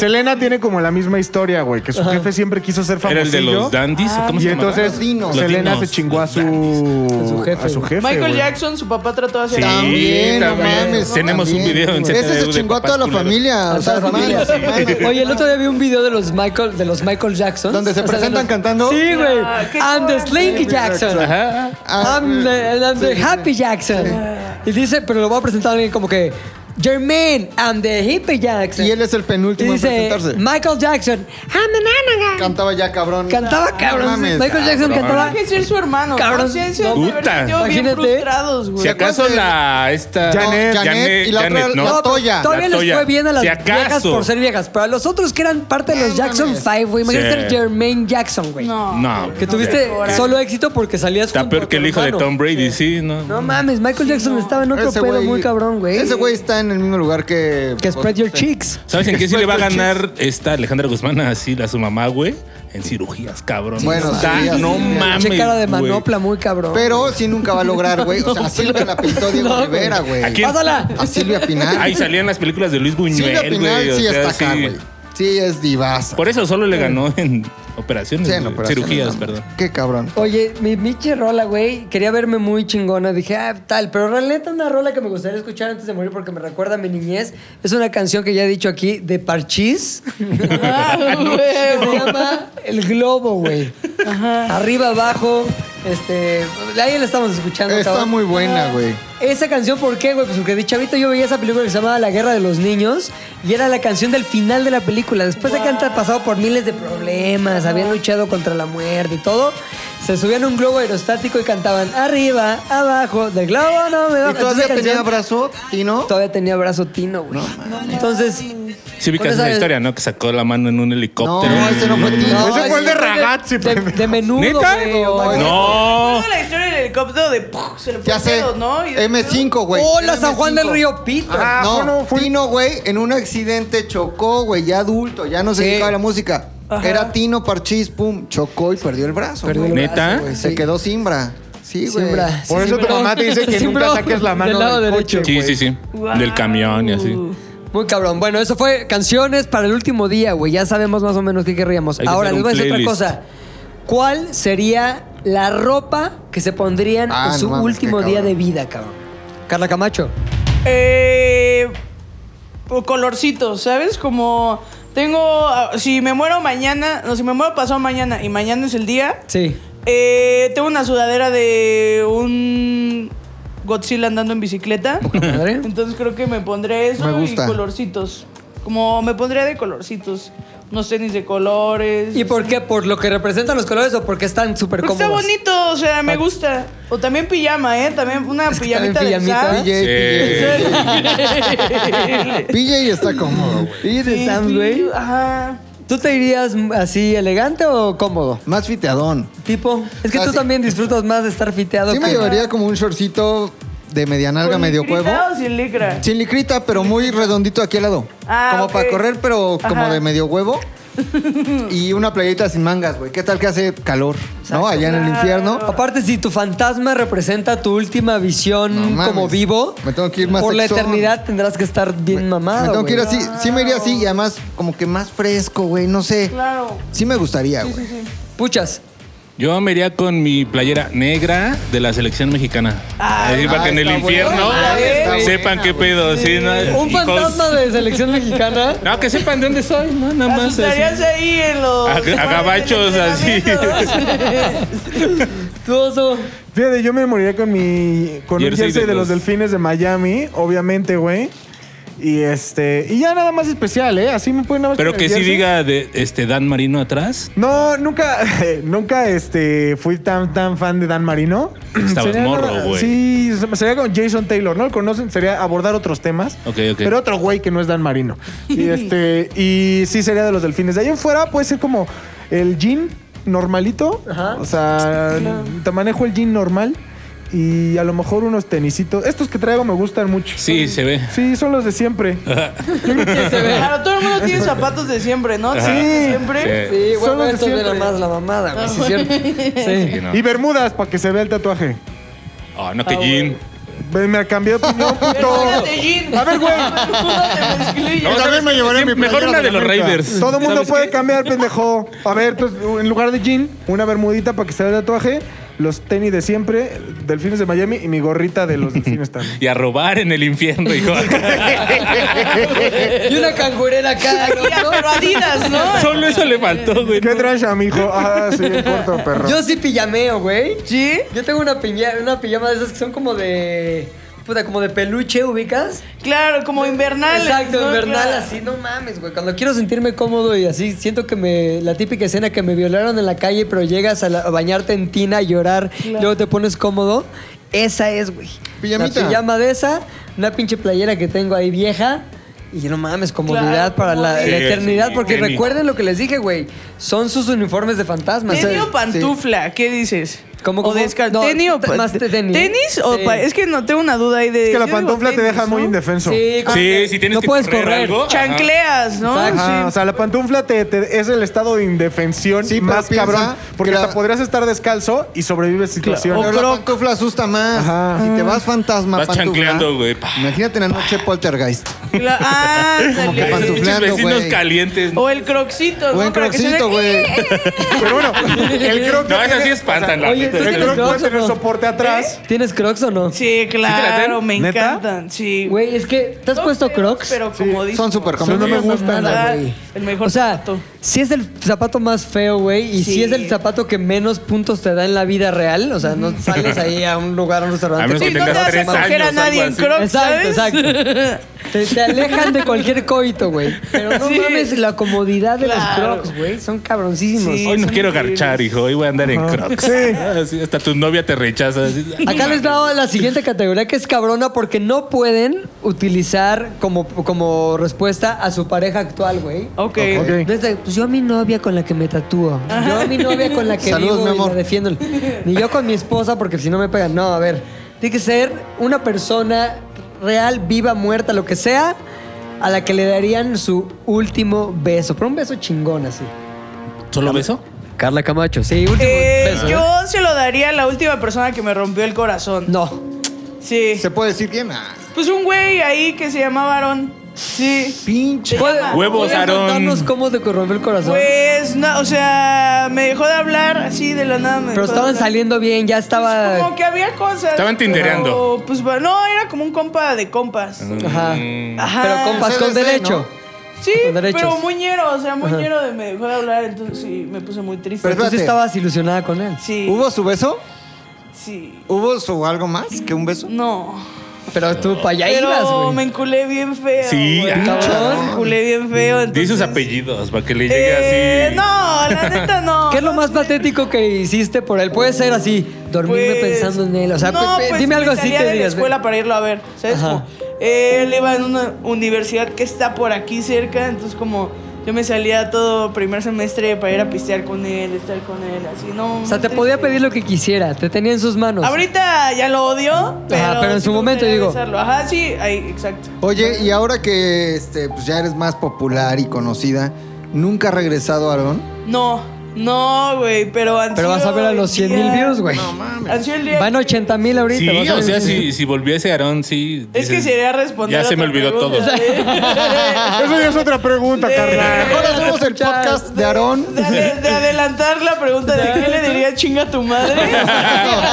Selena tiene como la misma historia, güey, que su jefe siempre quiso ser famoso. Era el de los dandies. ¿o ¿Cómo Y se llamaba? entonces Los dinos. Selena Los se chingó a su, dinos. a su jefe. jefe, jefe, Michael güey. Jackson, su papá trató de hacer. Sí, También, no también. mames. Tenemos un también. video en Ese se CTDU de chingó a papás toda la culeros. familia. O sea, Hasta la familia. hermanos, hermanos. Oye, el otro día vi un video de los Michael, de los Michael Jackson. Donde se presentan cantando. Sí, güey. Ah, qué I'm the Slinky Jackson. Ajá. Ah, I'm the, and I'm the Happy Jackson. Y dice, pero lo voy a presentar a alguien como que, Jermaine, I'm the Hippie Jackson. Y él es el Y penúltimo en dice, presentarse. Michael Jackson, I'm the Nanaga. Cantaba ya, cabrón. Cantaba No cabrón. mames, Michael Jackson cabrón. cantaba. Tiene que ser su hermano. Cabrón. ¿no? Sí, sí, de haber Puta. sido bien Imagínate. frustrados, güey. Si acaso acuerdas de- la. Esta. No, Janet. y la otra- ¿no? la otra- Toya. Todavía La les Toya. fue bien a las Si acaso. viejas por ser viejas. Pero a los otros que eran parte de los No Jackson mames. 5, güey. Imagínate Sí. ser Jermaine Jackson, güey. No. No. Que tuviste solo éxito porque salías Está junto a peor tu que el hijo de hermano. Tom Brady, sí, ¿no? No mames, Michael Jackson estaba en otro Ese pedo güey- muy cabrón, güey. Ese güey está en el mismo lugar que. Que spread your Sí. cheeks. ¿Sabes en qué sí le va a ganar esta Alejandra Guzmán así a su mamá, güey? En cirugías, cabrón. Bueno, Está- sí, así Ah, no le- mames. Che cara de güey. manopla muy cabrón. Pero sí nunca va a lograr, güey. O sea, así lo que la pintó Diego No, güey. Rivera, güey. ¿A quién? Pásala. A Silvia Pinal. Ahí salían las películas de Luis Silvia Buñuel, Pinal güey. o sí sea, está acá, sí. güey. Sí es divasa. Por eso solo le ganó en operaciones. Sí, en güey. operaciones, cirugías, no, perdón. Qué cabrón. Oye, mi pinche rola, güey, quería verme muy chingona. Dije, ah, tal, pero realmente una rola que me gustaría escuchar antes de morir porque me recuerda a mi niñez. Es una canción que ya he dicho aquí de Parchís. que se llama El Globo, güey. Arriba, abajo, este... Ahí la estamos escuchando. Está cabrón. muy buena, güey. Esa canción, ¿por qué, güey? Pues porque de chavito yo veía esa película que se llamaba La Guerra de los Niños y era la canción del final de la película. Después de que han tra- pasado por miles de problemas, habían luchado contra la muerte y todo, se subían a un globo aerostático y cantaban arriba, abajo, del globo no me bajo. ¿Y todavía Entonces, esa tenía canción- abrazo, Tino? Todavía tenía brazo tino, güey. Entonces... Sí, vi que con esa esa- historia, ¿no? Que sacó la mano en un helicóptero. No, ese no fue Tino. Ese fue el de yo creo que Ragazzi, de, pendejo. de menudo, ¿Neta? güey, o- No. Toda la historia del helicóptero de. ¡puf! Se le fue Ya el sé. dedo, ¿no? Y- M5, güey. Hola, Era San Juan M5. del Río Pito. Ah, no, fue, no, fue- Tino, güey, en un accidente chocó, güey, ya adulto, ya no se Sí. dedicaba a la música. Era Tino Parchís, pum, chocó y perdió el brazo. Perdió el güey. ¿Neta? brazo, güey, Se quedó simbra. Sí, güey. Siembra. Por eso tu Siembró. mamá te dice que nunca Siembró saques la mano del lado del derecho. Sí, sí, sí. Del camión y así. Muy cabrón. Bueno, eso fue canciones para el último día, güey. Ya sabemos más o menos qué querríamos. Hay que Ahora hacer les un voy a decir otra playlist. cosa. ¿Cuál sería la ropa que se pondrían Ah, en no su mames, último qué día de cabrón. vida, cabrón? Carla Camacho. Eh, o colorcitos, ¿sabes? Como tengo, ah, si me muero mañana, no, si me muero pasado mañana y mañana es el día, Sí. eh, tengo una sudadera de un Godzilla andando en bicicleta. Madre. Entonces creo que me pondré eso Me gusta. y colorcitos. Como me pondré de colorcitos, unos tenis de colores. ¿Y por qué? ¿Por lo que representan los colores o porque están súper Porque está cómodos? bonito, o sea, Ah. me gusta. O también pijama, ¿eh? También una pijamita de pijamita. Sam. PJ, Eh, PJ. PJ está cómodo, güey. ¿Y de Sí, Sam, güey? sí, Ajá. ¿Tú te irías así elegante o cómodo? Más fiteadón. Tipo, es que tú Así. también disfrutas más de estar fiteado. Ah, Sí me que- llevaría como un shortcito de medianalga ¿Con medio licrita cuevo. o sin licra? Sin licrita, pero muy redondito aquí al lado. Ah, como ok. para correr, pero como Ajá. de medio huevo. y una playita sin mangas, güey. ¿Qué tal que hace calor? ¿No? Allá en el infierno. Aparte, si tu fantasma representa tu última visión No mames. como vivo, Me tengo que ir más por la sexón. eternidad tendrás que estar bien mamado. me tengo que ir güey. así. Sí me iría así y además como que más fresco, güey. No sé. Claro. Sí me gustaría, güey. Puchas. Yo me iría con mi playera negra de la selección mexicana. Así para que en el infierno sepan qué pedo. sí, no, Un hijos. fantasma de selección mexicana. No, que sepan de dónde soy, no, nada más. Estarías ahí en los. A, a gabachos así. Tú, oso. Fíjate, yo me moriría con mi. Con un Jersey jersey de de los los- delfines de Miami, obviamente, güey. Y este. Y ya nada más especial, ¿eh? Así me pueden nada más Pero con el que sí jersey. diga de este Dan Marino atrás. No, nunca, nunca este, fui tan, tan fan de Dan Marino. Estabas Sería- morro, güey. Sí, sería con Jason Taylor, ¿no? Lo conocen, sería abordar otros temas. Ok, ok. Pero otro güey que no es Dan Marino. Y, este, y sí sería de los delfines. De ahí en fuera puede ser como el jean normalito. O sea, te manejo el jean normal. Y a lo mejor unos tenisitos. Estos que traigo me gustan mucho. Sí, se ve. Sí, son los de siempre. Claro, todo el mundo tiene zapatos de siempre, ¿no? Ajá. Siempre. Sí, Son los bueno, de esto ve siempre. nada más la mamada, güey. Ah, Sí, es cierto. Sí, Sí. no. Y bermudas para que se vea el tatuaje. Ah, no, que Jean. Ven, Me cambié de opinión, puto. A ver, güey. No, también me llevaré mi Mejor playera una de de los América. Raiders. Todo el mundo ¿Sabes puede qué? cambiar, pendejo. A ver, entonces, en lugar de jean, una bermudita para que se vea el tatuaje, los tenis de siempre, delfines de Miami y mi gorrita de los delfines también. Y a robar en el infierno, hijo. Y una cangurera acá, ¿no? Pero Adidas, ¿no? Solo eso le faltó, güey. ¿Qué traes, mijo? Ah, sí, en corto, perro. Yo sí pijameo, güey. Sí. Yo tengo una, piña- una pijama de esas que son como de. Puta, como de peluche, ¿ubicas? Claro, como invernal. Exacto, ¿no? invernal, Claro. así, no mames, güey. Cuando quiero sentirme cómodo y así, siento que me. La típica escena que me violaron en la calle, pero llegas a, la- a bañarte en tina, a llorar, luego te pones cómodo. Esa es, güey. Pijamita. Una pijama de esa, una pinche playera que tengo ahí vieja. Y no mames, comodidad Claro, para la, comodidad. la eternidad. Sí, porque Kenny. recuerden lo que les dije, güey. Son sus uniformes de fantasmas. Tenis Sí. o pantufla, ¿qué dices? ¿Cómo, ¿O cómo? descal- No, ¿Tenis o te- pa- más te- tenis. o Sí. pa- Es que no tengo una duda ahí de. Es que yo la digo pantufla te tenis, deja muy ¿no? indefenso. Sí, como Sí, que si tienes no que puedes correr correr. algo. Ajá. Chancleas, ¿no? Ajá, Sí. O sea, la pantufla te, te- es el estado de indefensión Sí, pero más piensa cabrón. Porque que la- hasta podrías estar descalzo y sobrevives situaciones. Pero la pantufla asusta más. Ajá. Si te vas fantasma, Vas pantufla. chancleando, güey. Imagínate en la noche poltergeist. La- ah, ándale. que Esos pinches pantufleando, vecinos güey. calientes. O el croxito, Buen ¿no? Para que croxito, suene- güey. Pero bueno, el croc. No, tiene- esas sí espantan, la oye, neta. tú El tienes croc puede crocs o tener no? soporte atrás. ¿Tienes crocs o no? Sí, claro, me ¿Neta? encantan. Sí. Güey, es que ¿te has Son puesto feos, crocs? Pero como dices. Son súper Eso no cómodos. me gusta. Nada, Ah, güey. el mejor o sea, zapato. si es el zapato más feo, güey, y Sí. si es el zapato que menos puntos te da en la vida real, o sea, no sales ahí a un lugar, a un A restaurante. menos con- que Sí, no te tengas vas a tres coger a años. nadie algo en así. crocs. Exacto, ¿sabes? exacto. Te, te alejan de cualquier coito, güey. Pero no Sí. mames, la comodidad de Claro. los crocs, güey, son cabroncísimos. Sí. Hoy no son quiero increíbles. garchar, hijo. Hoy voy a andar en crocs. Así, hasta tu novia te rechaza. así. Acá les dado la siguiente categoría que es cabrona porque no pueden utilizar como, como respuesta a su pareja actual, güey. Ok. Ok. Desde, pues yo a mi novia con la que me tatúo. Yo a mi novia con la que Saludos, vivo mi y amor. la defiendo. Ni yo con mi esposa porque si no me pegan. No, a ver. Tiene que ser una persona real, viva, muerta, lo que sea, a la que le darían su último beso. Pero un beso chingón así. ¿Solo beso? Carla Camacho. Sí, último Eh, beso. yo se lo daría a la última persona que me rompió el corazón. No. Sí. ¿Se puede decir quién? Ah, Pues un güey ahí que se llamaba Aarón. Sí. pinche. ¿Puede- Huevos, ¿pueden Aarón. contarnos cómo te corrompió el corazón? Pues, no, o sea, me dejó de hablar así de la nada. me Pero dejó de estaban hablar. Pues saliendo bien, ya Como estaba. que había cosas. Estaban pero, tindereando. Pues bueno, no, era como un compa de compas. Ajá. Mm, Ajá. Pero compas Sí, con sí, derecho. Sí, con derechos. pero muñero, o sea, muñero de me dejó de hablar, entonces sí, me puse muy triste. Pero tú sí espérate. estabas ilusionada con él. Sí. ¿Hubo su beso? Sí. ¿Hubo su algo más que un beso? No. Pero tú para allá pero ibas, güey. me enculé bien feo. Sí, güey. ah, me enculé bien feo. Di Entonces, sus apellidos para que le llegue Eh, así. no, la neta no. ¿Qué es lo más patético que hiciste por él? Puede ser así, dormirme Pues, pensando en él. O sea, no, pe- pe- pues, dime me algo así salía que de la digas. escuela para irlo a ver, ¿sabes? Ajá. Como, eh, él iba en una universidad que está por aquí cerca, entonces como yo me salía todo primer semestre para ir a pistear con él, estar con él, así, no. O sea, te triste. podía pedir lo que quisiera, te tenía en sus manos. Ahorita ya lo odio, pero, pero en sí su me momento, gustaría digo. besarlo. Ajá, sí, ahí, exacto. Oye, y ahora que este, pues ya eres más popular y conocida, ¿nunca ha regresado Aarón? No, No, güey, pero han Pero vas a ver a los 100 mil views, güey. Han sido el día Van 80 mil ahorita. Sí, vas a o ver. sea, si, si volviese Aarón, sí. Es que dices, sería responder. Ya se me olvidó todo. ¿eh? Eso ya es otra pregunta, carnal. Mejor hacemos el podcast de Aarón. De, ade- de adelantar la pregunta de qué le diría chinga a tu madre.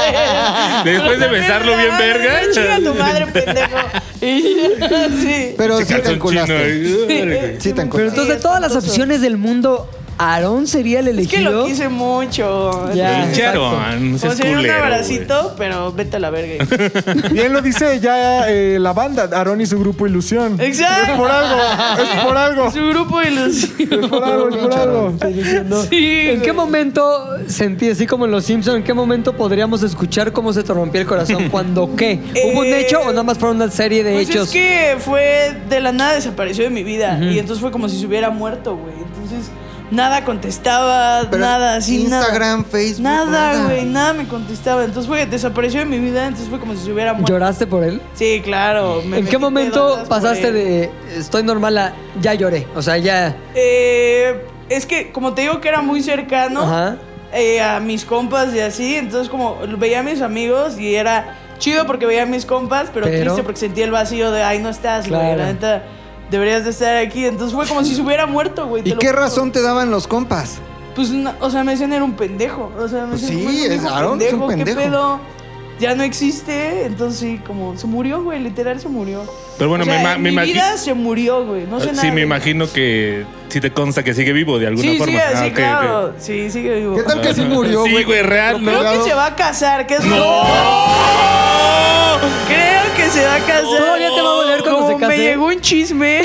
Después de besarlo bien verga. Chinga a tu madre, pendejo. Y- sí. Pero sí te Calzón enculaste. chino, ay, Sí te Pero enculaste. entonces, de todas las opciones del mundo, Aarón sería el Es que lo elegido. quise mucho. Ya. Pinche Aarón, no O seas sea, un culero, abracito, pero vete a la verga. Bien lo dice ya eh, la banda, Aarón y su grupo Ilusión. Exacto. Es por algo, es por algo. Su grupo de Es por algo, es por algo. Sí, ¿En qué güey. momento sentí, así como en Los Simpsons, en qué momento podríamos escuchar cómo se te rompió el corazón? ¿Cuándo qué? ¿Hubo un Eh, hecho o nada más fue una serie de Pues hechos? es que fue de la nada desapareció de mi vida y entonces fue como si se hubiera muerto, güey. Entonces nada contestaba, Pero nada, así Instagram, nada. Facebook, nada, nada. güey, nada me contestaba. Entonces fue desapareció de mi vida, entonces fue como si se hubiera muerto. ¿Lloraste por él? Sí, claro. me ¿En metí qué momento pedotas por pasaste él. de estoy normal a ya lloré? O sea, ya. Eh, es que como te digo que era muy cercano. Ajá. eh, a mis compas y así. Entonces, como veía a mis amigos y era chido porque veía a mis compas, pero, Pero- triste porque sentía el vacío de, ay, no estás, güey, Claro. la neta, deberías de estar aquí. Entonces, fue como si se hubiera muerto, güey. te ¿Y lo qué juro. razón te daban los compas? Pues, no, o sea, me decían era un pendejo. O sea, me Pues decían, sí, "Güey, es- dijo Aarón es un ¿qué pendejo". pedo? Ya no existe, entonces sí, como se murió, güey, literal se murió. Pero bueno, O sea, me ma- en me mi imagi- Ah, vida se murió, güey, no sé nada. Sí, me güey. imagino que si te consta que sigue vivo de alguna Sí, forma. sigue, Ah, sí, ok, claro. ok. Sí, sigue vivo. ¿Qué tal que sí murió, Sí, güey? güey, real, ¿no? Creo que se va a casar, que es ¡No! Creo que se va a casar. Todavía te va a doler cuando Como se case. Me llegó un chisme.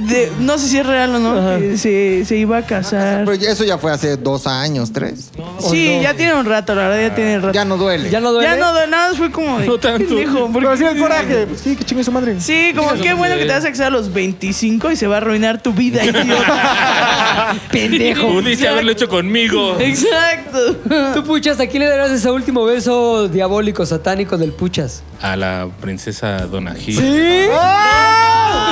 de- no sé si es real o no. que se, se iba a Ah, casar. Pero ya- eso ya fue hace dos años, tres. pues, Sí, ya tiene un rato, la Ah. verdad, ya tiene un rato. Ya no duele. ¿Ya no duele? Ya no de nada, fue como de. No tanto. pendejo, ¿por Pero qué? sí, el coraje. Pues sí, que chingue su madre. Sí, como qué bueno que te vas a casar a los 25 y se va a arruinar tu vida, idiota. Pendejo. Pudiste haberlo hecho conmigo. Exacto. Tú, Puchas, ¿a quién le darás ese último beso diabólico, satánico del Puchas? A la princesa Donají. ¿Sí? ¡Ah!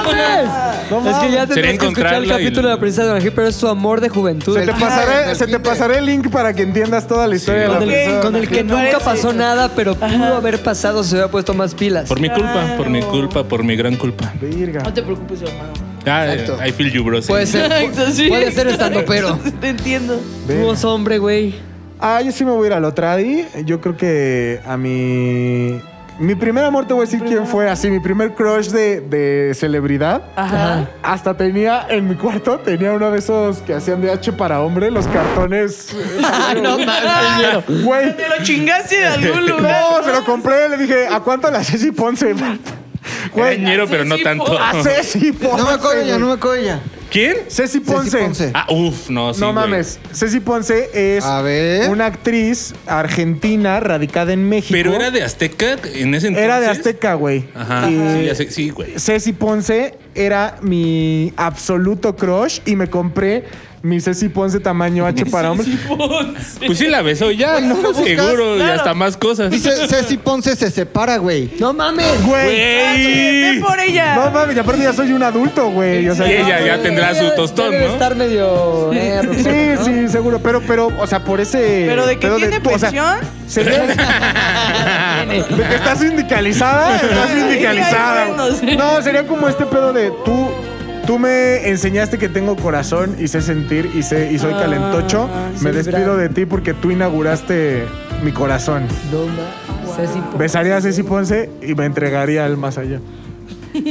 es que ya Sería tendrás que escuchar el encontrarla y- capítulo de la princesa de Donají, pero es su amor de juventud. Se te pasaré, se te pasaré el link para que entiendas toda la historia de la Con el, persona. con el que Me nunca parece. pasó nada, pero pudo haber pasado, se hubiera puesto más pilas. Por mi culpa, por mi culpa, por mi gran culpa. Virga. No te preocupes, hermano. Ah, I feel you, bro. sí. Puede ser. Exacto, sí. Puede ser estando pero. Te entiendo. Tú, vos, hombre, güey. Ah, yo sí me voy a ir al Otradi. Yo creo que a mi. Mi primer amor te voy a decir quién fue, así, mi primer crush de, de celebridad. Ajá. Hasta tenía, en mi cuarto, tenía uno de esos que hacían de H para hombre, los cartones. No mames. Güey, Ah, Te lo chingaste de algún lugar. no, se lo compré, le dije, ¿a cuánto la Ceci Ponce? Era Güey, ñero, pero no sí, tanto. a Ceci Ponce. No me acuerdo ya, güey. no me acuerdo ya. ¿Quién? Ceci Ponce. Ceci Ponce. Ah, uff, no, sí. no güey. mames, Ceci Ponce es A ver. una actriz argentina radicada en México. Pero era de Azteca en ese entonces. Era de Azteca, güey. Ajá. Y Sí, ya sé- Sí, güey. Ceci Ponce era mi absoluto crush y me compré mi Ceci Ponce tamaño H para hombre. Pues sí la besó ya, ¿no? ¿Lo buscas? Seguro, y Claro. hasta más cosas. Dice Ceci Ponce se separa, güey. No mames. Güey. ¡Güey! Ve por ella. No mames, y aparte ya soy un adulto, güey. O sea, Y ella ya tendrá su Ah, Debe- tostón, debe ¿no? estar medio. eh, roto, Sí, ¿no? sí, seguro, pero, pero, o sea, por ese. Pero de que pedo tiene o sea, pensión. se ve- de que está sindicalizada, está sindicalizada. Ay, bueno, sí. No, sería como este pedo de tú. Tú me enseñaste que tengo corazón y sé sentir y sé y soy Ah, calentocho. Me despido de ti porque tú inauguraste mi corazón. No mames. Ceci Ponce. Besaría a Ceci Ponce y me entregaría al más allá.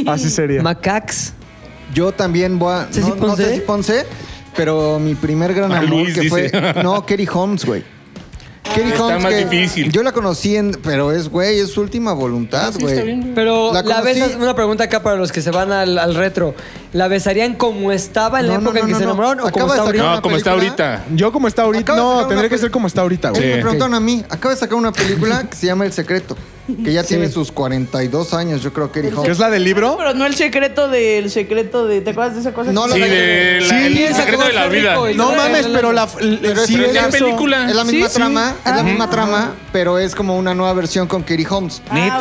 Así sería. Macax. Yo también voy a. ¿Ceci no, no Ponce? Ceci Ponce, pero mi primer gran A amor Ah, Luis, que dice. fue. No, Kerry Holmes, güey. Kerry Está Holmes. más que difícil. Yo la conocí en. Pero es, güey, es su última voluntad, güey. Pero La la, conocí- besas, una pregunta acá para los que se van al, al retro. ¿La besarían como estaba en la No, no, época en no, que no, se no. enamoraron o como Acaba de está sacar ahorita? No, como está película? ahorita. Yo como está ahorita. Acaba de No, sacar tendría una que ser peli- como está ahorita, Ellos güey. me preguntaron a mí. Acaba de sacar una película que se llama El Secreto. Que ya tiene sus 42 años, yo creo, Kerry ¿Qué Holmes. es la del libro? Pero no el secreto del secreto de. ¿Te acuerdas de esa cosa? No, que- la Sí, de la- Sí, el esa secreto de la cosa vida. rico, No mames, pero la. Pero sí, es es La eso. película. Es la misma Sí, sí. trama, es la Ah. misma trama, pero es como una nueva versión con Kerry Holmes. Ah,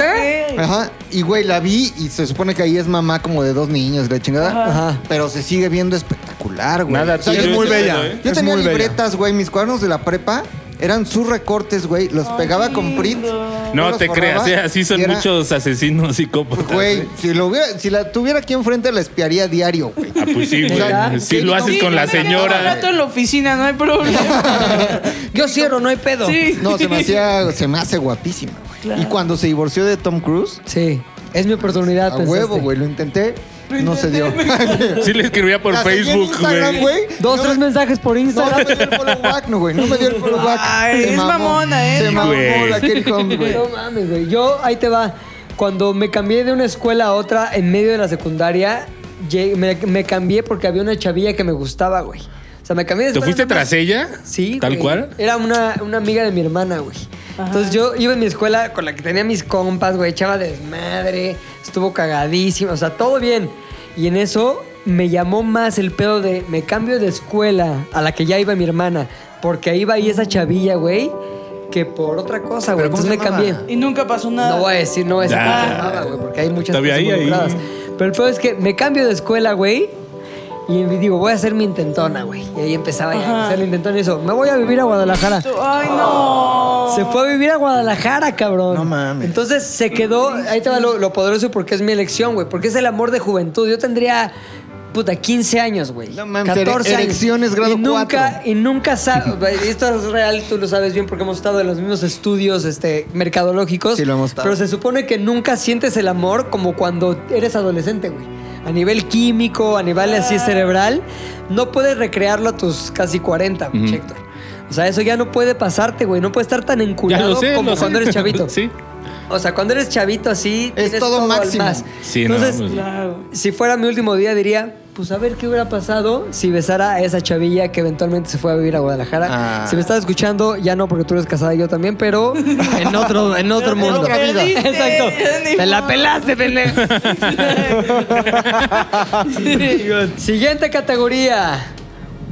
ok. Ajá. Y güey, la vi y se supone que ahí es mamá como de dos niños, la chingada. Ajá. pero se sigue viendo espectacular, güey. Nada, O sea, tío, yo- es muy bella. Yo Es tenía muy bella. libretas, güey, mis cuadernos de la prepa. Eran sus recortes, güey. Los pegaba con print. yo No los te forraba creas, eh, así son y era- muchos asesinos psicópatas. Güey, si, lo hubiera- si la tuviera aquí enfrente, la espiaría diario, güey. Ah, pues sí, güey. ¿Verdad? Sí, lo haces Sí, con yo la me quedo un señora. rato en la oficina, no hay problema. Yo cierro, no hay pedo. Sí. No, se me, hacía, se me hace guapísima, güey. Claro. Y cuando se divorció de Tom Cruise, Sí, es mi oportunidad. a pensaste. huevo, güey, lo intenté, no se dio. Ah, Sí le escribía por La seguí en Facebook, Instagram, güey. Dos, No tres me- mensajes por No Instagram. me dio el follow back, no, güey. No me dio el follow back. Ay, Se es mamó. mamona, ¿eh? Se mamó Güey. la Kelly Holmes, güey. No mames, güey. Yo, ahí te va. Cuando me cambié de una escuela a otra en medio de la secundaria, llegué- me, me cambié porque había una chavilla que me gustaba, güey. O sea, me cambié de ¿Te escuela fuiste nada más- tras ella? Sí. ¿Tal güey. cual? Era una, una amiga de mi hermana, güey. Entonces yo iba en mi escuela con la que tenía mis compas, güey, echaba desmadre, estuvo cagadísimo, o sea, todo bien. Y en eso me llamó más el pedo de me cambio de escuela a la que ya iba mi hermana, porque ahí iba ahí esa chavilla, güey, que por otra cosa, güey. ¿Pero cómo Entonces me se llamaba? cambié. Y nunca pasó nada. No voy a decir, no voy a decir Ah. cómo se llamaba, güey, porque hay muchas Todavía cosas ahí, ahí. involucradas. Pero el peor es que me cambio de escuela, güey, y digo, voy a hacer mi intentona, güey. Y ahí empezaba ya a hacer la intentona y eso, me voy a vivir a Guadalajara. Ay, no. Se fue a vivir a Guadalajara, cabrón. No mames. Entonces se quedó, ahí te va lo, lo poderoso porque es mi elección, güey, porque es el amor de juventud. Yo tendría, puta, 15 años, güey. No mames, ere- erecciones grado y nunca, cuatro. y nunca sabes, esto es real, tú lo sabes bien porque hemos estado en los mismos estudios este, mercadológicos. Sí, lo hemos estado. Pero se supone que nunca sientes el amor como cuando eres adolescente, güey. A nivel químico, a nivel así cerebral, no puedes recrearlo a tus casi 40, güey, Héctor. O sea, eso ya no puede pasarte, güey. No puedes estar tan Ya enculado lo sé, como lo sé. cuando eres chavito. Sí. O sea, cuando eres chavito así. Es tienes todo al máximo. más. Sí, no, Entonces, pues, Claro. si fuera mi último día, diría, pues a ver qué hubiera pasado si besara a esa chavilla que eventualmente se fue a vivir a Guadalajara. Ah. Si me estás escuchando, ya no, porque tú eres casada y yo también, pero en otro, en otro Pero te mundo. lo perdiste, Exacto. ya ni Te la modo. pelaste, pendejo. Siguiente categoría.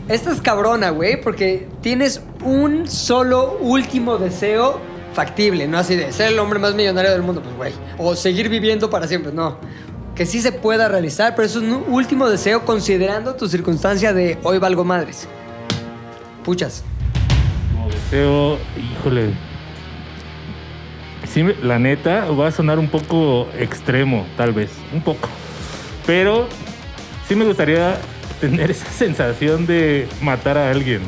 Esta es cabrona, güey, porque tienes un solo último deseo factible, no así de ser el hombre más millonario del mundo, pues, güey. O seguir viviendo para siempre, no. Que sí se pueda realizar, pero es un último deseo considerando tu circunstancia de hoy valgo madres. Puchas. Pero, híjole. Sí, me- la neta, va a sonar un poco extremo, tal vez. Un poco. Pero sí me gustaría tener esa sensación de matar a alguien.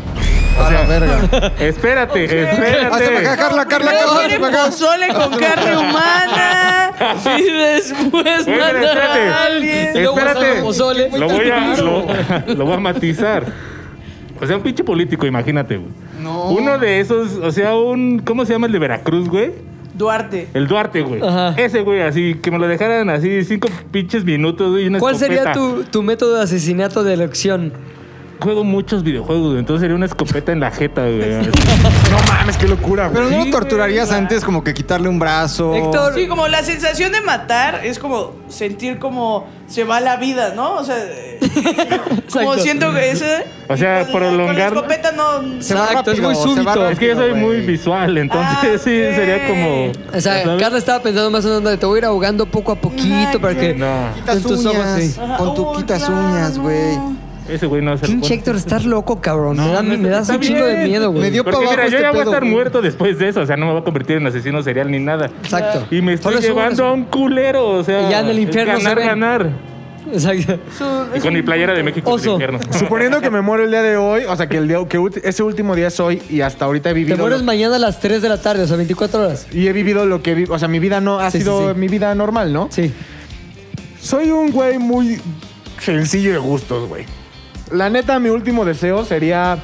A la verga. Espérate, Hazte para acá, espérate. Carla, Carla, Carla, hazte Primero para acá. pozole con carne humana y después Oigan, mandar Eh, espérate. Eh. a alguien. Luego Espérate. asado pozole. Lo voy a, lo, lo voy a matizar. O sea, un pinche político, imagínate, güey. No. Uno de esos, o sea, un. ¿Cómo se llama el de Veracruz, güey? Duarte. El Duarte, güey. Ajá. Ese, güey, así, que me lo dejaran así cinco pinches minutos güey, y una ¿Cuál escopeta. sería tu, tu método de asesinato de elección? Juego muchos videojuegos, güey, entonces sería una escopeta en la jeta, güey. así. No mames, qué locura, güey. Pero no lo torturarías antes como que quitarle un brazo. Héctor, Sí, como la sensación de matar es como sentir como se va la vida, ¿no? O sea, eh, como Exacto. siento que ese. O sea, y con la- prolongar- Con la escopeta no. Se va Exacto, es muy rápido, se va súbito. es que yo soy muy visual, entonces Ah, sí, ok. sería como. O sea, ¿sabes? Carla estaba pensando más en onda de te voy a ir ahogando poco a poquito Ay, para que. No, Quitas Con tus uñas, ojos, sí. Ajá, Con tu oh, uy, quitas claro, uñas, no. güey. ese güey no se lo Pinche pone. Héctor, estás loco, cabrón. me, da- me das un Está chingo de bien. miedo, güey. Me dio- Porque pa' mira, abajo yo este ya voy a pedo, estar güey. muerto después de eso. O sea, no me va a convertir en asesino serial ni nada. Exacto. Y me estoy Solo es uno, llevando a un culero. O sea, Y ya en el infierno ganar, se ven. ganar. Exacto. Y con mi playera de México en el Oso. infierno. Suponiendo que me muero el día de hoy, o sea, que, el día, que ulti- ese último día es hoy y hasta ahorita he Te vivido... mueres lo- mañana a las 3 de la tarde, o sea, 24 horas. y he vivido lo que... vi- o sea, mi vida no ha Sí, sí, sido sí. mi vida normal, ¿no? Sí. Soy un güey muy sencillo de gustos, güey. La neta, mi último deseo sería...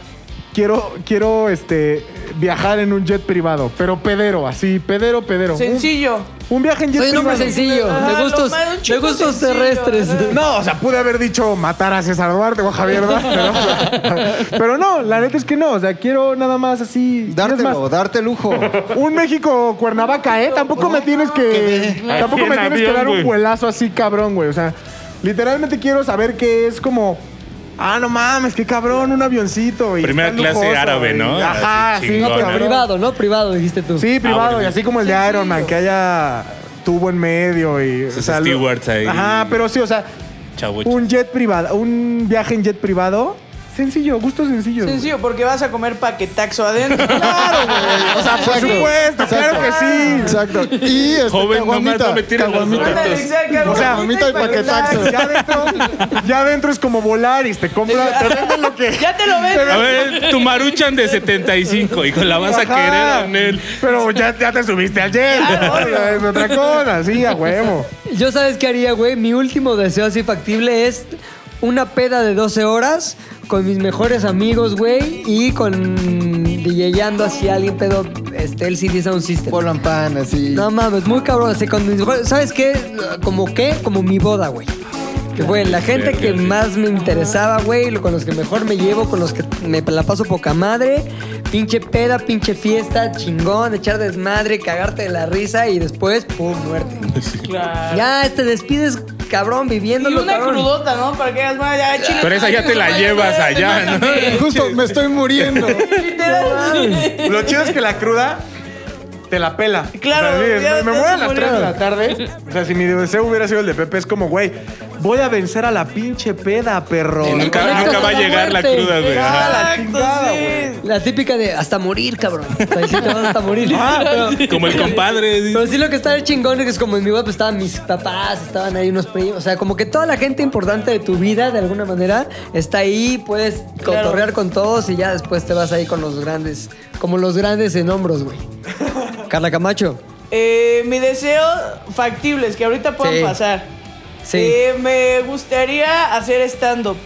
Quiero, quiero, este, viajar en un jet privado, pero pedero, así, pedero, pedero. Un- Sencillo. Un, viaje en jet Soy un privado. hombre sencillo, Ah, de lo gustos, malo, un de chico gustos sencillo, terrestres. ¿verdad? No, o sea, pude haber dicho matar a César Duarte o a Javier Duarte. ¿no? Pero no, la neta es que no. O sea, quiero nada más así. es Dártelo, darte lujo. más, un México Cuernavaca, ¿eh? Tampoco me tienes que. Así Tampoco me en tienes que avión, dar un güey. vuelazo así, cabrón, güey. O sea, literalmente quiero saber qué es como. Ah, no mames, qué cabrón, un avioncito. Y Primera está clase lujoso, árabe, güey. ¿no? Ajá, Así sí, chingona. Ah, pero privado. Privado, ¿no? Privado, dijiste tú. Sí, privado, bueno. y así como el de Iron Man, que haya tubo en medio y. Sus stewards ahí. Ajá, pero sí, o sea, Chavo. Un jet privado, un viaje en jet privado. Sencillo, gusto sencillo. Sencillo, porque vas a comer paquetaxo adentro. Claro, güey. O sea, por supuesto, claro que sí. Exacto. Y este, Joven, no más, caguamita, no me tires los caguamita. datos. O sea, caguamita y paquetaxo. Ya adentro, ya adentro es como Volaris, te compra, te venden lo que. Ya te lo ven. A ver, tu maruchan de 75, hijo, la vas a Ajá. querer, Anel. Pero ya, ya te subiste al jet. es otra cosa, sí, a huevo. Yo sabes qué haría, güey. Mi último deseo así factible es una peda de 12 horas con mis mejores amigos, güey, y con DJando así a alguien pedo este LCD Sound System. Polo and pan, así. No mames, muy cabrón, así con mis mejores- ¿Sabes qué? Como qué? Como mi boda, güey. Que fue la gente que más me interesaba, güey, lo- con los que mejor me llevo, con los que me la paso poca madre. Pinche peda, pinche fiesta, chingón, echar desmadre, cagarte de la risa y después, pum, muerte. Claro. Ya, te despides, cabrón, Y viviéndolo, una cabrón. crudota, ¿no? Para que hagas más. Ya, chile, Pero esa ya te la llevas allá, ¿no? Justo, me estoy muriendo. Literal. Lo chido es que la cruda te la pela. Claro, O sea, sí, ya me, me te muero a hace las morir. 3 de la tarde. O sea, si mi deseo hubiera sido el de Pepe, es como, güey, voy a vencer a la pinche peda, perro. Y nunca, Conectas nunca con va a la llegar la muerte. cruda, güey. Ah, ajá. Exacto, chingada, sí. La típica de hasta morir, cabrón. O sea, sí te vas hasta morir. pero, Como el compadre. pero sí lo que está de chingón es que es como en mi web estaban mis papás, estaban ahí unos primos. O sea, como que toda la gente importante de tu vida, de alguna manera, está ahí, puedes cotorrear con todos y ya después te vas ahí con los grandes. Como los grandes en hombros, güey. Carla Camacho. Eh, mi deseo factible es que ahorita puedan Sí. pasar. Sí. Eh, me gustaría hacer stand-up.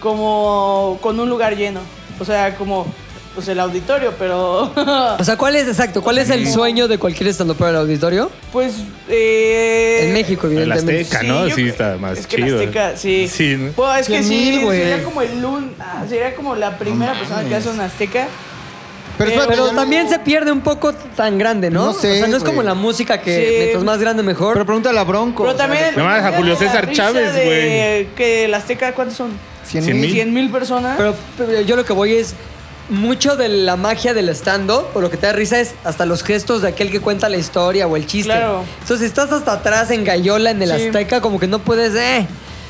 Como con un lugar lleno. O sea, como pues el auditorio, pero. O sea, ¿cuál es exacto? ¿Cuál es el sueño de cualquier estandopero del auditorio? pues. eh, En México, El evidentemente. Azteca, ¿no? yo Sí, cre- está más es que el chido. Azteca, sí. Sí, ¿no? Pues, es que Cien sí, mil, güey. sería como el un, ah, sería como la primera persona que hace un Azteca. Pero espérate, Pero ya- también se pierde un poco tan grande, ¿no? No sé, O sea, no es güey. como la música que Sí. mientras más grande mejor. Pero pregúntale a Bronco. Pero también. Nomás a Julio César la risa Chávez, de- Que el Azteca, ¿cuántos son? Cien Cien mil. mil. Cien mil personas. Pero, pero yo lo que voy es. Mucho de la magia del stand-up, o lo que te da risa es hasta los gestos de aquel que cuenta la historia o el chiste. Claro. Entonces, si estás hasta atrás en Gallola, en el Sí. Azteca, como que no puedes, eh.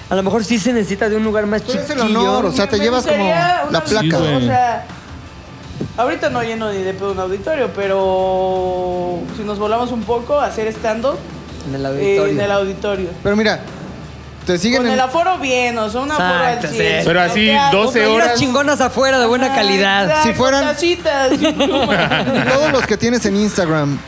A lo mejor sí se necesita de un lugar más Pero chiquillo. es el honor, o sea, te Me llevas como gustaría la una- placa. Sí, O sea, ahorita no lleno ni de pedo un auditorio, pero si nos volamos un poco, hacer stand-up En el eh, auditorio. en el auditorio. Pero mira, te siguen Con en... el aforo bien, o sea, un aforo al Exacto, 100, sí. Pero así, bloqueado, Con 12 playeras horas. chingonas afuera de buena calidad. Si fueran- Todos Todos los que tienes en Instagram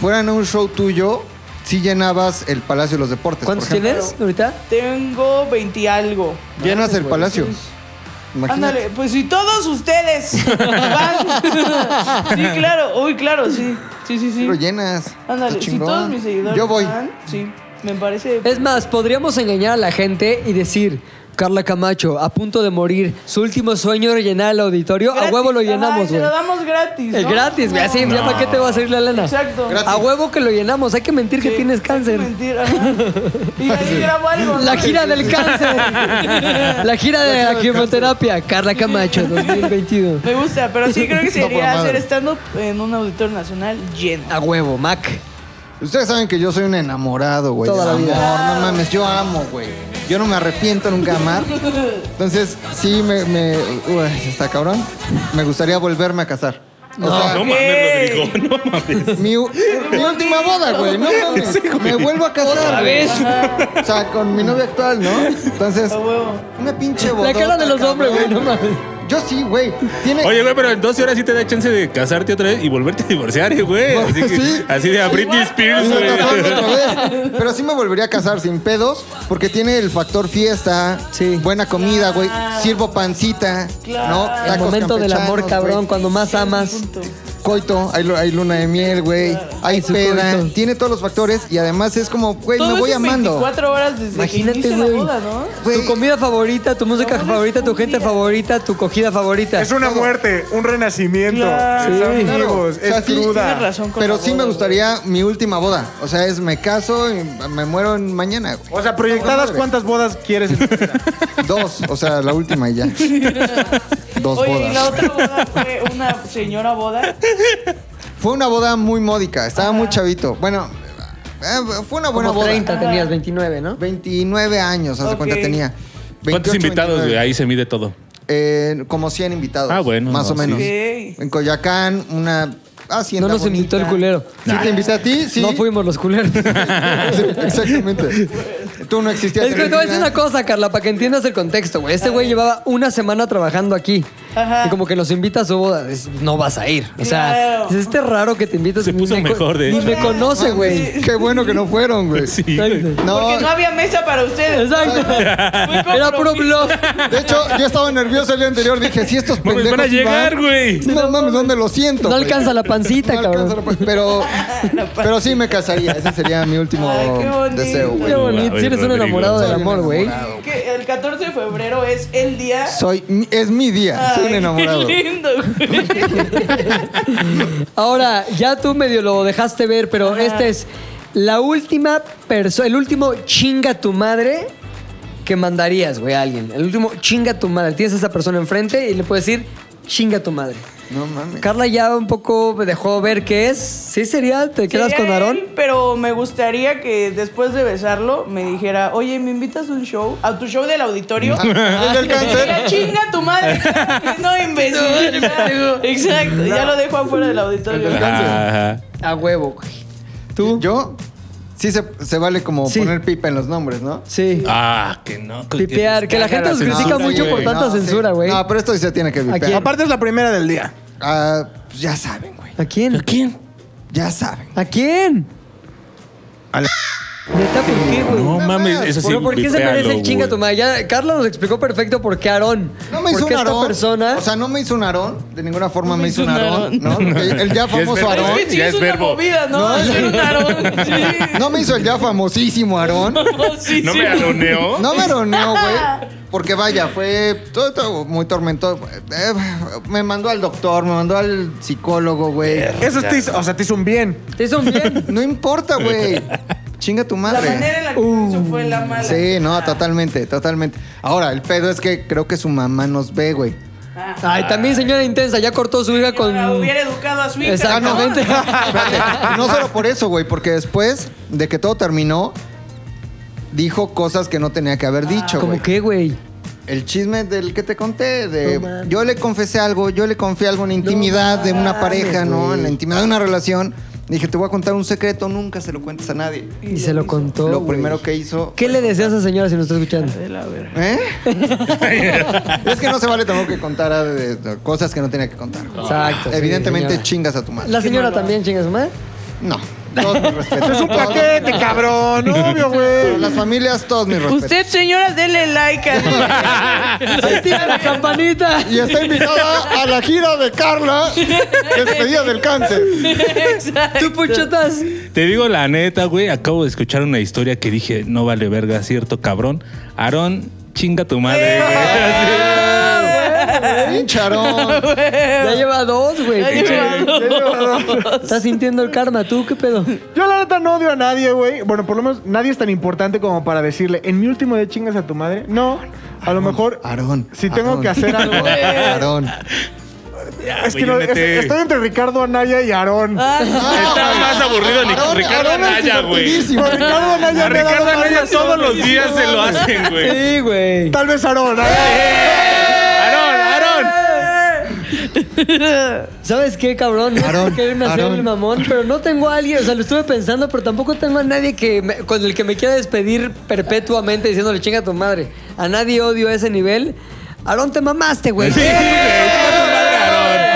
fueran a un show tuyo, si llenabas el Palacio de los Deportes. ¿Cuántos por ejemplo. tienes ahorita? Tengo 20 y algo. Llenas el Palacio. Pues, Ándale, Imagínate. pues si todos ustedes van. sí, claro, uy, claro, sí. Sí, sí, sí. Lo llenas. Ándale, Está si chingón. todos mis seguidores Yo voy. van, sí, me parece. Es más, podríamos engañar a la gente y decir, Carla Camacho, a punto de morir, su último sueño era llenar el auditorio, a gratis. huevo lo Ajá, llenamos, Se güey. lo damos gratis. Es ¿no? gratis, güey, así, ya para qué te va a salir la lana. Exacto. A huevo que lo llenamos, hay que mentir que Sí, tienes hay cáncer. mentir, ajá. Y ahí grabo algo. ¿no? La gira del cáncer. La gira de la quimioterapia. Carla Camacho, 2022. Me gusta, pero sí creo No, que por sería la madre. hacer stand-up en un auditorio nacional lleno. A huevo, Mac. Ustedes saben que yo soy un enamorado, güey. Toda la del vida. amor, no mames, yo amo, güey. Yo no me arrepiento nunca de amar. Entonces, sí, me. me uy, está cabrón. Me gustaría volverme a casar. O sea, Ah, No mames, Rodrigo, no mames. mi, u- mi última boda, güey. No mames. Me vuelvo a casar. güey. O sea, con mi novia actual, ¿no? Entonces, A huevo. una pinche boda. La cara de los hombres, güey, no mames. Yo sí, güey. Tiene. Oye, güey, pero en 12 horas sí te da chance de casarte otra vez y volverte a divorciar, eh, güey. Así, que- Sí. así de a Britney Spears, Me güey. tatuaron otra vez. Pero sí me volvería a casar sin pedos, porque tiene el factor fiesta, Sí. buena comida, güey. Sirvo pancita, ¿no? El Tacos momento del amor, campechanos, cabrón, güey. cuando más amas. Coito, hay, lu- hay luna de miel, güey. Hay Hay su peda. coito. Tiene todos los factores y además es como, güey, Todo me voy eso en amando. 24 horas desde Imagínate, que inicia güey. la boda, ¿no? Güey, Tu comida favorita, tu música Todo es favorita, tu un gente día. favorita, tu cogida favorita. Es una muerte, un renacimiento. Claro. Es Sí. amigos, Claro. O sea, es sí, cruda. Tienes razón con pero la sí boda, me güey. gustaría mi última boda. O sea, es me caso y me muero en mañana, güey. O sea, proyectadas, ¿cuántas bodas quieres? en tu vida? Dos, o sea, la última y ya. Dos Oye, bodas. y la otra boda fue una señora boda. Fue una boda muy módica, estaba muy chavito. Bueno, eh, fue una buena Como boda. 30 tenías, 29, ¿no? 29 años, hace Ok. cuenta tenía. ¿Cuántos 28, invitados, 29? güey? Ahí se mide todo. Eh, como 100 invitados. Ah, bueno, Más no, o menos. sí. En Coyacán, una hacienda No nos invitó el bonita. culero. Sí, te invité a ti, sí. No fuimos los culeros. Sí, exactamente. Tú no existías. Es que te voy a decir una cosa, Carla, para que entiendas el contexto, güey. Este güey llevaba una semana trabajando aquí. Ajá. Y como que nos invita a su boda. Es- no vas a ir. O sea, Claro. es este raro que te invitas. Se ni puso me co- mejor, de Ni hecho. me conoce, güey. Qué bueno que no fueron, güey. Sí, güey. Exacto. No, Porque no había mesa para ustedes. Exacto. Era puro blog. de hecho, yo estaba nervioso el día anterior. Dije, si estos Mames, pendejos pues van a llegar, güey. No mames, ¿dónde lo siento? No güey? alcanza la pancita, No alcanza cabrón. la pa- Pero, pero sí me casaría. Ese sería mi último Ay, qué bonito. deseo, Qué güey. bonito. Ay, Si eres un Rodrigo. enamorado del Soy un amor, güey. enamorado. Que el 14 de febrero es el día. Soy, es mi día. Soy un Ay, enamorado. Qué lindo, güey. Ahora, ya tú medio lo dejaste ver, pero esta es la última persona, el último chinga tu madre que mandarías, güey, a alguien. El último chinga tu madre. Tienes a esa persona enfrente y le puedes decir chinga tu madre. No mames. Carla ya un poco me dejó ver qué es. ¿Sí sería? ¿Te quedas Sería con Aarón? él, Pero me gustaría que después de besarlo me dijera, oye, ¿me invitas a un show? ¿A tu show del auditorio? El del Mira, cáncer. chinga tu madre. No, imbécil. Exacto. Ya lo dejo afuera del auditorio. Ajá. A huevo, güey. ¿Tú? ¿Yo? Sí se, se vale como Sí. poner pipa en los nombres, ¿no? Sí. Ah, que no. Pipear, que la gente nos censura, critica Ah, sí, mucho por güey. tanta No, sí. censura, güey. No, pero esto sí se tiene que quién? vipear. Aparte es la primera del día. Ah, pues ya saben, güey. ¿A quién? ¿A quién? Ya saben. ¿A quién? ¿Neta por qué, güey? No mames, eso sí. Bueno, ¿por qué se merece bipéalo, el chinga tu güey. madre? Ya Carla nos explicó perfecto por qué Aarón. No me hizo Porque un esta arón. persona. O sea, no me hizo un arón. De ninguna forma me hizo un arón. ¿no? Porque El ya Ya es famoso verdad. arón. Es que sí Ya es, es una verbo. movida, ¿no? No, Hacer un arón. Sí. No me hizo el ya famosísimo arón. Sí, No sí. me aloneó. No me aroneó, güey. Porque vaya, fue todo, todo muy tormentoso. Eh, me mandó al doctor, me mandó al psicólogo, güey. Eso te hizo, o sea, te hizo un bien. Te hizo un bien. No importa, güey. Chinga tu La manera madre. en la que eso fue la mala. Sí, no, totalmente, totalmente. Ahora, el pedo es que creo que su mamá nos ve, güey. Ay, también señora intensa, ya cortó su hija con. Ahora, hubiera educado a su hija. Exactamente. ¿no? Ah, Espérate, No solo por eso, güey, porque después de que todo terminó, dijo cosas que no tenía que haber Ah, dicho, güey. ¿Cómo qué, güey? El chisme del que te conté, de No mames. yo le confesé algo, yo le confié algo en la intimidad de una mames, pareja, ¿no? güey. En la intimidad de una relación. Dije, te voy a contar un secreto, nunca se lo cuentes a nadie. Y se lo contó. lo güey. primero que hizo. ¿Qué le deseas a esa señora si nos está escuchando? ¿Eh? es que no se vale tampoco que contara de- de cosas que no tenía que contar. güey. Exacto, sí, Ah, Evidentemente señora. chingas a tu madre. La señora también, chingas madre. No. Todos mis respetos. Es un Todos- paquete, cabrón. Obvio, Para güey. las familias, todos mis respetos. Usted, señora, denle like al ¡Tira la campanita! Y está invitada a la gira de Carla, despedida del cáncer. Exacto. ¡Tú puchotas! Te digo la neta, güey. Acabo de escuchar una historia que dije, no vale verga, cierto, cabrón. Aarón, chinga tu madre. Charón. Ya lleva dos, güey. Ay, hermano. Estás sintiendo el karma, ¿tú qué pedo? Yo la neta no odio a nadie, güey. Bueno, por lo menos nadie es tan importante como para decirle, en mi último día chingas a tu madre. No, a lo mejor... Aarón. Si tengo Aarón, que hacer algo... Aarón. Es que Güey, no, es- únete. estoy entre Ricardo Anaya y Aarón. Está más Ah, aburrido ni Aarón, Ricardo Aarón es Anaya, güey. divertidísimo. Con Ricardo ah, Anaya A me ha dado Ricardo más Anaya razón. todos los días se lo hacen, güey. Sí, güey. Tal vez Aarón. ¿eh? Aarón, Aarón. ¿Sabes qué, cabrón? No Aarón, es quererme hacer Aarón. el mamón, pero no tengo a alguien, o sea, lo estuve pensando, pero tampoco tengo a nadie que me- con el que me quiera despedir perpetuamente diciéndole chinga a tu madre. A nadie odio a ese nivel. Aarón, te mamaste, güey. Sí, güey. Chinga tu madre, Aarón.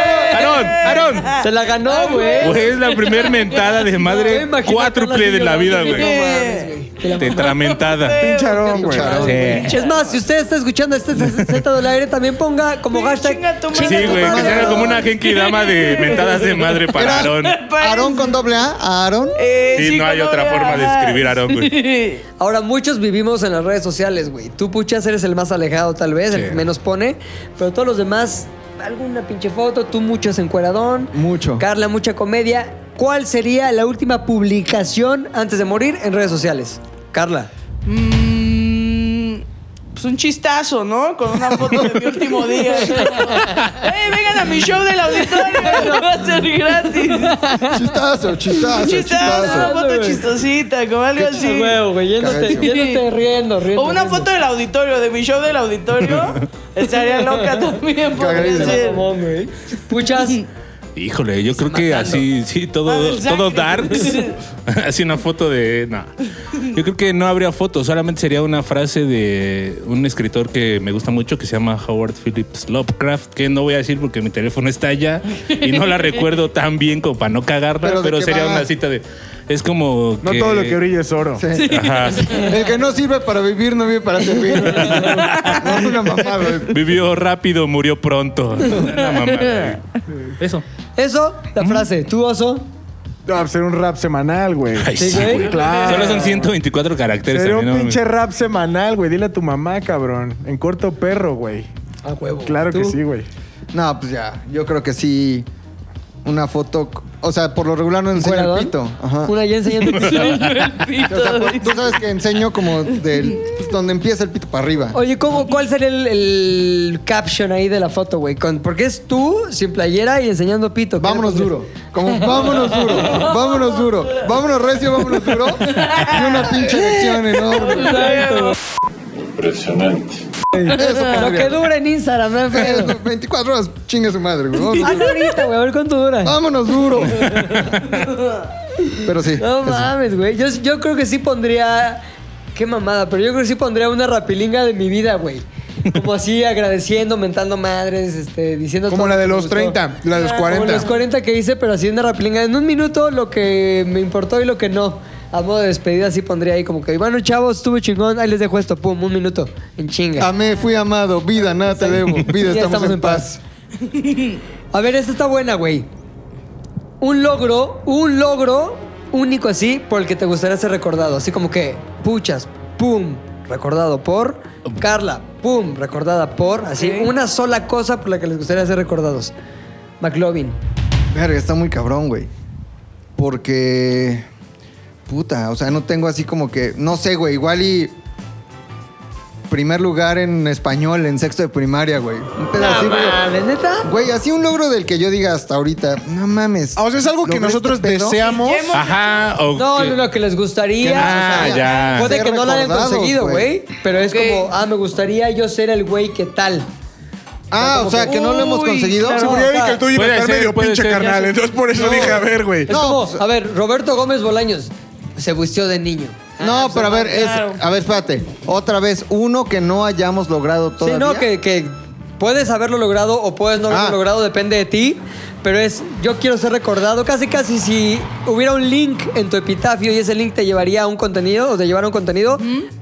Aarón, Aarón. Se la ganó, güey. Güey, es la primer mentada de No, madre imagínate cuádruple a de la vida, señora, güey. No mames, güey. Te la Tetramentada. Pinche Aarón, güey. mamaron, Sí. güey. Es más, si usted está escuchando este Z del aire, también ponga como hashtag Chinga tu madre. Sí, güey, que Aarón. se haga como una Genki Dama de mentadas de madre para Aarón. Aarón con doble A. Aarón. Eh, Sí, no hay cuando otra vea, forma de ajá. escribir Aarón, güey. Sí. Ahora, muchos vivimos en las redes sociales, güey. Tú, puchas, eres el más alejado, tal vez, el que menos pone. Pero todos los demás, alguna pinche foto. Tú, muchas encueradón. Mucho. Carla, mucha comedia. ¿Cuál sería la última publicación antes de morir en redes sociales? Carla. Mm, pues un chistazo, ¿no? Con una foto de mi último día. ¡Eh, vengan a mi show del auditorio! ¡Va a ser gratis! Chistazo, chistazo, Chistazo, una chistazo. foto chistosita, como algo así. Huevo, güey, yéndote, Cagadísimo. yéndote riendo, riendo. O una riendo. foto del auditorio, de mi show del auditorio. Estaría loca también, podría Cagadísimo. ser. Mamón, güey. Puchas. Híjole, yo creo que así, sí, Va a todo, haber sangre. todo darks. así una foto de. No. Yo creo que no habría foto, solamente sería una frase de un escritor que me gusta mucho que se llama Howard Phillips Lovecraft, que no voy a decir porque mi teléfono está allá y no la recuerdo tan bien como para no cagarla, Pero pero, ¿de qué sería va? una cita de. Es como. No que- todo lo que brilla es oro. Sí. Ajá. El que no sirve para vivir, no vive para servir. No, una mamada. güey. Vivió rápido, murió pronto. Una mamada. Eso. Eso, la frase. Tú, oso. No, pues era un rap semanal, güey. Ay, Sí, sí, güey. güey. Claro. Solo son 124 caracteres. Sería un también, ¿no? pinche rap semanal, güey. Dile a tu mamá, cabrón. En corto perro, güey. A huevo. Claro que sí, güey. No, pues ya. Yo creo que sí. Una foto. O sea, por lo regular no enseño el pito. Ajá. Una ya enseñando el pito. O sea, por- tú sabes que enseño como del, pues, donde empieza el pito para arriba. Oye, ¿cómo, ¿cuál sería el, el caption ahí de la foto, güey? Con- Porque es tú sin playera y enseñando pito. ¿Qué le Vámonos pondrías? duro. Como vámonos duro. Vámonos duro. Vámonos recio, vámonos duro. Y una pinche elección enorme. Eso Lo que pondría. dura en Instagram, no hay pedo. Eso, 24 horas, chingue su madre, güey. Vámonos Hazlo ahorita, güey, a ver cuánto dura. Vámonos duro. Pero sí. No eso. mames, güey. Yo, yo creo que sí pondría. Qué mamada, pero yo creo que sí pondría una rapilinga de mi vida, güey. Como así agradeciendo, mentando madres, este, diciendo Como todo la lo de que me los gustó. 30, la de los Como 40. los 40 que hice, pero así una rapilinga. En un minuto lo que me importó y lo que no. A modo de despedida sí pondría ahí como que, bueno, chavos, estuve chingón, ahí les dejo esto, pum, un minuto, en chinga. Amé, fui amado. Vida, nada te debo. Vida, Ya estamos, en, paz. A ver, esta está buena, güey. Un logro, un logro único así por el que te gustaría ser recordado. Así como que, puchas, pum, recordado por Carla, pum, recordada por. Así, una sola cosa por la que les gustaría ser recordados. McLovin. Verga, está muy cabrón, güey. Porque. Puta, o sea, no tengo así como que. No sé, güey. Igual y. Primer lugar en español, en sexto de primaria, güey. Un pedacito. mames, neta? Güey, así un logro del que yo diga hasta ahorita. No mames. Ah, O sea, es algo que Logré nosotros este pedo. deseamos. Ah, Ajá. o No, que- no, no, que les gustaría. Que no, Ah, o sea, ya. Puede ser que no la hayan recordados, conseguido, güey. güey. Pero es Ok. como, ah, me gustaría yo ser el güey que tal. Ah, o sea, que no lo hemos Uy, conseguido. claro. Se murió Ajá. que el tuyo iba a Puede estar ser, medio puede pinche ser. carnal. Entonces por eso dije, a ver, güey. Es No, como, pues- a ver, Roberto Gómez Bolaños se vistió de niño. Ah, Ah, No, pero a ver, es, claro. a ver, espérate. Otra vez, uno que no hayamos logrado todavía. Sí, no, que, que puedes haberlo logrado o puedes no haberlo Ah. logrado, depende de ti. Pero es, yo quiero ser recordado. Casi, casi si hubiera un link en tu epitafio y ese link te llevaría a un contenido o te llevara a un contenido,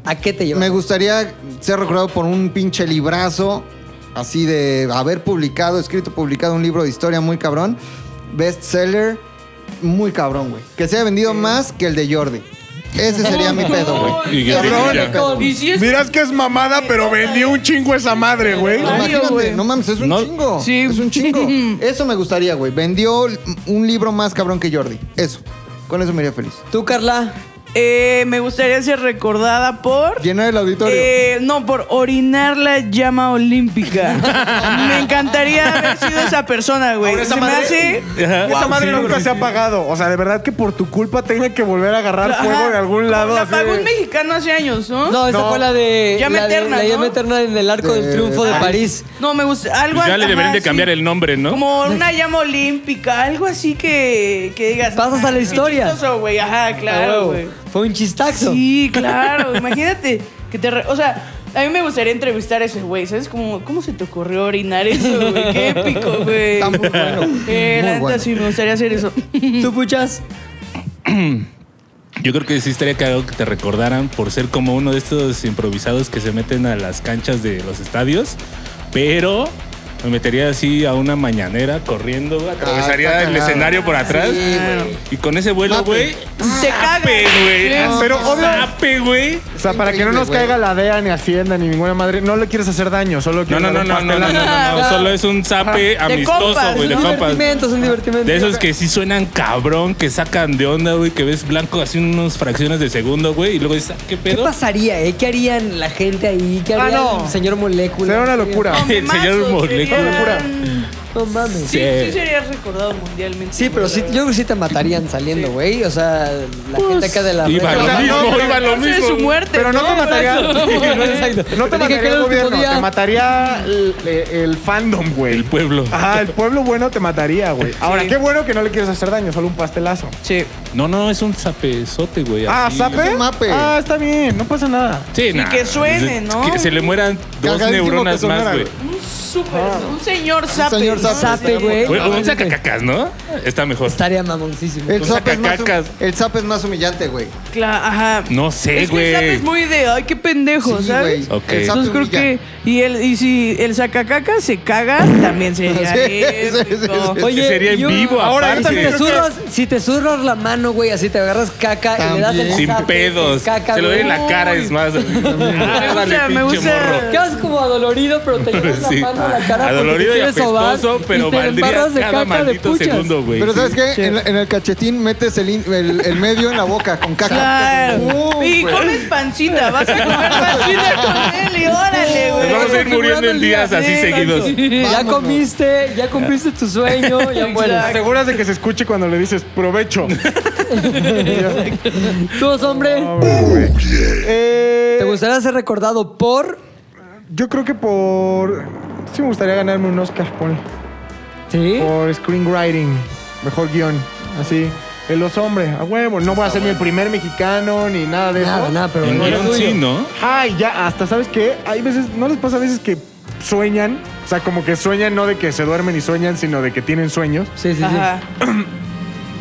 ¿a qué te Me llevaría? gustaría ser recordado por un pinche librazo, así de haber publicado, escrito, publicado un libro de historia muy cabrón. Bestseller, muy cabrón, güey. Que se haya vendido más que el de Jordi. Ese sería mi pedo, güey. Y que Ese diga sería ya. mi pedo. Y si es Miras que es mamada, pero vendió un chingo esa madre, güey. No, Imagínate, güey. no mames, es un No- chingo. Sí. Es un chingo. Eso me gustaría, güey. Vendió un libro más cabrón que Jordi. Eso. Con eso me iría feliz. Tú, Carla, Eh, me gustaría ser recordada por. Llenar el auditorio. Eh, no, por orinar la llama olímpica. me encantaría haber sido esa persona, güey. Ahora esa Se me madre- hace. Ajá. Esa madre nunca se ha apagado. O sea, de verdad que por tu culpa tenga que volver a agarrar fuego de algún lado. La así apagó de- un mexicano hace años, ¿no? No, esa No. fue la de. Llama la de- eterna, La ¿no? llama eterna en el arco del De triunfo de París. No, me gusta. Algo Pues ya le ajá, deberían de sí. cambiar el nombre, ¿no? Como una llama olímpica, algo así que, que digas. Pasas a la "Ah, qué historia". chistoso, güey. Ajá, Ah, claro, huevo. güey. Fue un chistaxo. Sí, claro. Imagínate que te. re- o sea, a mí me gustaría entrevistar a ese güey. ¿Sabes cómo, cómo se te ocurrió orinar eso, güey? Qué épico, güey. Está muy bueno. Eh, Muy la neta, bueno. sí, me gustaría hacer eso. Tú, puchas. Yo creo que sí estaría cagado que te recordaran por ser como uno de estos improvisados que se meten a las canchas de los estadios, pero Me metería así a una mañanera corriendo, güey, atravesaría está el cagado. escenario por atrás. Ah. y con ese vuelo, güey. Te cagas. Zape, Ah, pues, Ah, güey. Pero Pero obvio- Zape, güey. O sea, para que no Increíble, nos güey. caiga la DEA, ni Hacienda, ni ninguna madre, no le quieres hacer daño, solo No, quieres no, no, dar un no, no, no, pastelazo. no, no, Ajá. Solo es un zape amistoso, compas, güey, de un compas. divertimento, es un divertimento. De esos que sí suenan cabrón, que sacan de onda, güey, que ves blanco así unos fracciones de segundo, güey, y luego dices, ah, ¿Qué ¿qué pedo? pasaría, eh? ¿Qué harían la gente ahí? ¿Qué Ah, haría no. el señor Molécula? Será una ¿Qué haría? locura. El señor Momentazo, Molécula. serían- Locura. No mames. Sí, Sí, sí serías recordado mundialmente. pero sí, yo creo que sí te matarían saliendo, güey. O sea, la gente acá de la... iba red, lo o sea, Pues, mismo, pero iba lo antes de mismo, su güey. muerte. Pero no te mataría. Exacto. No te Dije que era mataría el el último gobierno, día. te mataría el, el fandom, güey. El pueblo. Ajá, el pueblo bueno te mataría, güey. Ahora, qué bueno que no le quieres hacer daño, solo un pastelazo. Sí. No, no, es un zapezote, güey. Ah, así. ¿sape? un mape. Ah, está bien, no pasa nada. Sí, nah. que suene, ¿no? Que se le mueran dos Cagadísimo neuronas que sonara, más, güey. güey. Un super, un señor sape. Ah. señor ¿no? sape. Zape, güey. Güey, o Un sacacacas, ¿no? Está mejor. Estaría mamoncísimo. El zap, es más, sacacacas. el zap es más humillante, güey. Cla- ajá. No sé, Es que el sape güey. es muy de, ay, qué pendejo, Sí, ¿sabes? güey. Ok. El zap Entonces creo humilla. que. Y, el, y si el sacacaca se caga, también sería. Sí, épico. sí, sí, sí. Oye, sería en yo- vivo, Ahora, aparte. si te, Creo que- zurras, si te zurras la mano, güey, así te agarras caca y le das el También. Sin zape, pedos. caca, se lo doy en güey. la cara, es más. gusta, me gusta. Quedas como adolorido, pero te llevas Sí. la mano a la cara. porque Adolorido te y quieres sobar apestoso, pero y te valdría embarras de cada caca de maldito puchas. segundo, güey. Pero Sí. ¿sabes qué? En, la- en el cachetín metes el, in- el- el medio en la boca con caca. Claro. Uh, y güey. comes pancita, vas a comer pancita con él y órale, Uh, Nos güey. vamos a ir muriendo en días así seguidos. Ya comiste, ya cumpliste tu sueño, ya mueres. Aseguras de que se escuche cuando le dices provecho. ¿Tú, hombre? Eh, ¿Te gustaría ser recordado por...? yo creo que por. Sí, me gustaría ganarme un Oscar, Paul. ¿Sí? Por screenwriting, mejor guión, así. El Los Hombres, a huevo. No voy a ser ni el primer mexicano ni nada de Nada, eso. nada, pero... En no era guión tuyo. sí, ¿no? Ay, ya, hasta, ¿sabes qué? Hay veces, ¿no les pasa a veces que sueñan? O sea, como que sueñan no de que se duermen y sueñan, sino de que tienen sueños. Sí, sí, sí. Ajá.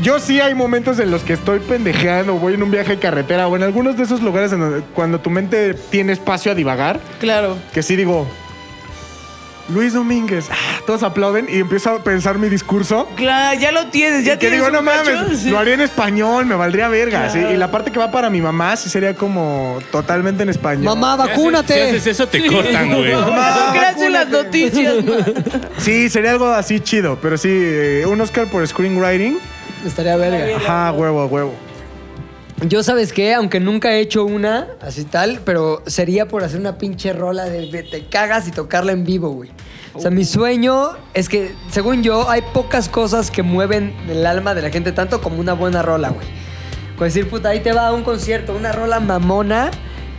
Yo sí hay momentos en los que estoy pendejeando, voy en un viaje de carretera o en algunos de esos lugares en donde cuando tu mente tiene espacio a divagar, Claro. que sí digo, Luis Domínguez, ah, todos aplauden y empiezo a pensar mi discurso. Claro, ya lo tienes, ya y que tienes. digo, un no cacho", mames, sí. lo haría en español, me valdría verga. ¿sí? Y la parte que va para mi mamá sí sería como totalmente en español. Mamá, Si vacúnate. haces eso, te cortan, güey. Eso que hacen las noticias. ma. Sí, sería algo así chido, pero sí, eh, un Oscar por screenwriting. Estaría verga. Ajá, huevo, huevo. Yo, ¿sabes qué? Aunque nunca he hecho una así tal, pero sería por hacer una pinche rola de, de te cagas y tocarla en vivo, güey. O sea, mi sueño es que, según yo, hay pocas cosas que mueven el alma de la gente tanto como una buena rola, güey. Con decir, puta, ahí te va a un concierto, una rola mamona,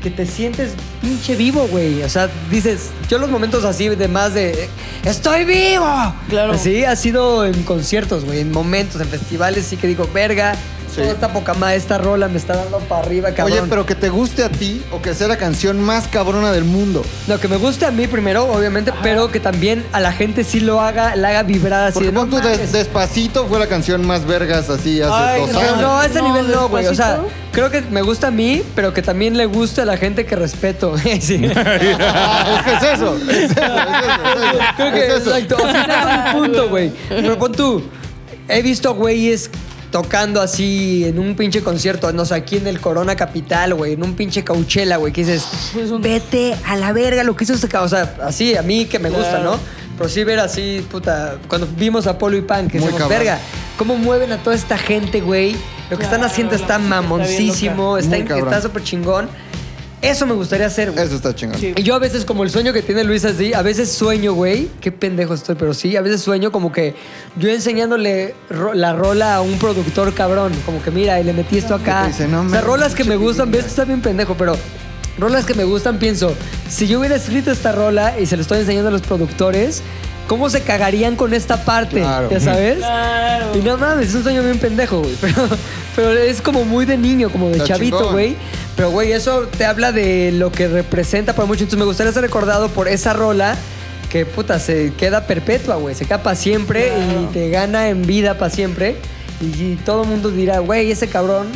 que te sientes pinche vivo, güey. O sea, dices, yo los momentos así de más de, ¡estoy vivo! Claro. Así ha sido en conciertos, güey, en momentos, en festivales, sí que digo, verga, toda esta poca madre, esta rola me está dando para arriba, cabrón. Oye, pero que te guste a ti o que sea la canción más cabrona del mundo. No, que me guste a mí primero, obviamente, pero que también a la gente sí lo haga, la haga vibrar así. Porque de, pon tú, no, Des- mames. Despacito fue la canción más vergas así hace Ay, dos no, Pero años. no, a ese No, nivel no, güey. O sea, despacito. creo que me gusta a mí, pero que también le guste a la gente que respeto. Sí. Ah, es que es eso. Es eso, es eso, Creo que es eso. exacto. Al final es un punto, güey. Pero pon tú, he visto güeyes tocando así en un pinche concierto, no sé, aquí en el Corona Capital, güey, en un pinche Coachella, güey, que dices, vete a la verga lo que hizo este cabrón. O sea, así, a mí que me gusta, ¿no? Pero sí ver así, puta, cuando vimos a Polo y Pan, que Muy somos cabrón. verga, cómo mueven a toda esta gente, güey. Lo que están haciendo está mamoncísimo, está Muy in- cabrón. está súper chingón. Eso me gustaría hacer, güey. Eso está chingón. Sí. Y yo a veces, como el sueño que tiene Luis así, a veces sueño, güey, qué pendejo estoy, pero sí, a veces sueño como que yo enseñándole ro- la rola a un productor cabrón, como que mira, y le metí esto acá. te dice, "No o sea, mames, rolas que me pinche gustan, ves, esto está bien pendejo, pero rolas que me gustan, pienso, si yo hubiera escrito esta rola y se lo estoy enseñando a los productores, ¿cómo se cagarían con esta parte? Claro. ¿Ya sabes? Claro. Y no mames, es un sueño bien pendejo, güey. Pero, pero es como muy de niño, como de Está chavito, chingón. güey. Pero, güey, eso te habla de lo que representa para muchos. Entonces, me gustaría ser recordado por esa rola que, puta, se queda perpetua, güey. Se queda para siempre y te gana en vida para siempre. Y, y todo el mundo dirá, güey, ese cabrón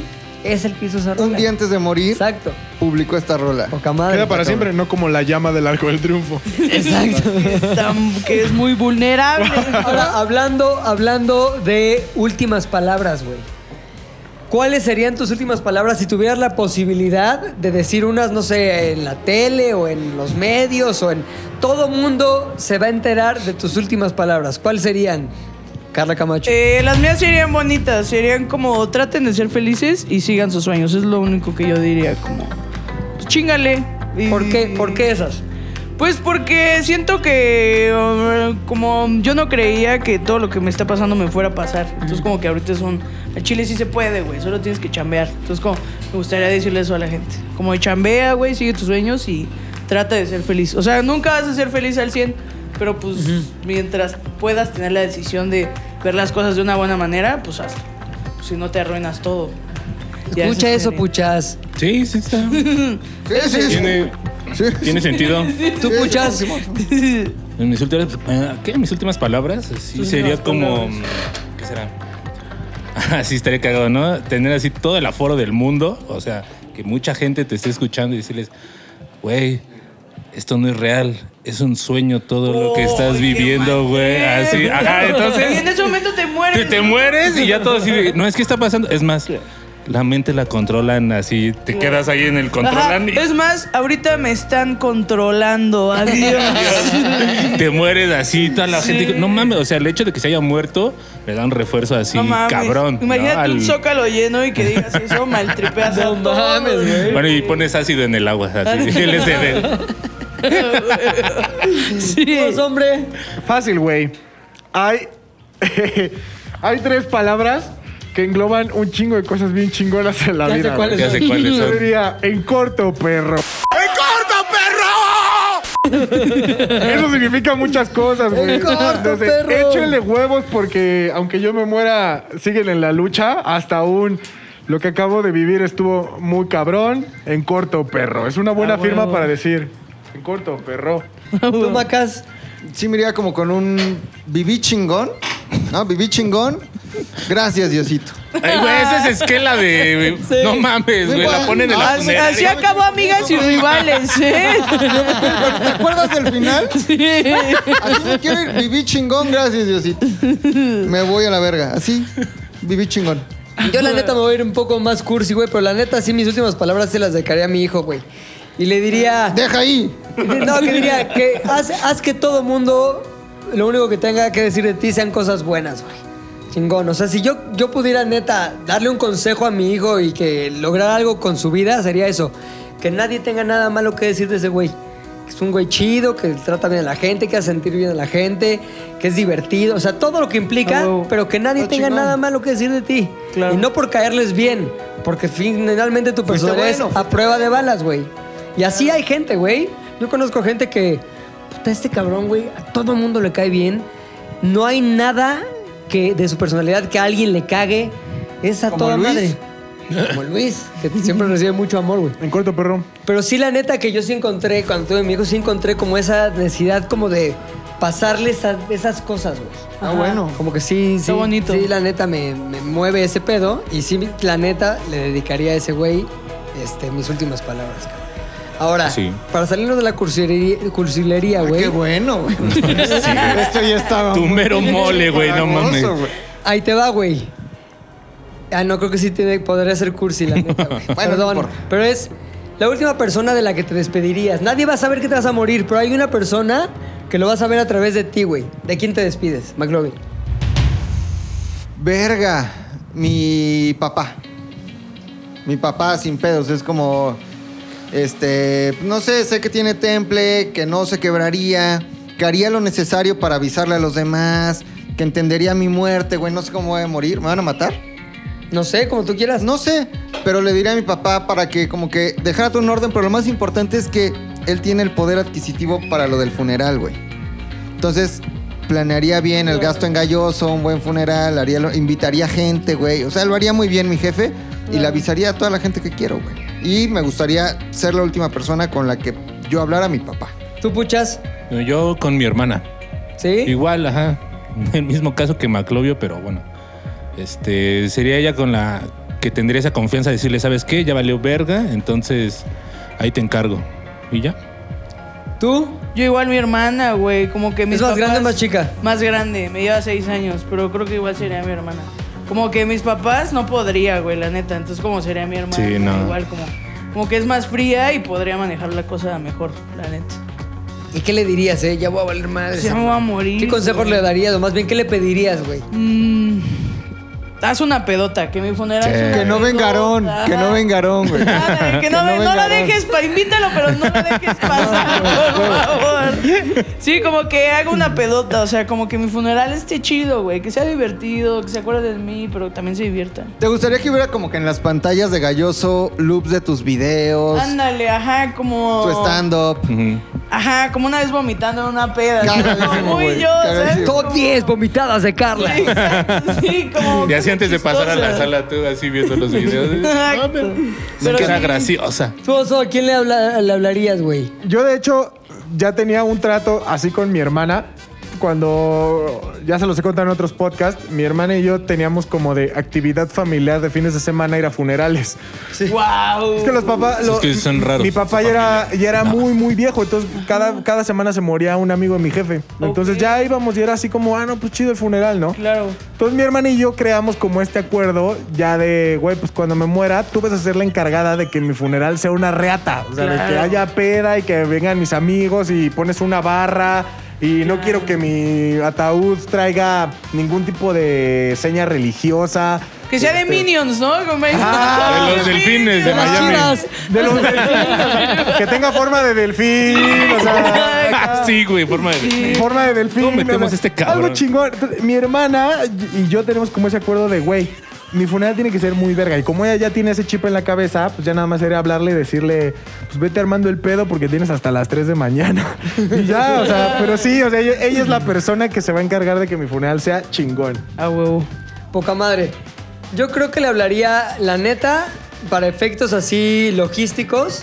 es el que hizo esa rola. Un día antes de morir, Exacto. publicó esta rola. Poca madre. Queda para siempre, no como la llama del arco del triunfo. Exacto. Tan- que es muy vulnerable. Ahora, hablando, hablando de últimas palabras, güey. ¿Cuáles serían tus últimas palabras si tuvieras la posibilidad de decir unas, no sé, en la tele o en los medios o en... Todo mundo se va a enterar de tus últimas palabras. ¿Cuáles serían, Carla Camacho? Eh, las mías serían bonitas, serían como traten de ser felices y sigan sus sueños. Es lo único que yo diría, como pues, chingale. y- ¿Por, qué, ¿Por qué esas? Pues porque siento que uh, como yo no creía que todo lo que me está pasando me fuera a pasar. Entonces como que ahorita son, a Chile sí se puede, güey, solo tienes que chambear. Entonces como me gustaría decirle eso a la gente. Como chambea, güey, sigue tus sueños y trata de ser feliz. O sea, nunca vas a ser feliz al 100, pero pues mientras puedas tener la decisión de ver las cosas de una buena manera, pues hazlo. Si no te arruinas todo. Ya, Escucha eso eso, sería. puchas. Sí, sí está. Sí, sí, sí. Tiene, tiene sentido. Tú, puchas. En mis últimas, eh, ¿qué? Mis últimas palabras, sí sería como. ¿Qué será? Así estaría cagado, ¿no? Tener así todo el aforo del mundo, o sea, que mucha gente te esté escuchando y decirles, güey, esto no es real, es un sueño todo lo que estás Ay, qué viviendo, mal güey. pedo. Así, ajá, Y en entonces. ese momento te mueres. Te, te mueres y ya todo así. de, No, es que está pasando. Es más, la mente la controlan así, te quedas ahí en el Ajá, controlan y Es más, ahorita me están controlando. Adiós. te mueres así, toda la gente. No mames, o sea, el hecho de que se haya muerto le da un refuerzo así, No mames. cabrón. ¿no? Imagínate Al- un zócalo lleno y que digas eso, maltripeas a todos. Bueno, y pones ácido en el agua, así, LSD. Pues, hombre. Fácil, güey. Hay, hay tres palabras que engloban un chingo de cosas bien chingonas en la Ya sé vida. cuáles güey. Ya sé cuáles Yo son. diría, en corto, perro. ¡En corto, perro! Eso significa muchas cosas, güey. En corto, perro. Échenle huevos porque aunque yo me muera, siguen en la lucha hasta un... Lo que acabo de vivir estuvo muy cabrón. En corto, perro. Es una buena firma para decir. En corto, perro. Tú, Macas. Sí, me iría como con un viví chingón. ¿No? Viví chingón. Gracias, Diosito. Ay, güey, esa es esquela de. No mames, güey. La ponen en la Así, funeraria. así acabó amigas y rivales, ¿eh? ¿Te acuerdas del final? Así me quiero ir. Viví chingón, gracias, Diosito. Me voy a la verga. Así, viví chingón. Yo la neta me voy a ir un poco más cursi, güey, pero la neta sí mis últimas palabras se las dejaría a mi hijo, güey. Y le diría... Deja ahí. No, que diría que haz, haz que todo mundo lo único que tenga que decir de ti sean cosas buenas, güey. Chingón. O sea, si yo, yo pudiera neta darle un consejo a mi hijo y que lograra algo con su vida, sería eso. Que nadie tenga nada malo que decir de ese güey. Que es un güey chido, que trata bien a la gente, que hace sentir bien a la gente, que es divertido. O sea, todo lo que implica, Ah, huevo. pero que nadie Ah, tenga chingón. nada malo que decir de ti. Claro. Y no por caerles bien, porque finalmente tu Fuiste personalidad es bueno, Pues, a prueba de balas, güey. Y así hay gente, güey. Yo conozco gente que, puta, este cabrón, güey, a todo mundo le cae bien. No hay nada que de su personalidad que a alguien le cague. Es a ¿Como toda Luis? madre. Como Luis, que siempre recibe mucho amor, güey. En corto, perro. Pero sí, la neta que yo sí encontré, cuando tuve mi hijo, sí encontré como esa necesidad como de pasarle esa- esas cosas, güey. Ah, bueno. Como que sí, sí. Está bonito. Sí, la neta me, me mueve ese pedo. Y sí, la neta le dedicaría a ese güey este, mis últimas palabras, cabrón. Ahora, Sí. para salirnos de la cursilería, cursilería, güey. Qué bueno, güey. Esto Este ya estaba. Tu muy mero mole, güey, no mames. famoso, güey. Ahí te va, güey. Ah, no, creo que sí tiene, podría ser cursi, la neta, güey. Bueno, no Perdón. importa. pero es la última persona de la que te despedirías. Nadie va a saber que te vas a morir, pero hay una persona que lo va a saber a través de ti, güey. ¿De quién te despides, McLovin? Verga, mi papá. Mi papá sin pedos, es como. Este. No sé, sé que tiene temple, que no se quebraría, que haría lo necesario para avisarle a los demás, que entendería mi muerte, güey. No sé cómo voy a morir. ¿Me van a matar? No sé, como tú quieras. No sé, pero le diré a mi papá para que, como que, dejara todo en orden. Pero lo más importante es que él tiene el poder adquisitivo para lo del funeral, güey. Entonces, planearía bien el gasto engalloso, un buen funeral, haría lo- invitaría gente, güey. O sea, lo haría muy bien mi jefe y le avisaría a toda la gente que quiero, güey. Y me gustaría ser la última persona con la que yo hablara a mi papá. ¿Tú puchas? Yo con mi hermana. ¿Sí? Igual, ajá. El mismo caso que Maclovio, pero bueno. Este, sería ella con la que tendría esa confianza de decirle, ¿sabes qué? Ya valió verga, entonces Ahí te encargo. ¿Y ya? ¿Tú? Yo igual mi hermana, güey, como que mis más papás- grande o más chica? Más grande, me lleva seis años, pero creo que igual sería mi hermana. Como que mis papás no podría, güey, la neta. Entonces, como sería mi hermana, Sí, no. igual como, como que es más fría y podría manejar la cosa mejor, la neta. ¿Y qué le dirías, eh? Ya voy a valer madre. Ya me voy a morir, ¿Qué consejos güey. le darías? O más bien, ¿qué le pedirías, güey? Mm, haz una pedota, que mi funeral. es una Que no vengaron, pedota. que no vengaron, güey. Nada, que no, ve- no la vengaron. dejes, pa- invítalo, pero no la dejes pasar, por favor. Sí, como que haga una pedota, o sea, como que mi funeral esté chido, güey, que sea divertido, que se acuerde de mí, pero también se divierta. ¿Te gustaría que hubiera como que en las pantallas de Galloso loops de tus videos, Ándale, ajá, como... tu stand-up? Ajá, como una vez vomitando en una peda. así Cagadísimo, como muy güey, yo, ¿sabes? cagadísimo. Como- Top 10 vomitadas de Carla. Sí, exacto, sí, como... Y así antes de pasar a la chistosa. sala, tú así viendo los videos. Exacto. No, pero- Pero que era sí. graciosa. Tú, Oso, ¿a quién le, habla- le hablarías, güey? Yo, de hecho, ya tenía un trato así con mi hermana. Cuando ya se los he contado en otros podcasts, mi hermana y yo teníamos como de actividad familiar de fines de semana ir a funerales. Wow. Es que los papás. Es lo- que son raros, Mi papá su ya era, familia. ya era muy, muy viejo. Entonces, cada, cada semana se moría un amigo de mi jefe. Entonces, Ok. ya íbamos y era así como, ah, no, pues chido el funeral, ¿no? Claro. Entonces, mi hermana y yo creamos como este acuerdo ya de, güey, pues cuando me muera, tú vas a ser la encargada de que mi funeral sea una reata. O sea, de que Claro. haya peda y que vengan mis amigos y pones una barra. Y no quiero que mi ataúd traiga ningún tipo de seña religiosa. Que sea de Este, Minions, ¿no? Como- Ah, de los delfines de Las Miami. chivas. de los delfines. que tenga forma de delfín, o sea, Ah, sí, güey, forma de. forma de delfín. ¿Cómo metemos o sea, este cabrón? Algo chingón. Entonces, Mi hermana y yo tenemos como ese acuerdo de, güey, mi funeral tiene que ser muy verga. Y como ella ya tiene ese chip en la cabeza, pues ya nada más era hablarle y decirle, pues vete armando el pedo porque tienes hasta las 3 de mañana. y ya, o sea, pero sí, o sea, ella, ella es la persona que se va a encargar de que mi funeral sea chingón. A huevo. Poca madre. Yo creo que le hablaría, la neta, para efectos así logísticos,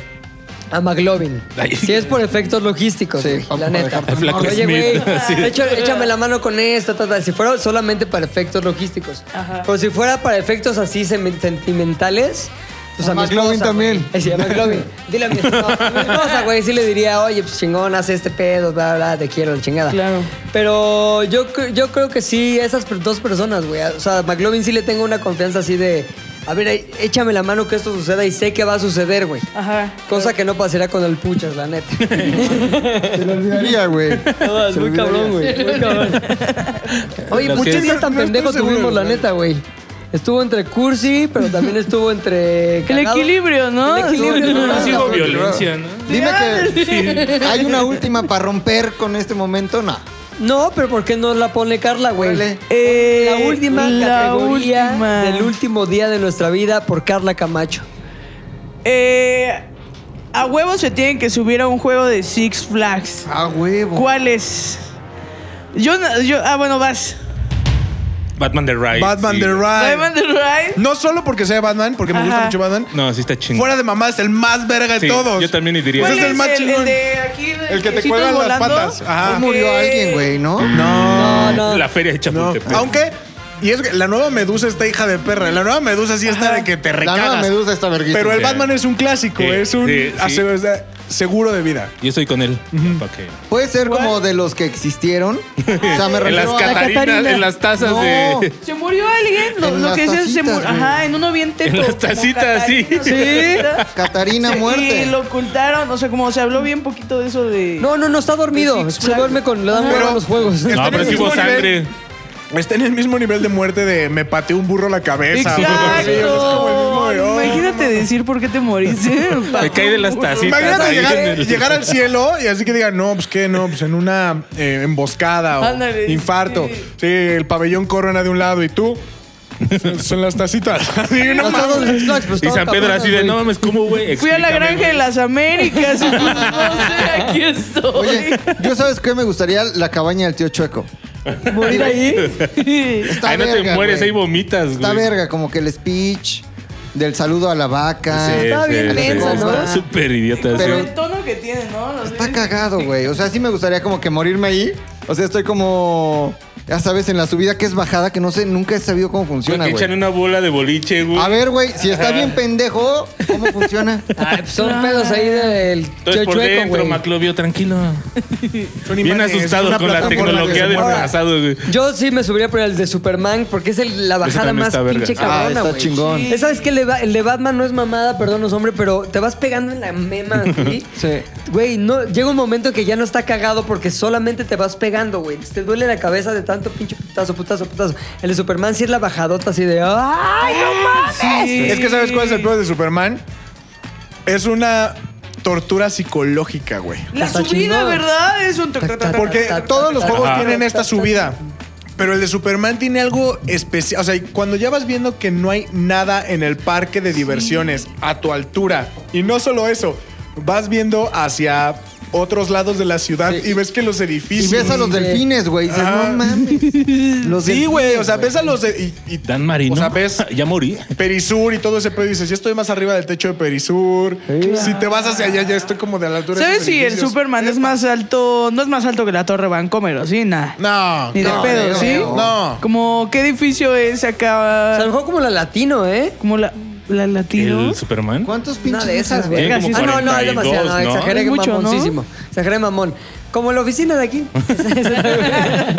a McLovin. Ay. Si es por efectos logísticos, Sí, güey, vamos la a neta. dejarte en Flaco Oye, Smith, güey, así. echa- échame la mano con esto, tal, tal. Si fuera solamente para efectos logísticos. Ajá. Pero si fuera para efectos así semen- sentimentales... Pues A a, mi McLovin esposa, también. güey. Ay, sí, a McLovin. Dile a mi esposa, a mi esposa, güey. Sí le diría, oye, pues chingón, haz este pedo, bla, bla, te quiero, la chingada. Claro. Pero yo, cre- yo creo que sí, esas per- dos personas, güey. O sea, a McLovin sí le tengo una confianza así de, a ver, ahí, échame la mano que esto suceda y sé que va a suceder, güey. Ajá. Cosa que no pasará con el Puchas, la neta. Se lo olvidaría, güey. Es muy cabrón, güey. Muy cabrón. Oye, Lo que Puchas es- días tan No estoy pendejo seguro, tuvimos, la güey. neta, güey. Estuvo entre cursi, pero también estuvo entre... El cagado. equilibrio, ¿no? El equilibrio, No, no, Ah, sí cabrón. hubo violencia, ¿no? Dime que hay una última para romper con este momento, no. No, pero ¿por qué no la pone Carla, güey? Órale. Eh, La última categoría última. del último día de nuestra vida por Carla Camacho. Eh, a huevo se tienen que subir a un juego de Six Flags. A huevo. ¿Cuál es? Yo, no- yo ah, bueno, vas. Batman the Ride. Batman sí. The Ride. Batman the Ride. No solo porque sea Batman, porque me gusta Ajá. mucho Batman. No, sí está chingón. Fuera de mamá, es el más verga de Sí, todos. Yo también diría. ¿Cuál Ese es el más chingón. de aquí, El que te sí cuelgan estoy las volando? patas. Ajá. Ahí Ah, murió Ok. alguien, güey, ¿no? No, no. La feria de No, Chapultepec. Aunque, y es que la nueva Medusa está hija de perra. La nueva Medusa sí está de que te La recagas. nueva medusa está verguísima. Pero el Sí. Batman es un clásico, Sí, es un sí, sí. ase- o sea, seguro de vida. Yo estoy con él. ¿Para qué? Puede ser como de los que existieron. O sea, me En las refiero a- catarinas, en las tazas No. de. Se murió alguien. Lo, En lo las que decías, se tacitas, murió. güey. Ajá, en uno bien teto. En las como tacitas, sí. Catarina, Sí. ¿no? Catarina Sí, muerte. Y lo ocultaron. O sea, como se habló bien poquito de eso de. No, no, no, está dormido. De Six Se duerme con. Le dan Pero- hueva a los juegos. Está No, en pero el sí hubo mismo nivel. sangre. Está en el mismo nivel de muerte de me pateó un burro la cabeza. o Exacto. sea, es como el mismo de, oh. Imagínate decir por qué te moriste. Me cae de las tacitas. Imagínate ahí llegar, en el- llegar al cielo y así que digan, no, pues qué, no, pues en una eh, emboscada o Ándale, infarto. sí. Sí. el pabellón corona de un lado y tú. Son las tacitas. Sí, no Los mames. tazos de Six Flags, pues, Y estaban San Pedro cabronas, así de, güey. no mames, ¿cómo, güey? Fui a la Explícame, granja de güey. las Américas. entonces, No sé, aquí estoy. Oye, yo sabes qué me gustaría la cabaña del tío Chueco. ¿Morir ahí? Está Ahí no te verga, mueres, güey. ahí vomitas, güey. Está verga, como que el speech del saludo a la vaca. Estaba bien densa, ¿no? Está Súper idiota. Este, Pero- sí. el tono que tiene, ¿no? No sé. Está cagado, güey. O sea, sí me gustaría como que morirme ahí O sea, estoy como. Ya sabes, en la subida que es bajada, que no sé, nunca he sabido cómo Güey, funciona, que echan güey. una bola de boliche, güey. A ver, güey, si está bien pendejo, ¿cómo funciona? Ah, pues son pedos ahí del Entonces, por chueco, dentro, güey. Maclovio, tranquilo. Bien imanes, asustado una con la plataforma que tecnología se del mueve. pasado, güey. Yo sí me subiría por el de Superman porque es el- la bajada también más está verga. pinche Ah, cabrona, está güey. chingón. Sí. Esa es que el de, Ba- el de Batman no es mamada, perdón, no es hombre, pero te vas pegando en la mema así. Sí. Güey, no, llega un momento que ya no está cagado porque solamente te vas pegando, güey. Te duele la cabeza de tanto pinche putazo, putazo, putazo. El de Superman sí es la bajadota así de ¡ah! ¡Ay, no mames! Es que ¿sabes cuál es el peor de Superman? Es una tortura psicológica, güey. La Está subida, chingón. ¿verdad? Es un toc, toc, toc, toc. Porque ta, ta, todos los ta, juegos ta, tienen ta, esta ta, subida. Pero el de Superman tiene algo especial. O sea, cuando ya vas viendo que no hay nada en el parque de diversiones a tu altura. Y no solo eso, vas viendo hacia otros lados de la ciudad y ves que los Y edificios. ves a los delfines, güey. y dices, Ajá. no mames. Los Sí, güey. O sea, delfines, ves a los. de- y- y- Dan Marino. O sea, ves ya morí. Perisur y todo ese pedo. Y dices, ya estoy más arriba del techo de Perisur. Si te vas hacia allá, ya estoy como de la altura ¿Sabes de esos si el edificios. Superman es más alto? No es más alto que la Torre Vancomer, ¿o sí? Nada. No. Ni de no, pedo, no, ¿sí? No. Como, ¿qué edificio es O sea, a acá? lo mejor como la latino, ¿eh? Como la, la latino. El Superman. ¿Cuántos pinches? Una de esas, güey. Tiene Ah, como no, no, es 42, demasiado. No, ¿no? exageré Es mucho, ¿no? mamoncísimo. Exageré mamón. Como la oficina de aquí.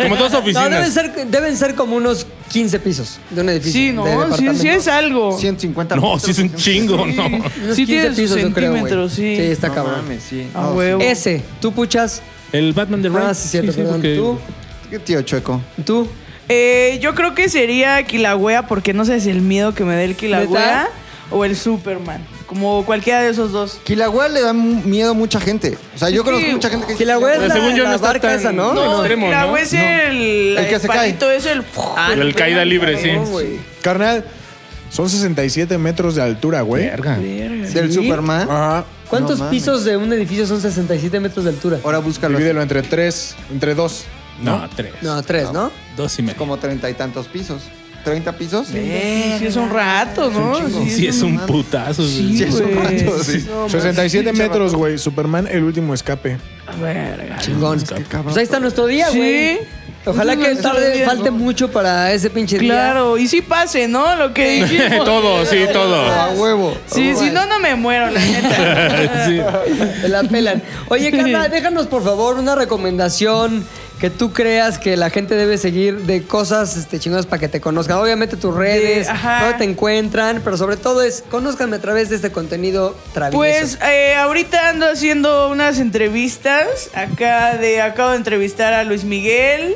Como todas las oficinas. No, deben ser, deben ser como unos 15 pisos de un edificio. Sí, de no, sí, departamento. sí es algo. 150 No, sí es un chingo, no. Unos 15 Sí tiene sus pisos, yo creo, güey. centímetros, sí. Sí, está No cabrón. mames, sí. A huevo. Ese, tú puchas. El Batman de Ryan. Ah, sí, cierto, perdón. porque- Tú, Qué tío chueco. tú. Eh, yo creo que sería Kilauea porque no sé si el miedo que me dé el Kilauea ¿Neta? o el Superman. Como cualquiera de esos dos. Quilagua le da mu- miedo a mucha gente. O sea, yo Es que- conozco mucha gente que dice, Quilagua es Pero la, según yo la no está barca tan- esa, ¿no? no, ¿O extremo, Kilauea ¿no? es el. El que se palito Es el. Pero el caída libre, sí. güey. Carnal, son 67 metros de altura, güey. Verga. Del Superman. Ah. Ajá. ¿Cuántos No mames. pisos de un edificio son 67 metros de altura? Ahora búscalo. así, Divídelo entre tres, entre dos. No, tres. No, tres, ¿no? Dos y medio. Como treinta y tantos pisos. ¿30 pisos? Sí, es un rato, ¿no? Sí, Sí, es un putazo. Sí, es un güey. rato, sí. 67 metros, güey. Superman, el último escape. Verga. Chingón. Pues ahí está nuestro día, Sí. güey. Ojalá Eso que no está tarde- bien, falte ¿no? mucho para ese pinche día. Claro, y si pase, ¿no? Lo que dijimos. Eh, Todo, sí, todo. A huevo. Sí, si no, no me muero, la neta. Sí. Te la pelan. Oye, Carla, déjanos por favor una recomendación que tú creas que la gente debe seguir de cosas este, chingonas para que te conozcan. Obviamente tus redes, Sí, ajá. dónde te encuentran, pero sobre todo es conózcanme a través de este contenido travieso. Pues eh, ahorita ando haciendo unas entrevistas. Acá de acabo de entrevistar a Luis Miguel.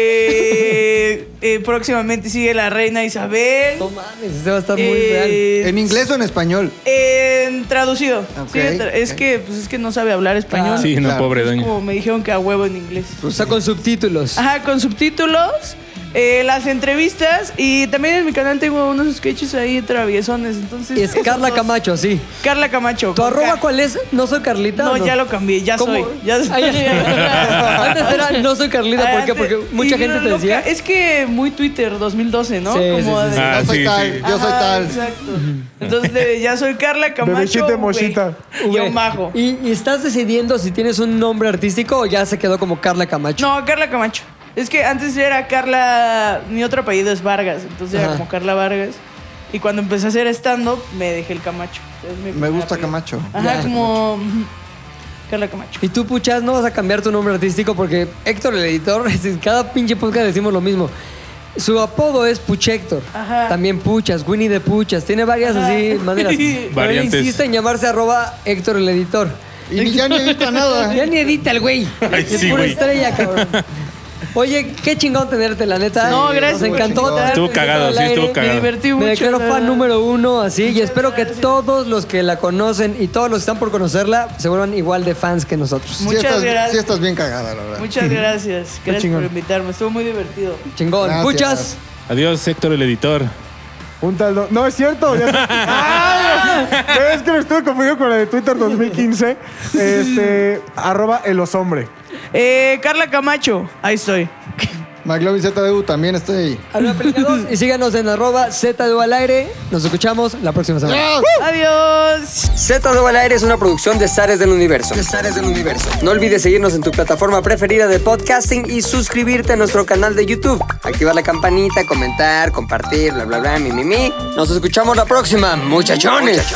Eh, eh, próximamente sigue la reina Isabel. no mames, ese va a estar muy Eh, ¿En inglés o en español? En traducido. Ok, Sí, tra- es ok. que pues, es que no sabe hablar español. Claro. Ah, Sí, no, Claro. pobre doña. Como me dijeron que a huevo en inglés. real. O sea, con subtítulos. Ajá, con subtítulos, eh, las entrevistas y también en mi canal tengo unos sketches ahí traviesones. Entonces Y es esos Carla dos. Camacho, sí. Carla Camacho. ¿Tu con arroba K. cuál es? ¿No soy Carlita? No, o ya lo cambié, ya ¿Cómo? soy. Ya soy. Ay, Antes era no soy Carlita, ¿por qué? Porque Antes- mucha y gente era te loca. decía. Es que muy Twitter 2012, ¿no? Sí, sí, Como sí, de- sí. Ah, yo soy sí, tal, sí. yo soy Ajá, tal. Exacto. Entonces de- ya soy Carla Camacho. Bebecita V, mochita. Y V. un bajo. ¿Y, y estás decidiendo si tienes un nombre artístico o ya se quedó como Carla Camacho? No, Carla Camacho. Es que antes era Carla. Mi otro apellido es Vargas, entonces era Ajá. como Carla Vargas. Y cuando empecé a hacer stand-up, me dejé el Camacho. Es mi Me primer gusta apellido. Camacho. Ajá, Ya. como. ujú, Carla Camacho. Y tú, puchas, no vas a cambiar tu nombre artístico porque Héctor, el editor, es decir, cada pinche podcast decimos lo mismo. Su apodo es Puchector. Ajá. También Puchas, Winnie de Puchas. Tiene varias Ajá. así maneras. Pero él Variantes. insiste en llamarse arroba Héctor, el editor. Y ni- ya ni evita Ya nada. ni edita el güey. Ay, es sí, pura güey. estrella, cabrón. Oye, qué chingón tenerte, la neta. No, gracias, Nos encantó. chingón. tenerte Estuvo en Zeta cagado, del sí, estuvo Aire. cagado. Me divertí mucho. Me declaro fan ¿verdad? número uno, así, y espero que todos los que la conocen y todos los que están por conocerla se vuelvan igual de fans que nosotros. Sí Muchas estás, gracias. sí estás bien cagada, la verdad. Muchas gracias. Gracias por invitarme. Estuvo muy divertido. Chingón. Gracias. Muchas. Adiós, Héctor, el editor. Un tal do- No, es cierto. ya- ¡Ay! Pero es que lo estuve confundido con la de Twitter 2015. Este, arroba el osombre. Eh, Carla Camacho, ahí estoy. McLovin ZDU también está ahí. Arroba Pelicados y síganos en arroba ZDU al aire. Nos escuchamos la próxima semana. Adiós. Z2 al aire es una producción de Zares del Universo. del universo. No olvides seguirnos en tu plataforma preferida de podcasting y suscribirte a nuestro canal de YouTube. Activar la campanita, comentar, compartir, bla, bla, bla, mi, mi, mi. Nos escuchamos la próxima, muchachones.